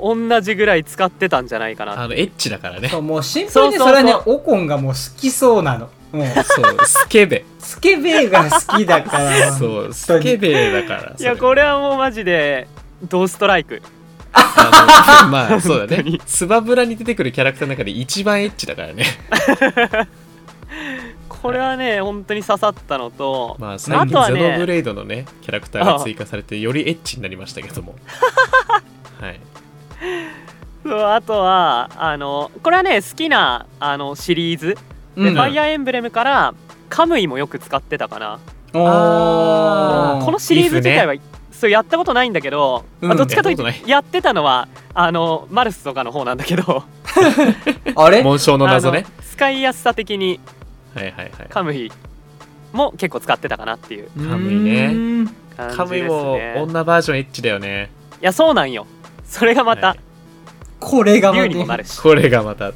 [SPEAKER 2] 同じぐらい使ってたんじゃないかな
[SPEAKER 1] あのエッチだからね
[SPEAKER 3] そうもうシンプルに
[SPEAKER 2] そう
[SPEAKER 3] そ
[SPEAKER 2] そう
[SPEAKER 3] れ
[SPEAKER 2] そう
[SPEAKER 3] はねオコンがもう好きそうなのもう
[SPEAKER 1] そうスケ ベ
[SPEAKER 3] スケベが好きだか ら
[SPEAKER 1] そうスケベだから
[SPEAKER 2] い
[SPEAKER 1] そ
[SPEAKER 2] やこれはもうマジでドストライク
[SPEAKER 1] あの まあそうだ
[SPEAKER 2] 本当
[SPEAKER 1] ね
[SPEAKER 2] に
[SPEAKER 1] スマブラに出てくるキャラクターの中で一番エッチだ からね
[SPEAKER 2] これはね本当に刺さったのと、
[SPEAKER 1] まあ最
[SPEAKER 2] と
[SPEAKER 1] 近
[SPEAKER 2] は
[SPEAKER 1] ゼ
[SPEAKER 2] ね
[SPEAKER 1] ノブレイドのねキャラクターが追加されてよりエッチになりましたけ どもはい
[SPEAKER 2] そうあとはあのこれはね好きなあのシリーズ、
[SPEAKER 3] う
[SPEAKER 2] で
[SPEAKER 3] ん
[SPEAKER 2] ファイアーエンブレムからカムイもよく使ってたかな、
[SPEAKER 3] お
[SPEAKER 1] あ
[SPEAKER 3] ー
[SPEAKER 1] ー
[SPEAKER 2] このシリーズ自体はそうやったことないんだけど、
[SPEAKER 3] うん
[SPEAKER 2] まあどっちかというと
[SPEAKER 1] やったこと
[SPEAKER 2] やってたのはあのマルスとかの方なんだけど
[SPEAKER 3] あれ
[SPEAKER 1] 紋章の謎ね
[SPEAKER 2] あの使いやすさ的に
[SPEAKER 1] はいはいはい
[SPEAKER 2] カムイも結構使ってたかなっていう
[SPEAKER 1] カムイね
[SPEAKER 3] うーん
[SPEAKER 2] 感じ
[SPEAKER 1] カ
[SPEAKER 2] で
[SPEAKER 1] ム
[SPEAKER 2] す
[SPEAKER 1] イ
[SPEAKER 2] ね
[SPEAKER 1] も女バージョンエッチだよね
[SPEAKER 2] いやそうなんよそれがま
[SPEAKER 1] は
[SPEAKER 2] た
[SPEAKER 1] い
[SPEAKER 3] これが
[SPEAKER 2] 竜、
[SPEAKER 3] ま
[SPEAKER 2] にもな
[SPEAKER 3] た
[SPEAKER 2] るし
[SPEAKER 1] これがまた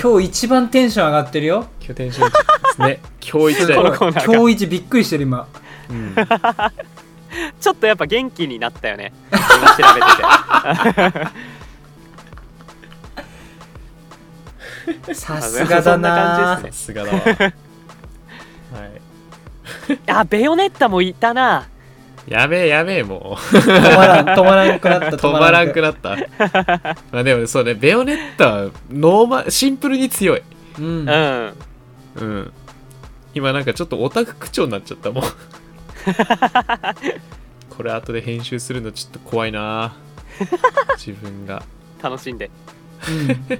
[SPEAKER 3] 今日一番テンション上がってるよ
[SPEAKER 1] 拠点集です ね今日一だ
[SPEAKER 2] この
[SPEAKER 1] よ、
[SPEAKER 2] コーナーが
[SPEAKER 3] 今日一びっくりしてる今
[SPEAKER 1] うん
[SPEAKER 2] ちょっとやっぱ元気になったよね今調べてて。
[SPEAKER 3] さすがだな
[SPEAKER 2] そんな感じ
[SPEAKER 1] さすがだわはい
[SPEAKER 2] あベヨネッタもいたな
[SPEAKER 1] やべえやべえも
[SPEAKER 3] 止まらん止まらんくなった
[SPEAKER 1] う 止まらんく
[SPEAKER 3] なっ
[SPEAKER 1] なった まあでもねそうねベヨネッタはノーマシンプルに強い
[SPEAKER 3] たうん
[SPEAKER 2] うん、
[SPEAKER 1] うん今なんかちょっとオタク口調になっちゃった もんこれ後で編集するのちょっと怖いな自分が
[SPEAKER 2] 楽しんで
[SPEAKER 3] うん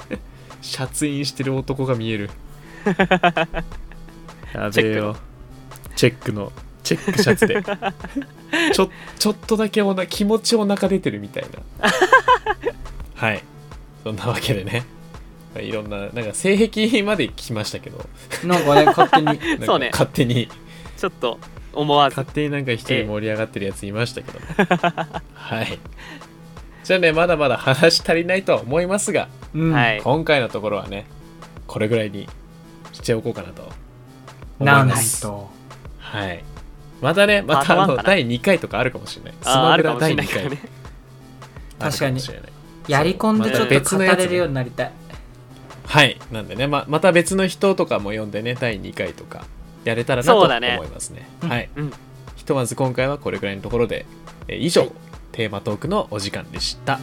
[SPEAKER 1] シャツインしてる男が見え るや
[SPEAKER 2] チェ
[SPEAKER 1] べえ
[SPEAKER 2] ック
[SPEAKER 1] よ
[SPEAKER 2] の
[SPEAKER 1] チェックのチェックシャツ でちょちょっとだけおな気持ちお腹出てるみたい なはいそんなわけでね、まあ、いろんななんか性癖まで来ましたけど
[SPEAKER 3] なんかね勝手に
[SPEAKER 1] なんか
[SPEAKER 2] そうね
[SPEAKER 1] 勝手に
[SPEAKER 2] ちょっと思わず
[SPEAKER 1] 勝手になんか一人盛り上がってるやついましたけど、はいじゃあねまだまだ話足りないとは思いますが
[SPEAKER 3] うん
[SPEAKER 2] はい
[SPEAKER 1] 今回のところはねこれぐらいにしておこうかなと思
[SPEAKER 3] ないん
[SPEAKER 1] ます
[SPEAKER 3] と
[SPEAKER 1] はいまたねま
[SPEAKER 2] パー
[SPEAKER 1] たあ
[SPEAKER 2] トワン
[SPEAKER 1] の
[SPEAKER 2] かな
[SPEAKER 1] 第2回とかあるかもしれないス
[SPEAKER 2] あー
[SPEAKER 1] マ
[SPEAKER 2] あ
[SPEAKER 1] ブ
[SPEAKER 2] る
[SPEAKER 1] ラ
[SPEAKER 2] かも
[SPEAKER 1] 第2
[SPEAKER 2] しれないから
[SPEAKER 1] 回
[SPEAKER 2] ね
[SPEAKER 1] あるもしれない
[SPEAKER 3] やり込んでちょっと語れるようになりたい
[SPEAKER 1] はいなんでねままた別の人とかも呼んでね第2回とかやれたらなと
[SPEAKER 2] そ
[SPEAKER 1] 思
[SPEAKER 2] うだね
[SPEAKER 1] いますね
[SPEAKER 3] うん
[SPEAKER 1] はい、
[SPEAKER 2] うん
[SPEAKER 1] ひとまず今回はこれぐらいのところで、えー以上、テーマトークのお時間でした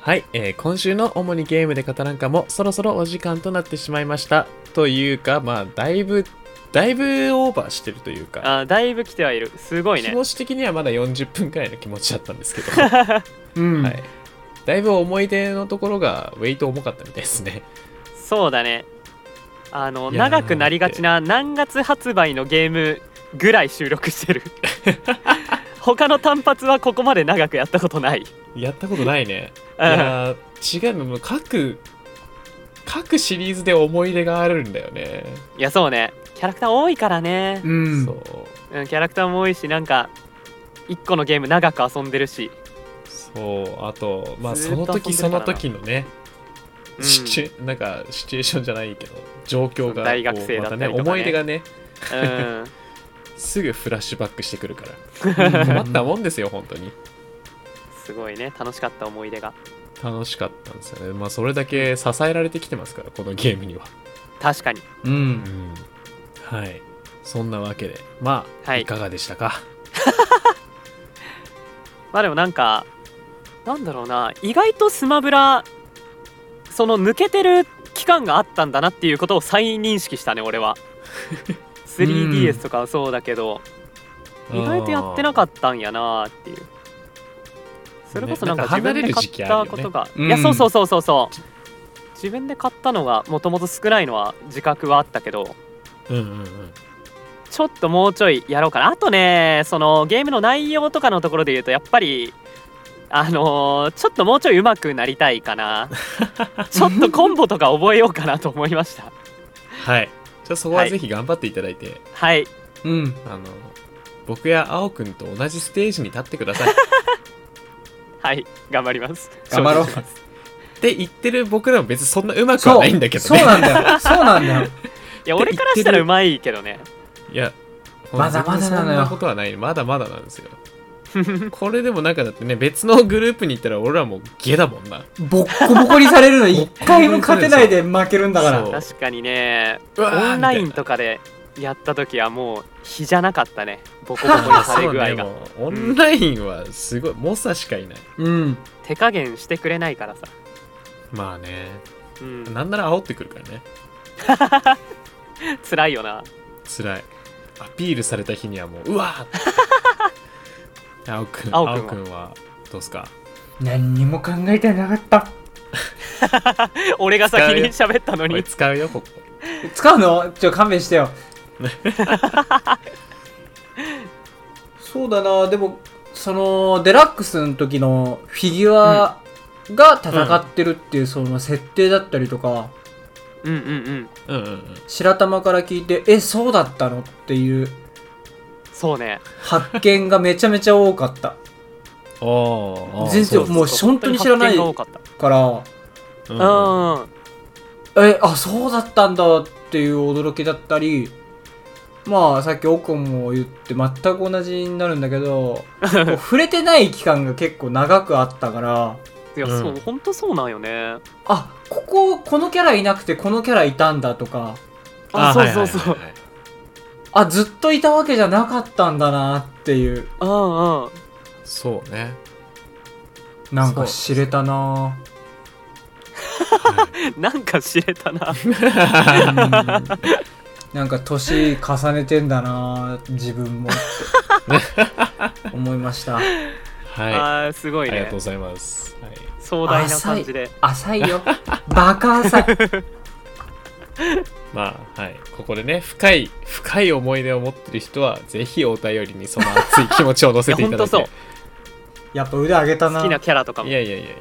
[SPEAKER 1] はい、えー今週の主にゲームで語らんかもそろそろお時間となってしまいましたというかまあだいぶだいぶオーバーしてるというか
[SPEAKER 2] あだいぶ来てはいるすごい
[SPEAKER 1] 気
[SPEAKER 2] ね
[SPEAKER 1] 持ち的にはまだ40分くらいの気持ちだったん ですけど、
[SPEAKER 3] うん
[SPEAKER 1] はい、だいぶ思い出のところがウェイト重かったみたいですね
[SPEAKER 2] そうだねあの
[SPEAKER 1] いやー
[SPEAKER 2] 長くなりがちな何月発売のゲームぐらい収録し てる他の単発はここまで長くやったことない、
[SPEAKER 1] やったことないね
[SPEAKER 2] うん
[SPEAKER 1] いやー違うのもう各各シリーズで思い出があるんだよね、
[SPEAKER 2] いやそうねキャラクター多いからね、
[SPEAKER 3] うん
[SPEAKER 1] そう
[SPEAKER 2] うん、キャラクターも多いしなんか1個のゲーム長く遊んでるし、
[SPEAKER 1] そうあとまあ
[SPEAKER 2] ず
[SPEAKER 1] そ
[SPEAKER 2] ー
[SPEAKER 1] の
[SPEAKER 2] っと
[SPEAKER 1] 時そ
[SPEAKER 2] 遊んで
[SPEAKER 1] の
[SPEAKER 2] るからな
[SPEAKER 1] 時のね、
[SPEAKER 2] うん
[SPEAKER 1] シチュなんかシチュエーションじゃないけど状況が
[SPEAKER 2] 大学生だったりとかね
[SPEAKER 1] こうまたね思い出がね
[SPEAKER 2] うん、
[SPEAKER 1] すぐフラッシュバックしてくるから
[SPEAKER 3] 困
[SPEAKER 1] 困ったもんですよ本当に
[SPEAKER 2] すごいね楽しかった思い出が
[SPEAKER 1] 楽しかったんですよねまあそれだけ支えられてきてますからこのゲームには
[SPEAKER 2] 確かに
[SPEAKER 3] うん
[SPEAKER 1] はいそんなわけでまあ、
[SPEAKER 2] はい
[SPEAKER 1] い、かがでしたか
[SPEAKER 2] まあでもなんかなんだろうな意外とスマブラその抜けてる期間があったんだなっていうことを再認識したね俺は 3DS とかはそうだけど意外とやってなか
[SPEAKER 1] っ
[SPEAKER 2] ったんやなっていうそれこそなんか
[SPEAKER 1] ね
[SPEAKER 2] 自
[SPEAKER 1] なんか
[SPEAKER 2] 分で買ったことが、
[SPEAKER 3] るよね
[SPEAKER 2] いや
[SPEAKER 3] うん
[SPEAKER 2] そうそうそうそうそう自分で買ったのがもともと少ないのは自覚はあったけど
[SPEAKER 1] たうんうんうん
[SPEAKER 2] ちょっともうちょいやろうかなあとねそのゲームの内容とかのところで言うとやっぱりあのーちょっともうちょい上手くなりたい かなちょっとコンボとか覚えようかなと思いました
[SPEAKER 1] はい。じゃあそこはぜひ頑張っていただいて、
[SPEAKER 2] はい
[SPEAKER 3] うん
[SPEAKER 1] あの僕や青くんと同じステージに立ってください。
[SPEAKER 2] はい頑張ります
[SPEAKER 3] 頑張ろう
[SPEAKER 2] 承知してます
[SPEAKER 1] って言ってる僕らも別にそんなうまくはないんだけど
[SPEAKER 3] そう
[SPEAKER 1] ね
[SPEAKER 3] そうなんだよそうなんだよ
[SPEAKER 2] いや俺からしたらうまいけどね
[SPEAKER 1] いや
[SPEAKER 3] まだまだな
[SPEAKER 1] そん
[SPEAKER 3] のよ
[SPEAKER 1] なことはないまだまだなんですよこれでもなんかだってね別のグループに行ったら俺らもうゲだもんな
[SPEAKER 3] ボッコボコにさ れるの一回も勝てないで負けるんだから
[SPEAKER 1] そう
[SPEAKER 2] 確かにね
[SPEAKER 1] うわー
[SPEAKER 2] オンラインとかでやった時はもう比じゃなかったねボコボコにされ
[SPEAKER 1] そう
[SPEAKER 2] 具合
[SPEAKER 1] ね
[SPEAKER 2] が、
[SPEAKER 1] もうオンラインはすごい猛者しかいない
[SPEAKER 3] うん
[SPEAKER 2] 手加減してくれないからさ、
[SPEAKER 1] まあね
[SPEAKER 2] うん、
[SPEAKER 1] なんなら煽ってくるからね
[SPEAKER 2] 辛いよな
[SPEAKER 1] 辛いアピールされた日にはもううわ ー青くん
[SPEAKER 2] 青くんは
[SPEAKER 1] 青くんはどうっすか
[SPEAKER 3] 何にも考えてなかった
[SPEAKER 2] 俺が先に喋ったの
[SPEAKER 1] これ
[SPEAKER 2] に
[SPEAKER 1] 使うよここ
[SPEAKER 3] 使うのちょ勘弁し てよそうだなでもそのデラックスの時のフィギュアが戦ってるっていうその設定だったりとか、
[SPEAKER 2] うんうんうん
[SPEAKER 1] うんうんうん
[SPEAKER 3] 白玉から聞いてえそうだったのっていう
[SPEAKER 2] そうね
[SPEAKER 3] 発見がめちゃめちゃ多かった
[SPEAKER 1] おーおー
[SPEAKER 3] 全
[SPEAKER 1] そう
[SPEAKER 3] 然
[SPEAKER 1] です
[SPEAKER 3] もう本当に知らない
[SPEAKER 2] 本当に発見が多かっ
[SPEAKER 3] から
[SPEAKER 1] うん
[SPEAKER 2] たうん、うん、
[SPEAKER 3] えあそうだったんだっていう驚きだったりまあさっき奥も言って全く同じになるんだけどこう触れてない期間が結構長くあったから
[SPEAKER 2] いや、そううん本当そうなんよね
[SPEAKER 3] あこここのキャラいなくてこのキャラいたんだとか
[SPEAKER 2] あ
[SPEAKER 1] ー
[SPEAKER 2] そう
[SPEAKER 1] はい
[SPEAKER 2] そ
[SPEAKER 1] はいは
[SPEAKER 2] う
[SPEAKER 1] い
[SPEAKER 2] そう、
[SPEAKER 1] はい
[SPEAKER 3] あずっといたわけじゃなかったんだなっていう
[SPEAKER 2] うんうん
[SPEAKER 1] そうね
[SPEAKER 3] なんか知れたな
[SPEAKER 2] なんか知れたな
[SPEAKER 3] うんなんか年重ねてんだな自分もって思いました
[SPEAKER 1] はいあ
[SPEAKER 2] あーすごい
[SPEAKER 1] りがと
[SPEAKER 2] ね
[SPEAKER 1] うございますはい
[SPEAKER 2] 壮大な感じで
[SPEAKER 3] 浅いよバカ浅い
[SPEAKER 1] まあはいここでね深い深い思い出を持ってる人はぜひお便りにその熱い気持ちを乗せていただい
[SPEAKER 2] いや
[SPEAKER 1] て
[SPEAKER 2] ほんと
[SPEAKER 3] やっぱ腕上げたな
[SPEAKER 2] 好きなキャラとかも
[SPEAKER 1] いやいやいやいや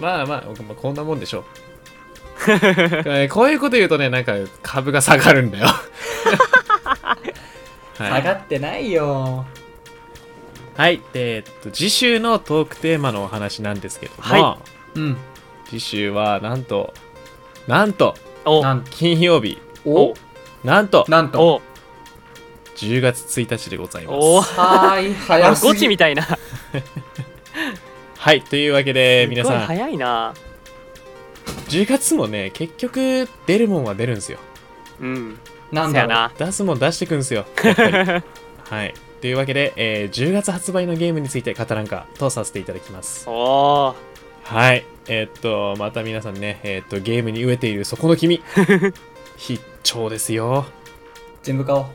[SPEAKER 1] まあまあ僕もこんなもんでしょうえーこう いうこと言うとねなんか株が下がるんだよ、は
[SPEAKER 3] 下
[SPEAKER 1] い、
[SPEAKER 3] がってないよ
[SPEAKER 1] はいでえっと次週のトークテーマのお話なんですけども、
[SPEAKER 2] は
[SPEAKER 3] うん
[SPEAKER 1] 次週はなんとなんと
[SPEAKER 2] お
[SPEAKER 3] なん
[SPEAKER 1] 金曜日
[SPEAKER 2] お
[SPEAKER 3] お
[SPEAKER 1] なんと
[SPEAKER 3] なんと
[SPEAKER 2] お
[SPEAKER 1] 10月1日でございます
[SPEAKER 2] お
[SPEAKER 3] はーい早す
[SPEAKER 2] ゴチ
[SPEAKER 3] ぎ
[SPEAKER 2] みたいな
[SPEAKER 1] はいというわけで皆
[SPEAKER 2] すごい
[SPEAKER 1] さん
[SPEAKER 2] 早いな
[SPEAKER 1] 10月もね結局出るもんは出るんですよ
[SPEAKER 2] うん
[SPEAKER 3] なん
[SPEAKER 2] せや
[SPEAKER 3] だろ
[SPEAKER 2] な
[SPEAKER 1] 出すもん出してくんですよやっぱりはいというわけで、えー10月発売のゲームについて語らんかとさせていただきます
[SPEAKER 2] おー
[SPEAKER 1] はいえーっとまた皆さんねえーっとゲームに飢えているそこの君必聴ですよ
[SPEAKER 3] う全部買お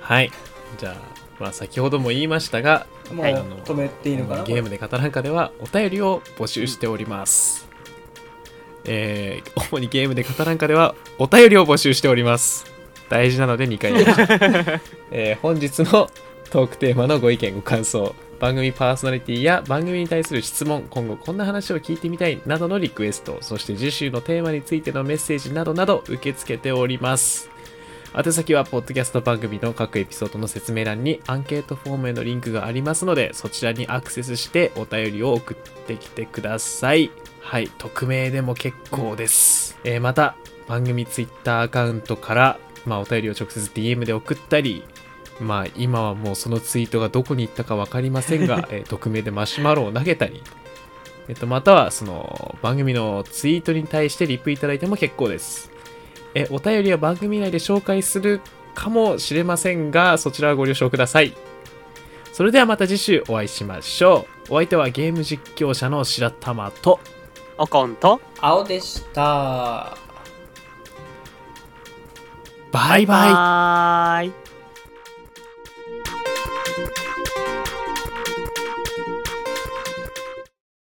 [SPEAKER 1] はいじゃあまあ先ほども言いましたが
[SPEAKER 3] うもう
[SPEAKER 2] はい
[SPEAKER 3] 止めていいのかな
[SPEAKER 1] ゲームで語らんかではお便りを募集しております、えー主にゲームで語らんかではお便りを募集しております大事なので2回やり ました、えー本日のトークテーマのご意見ご感想番組パーソナリティや番組に対する質問今後こんな話を聞いてみたいなどのリクエストそして次週のテーマについてのメッセージなどなど受け付けております宛先はポッドキャスト番組の各エピソードの説明欄にアンケートフォームへのリンクがありますのでそちらにアクセスしてお便りを送ってきてくださいはい匿名でも結構です、えーまた番組ツイッターアカウントから、まあ、お便りを直接 DM で送ったりまあ今はもうそのツイートがどこに行ったか分かりませんが、えー匿名でマシュマロを投げたりえっと、またはその番組のツイートに対してリプいただいても結構です。え、お便りは番組内で紹介するかもしれませんが、そちらはご了承ください。それではまた次週お会いしましょう。お相手はゲーム実況者の白玉と、
[SPEAKER 2] おこんと
[SPEAKER 3] 青でした
[SPEAKER 1] バイバイ
[SPEAKER 2] バイ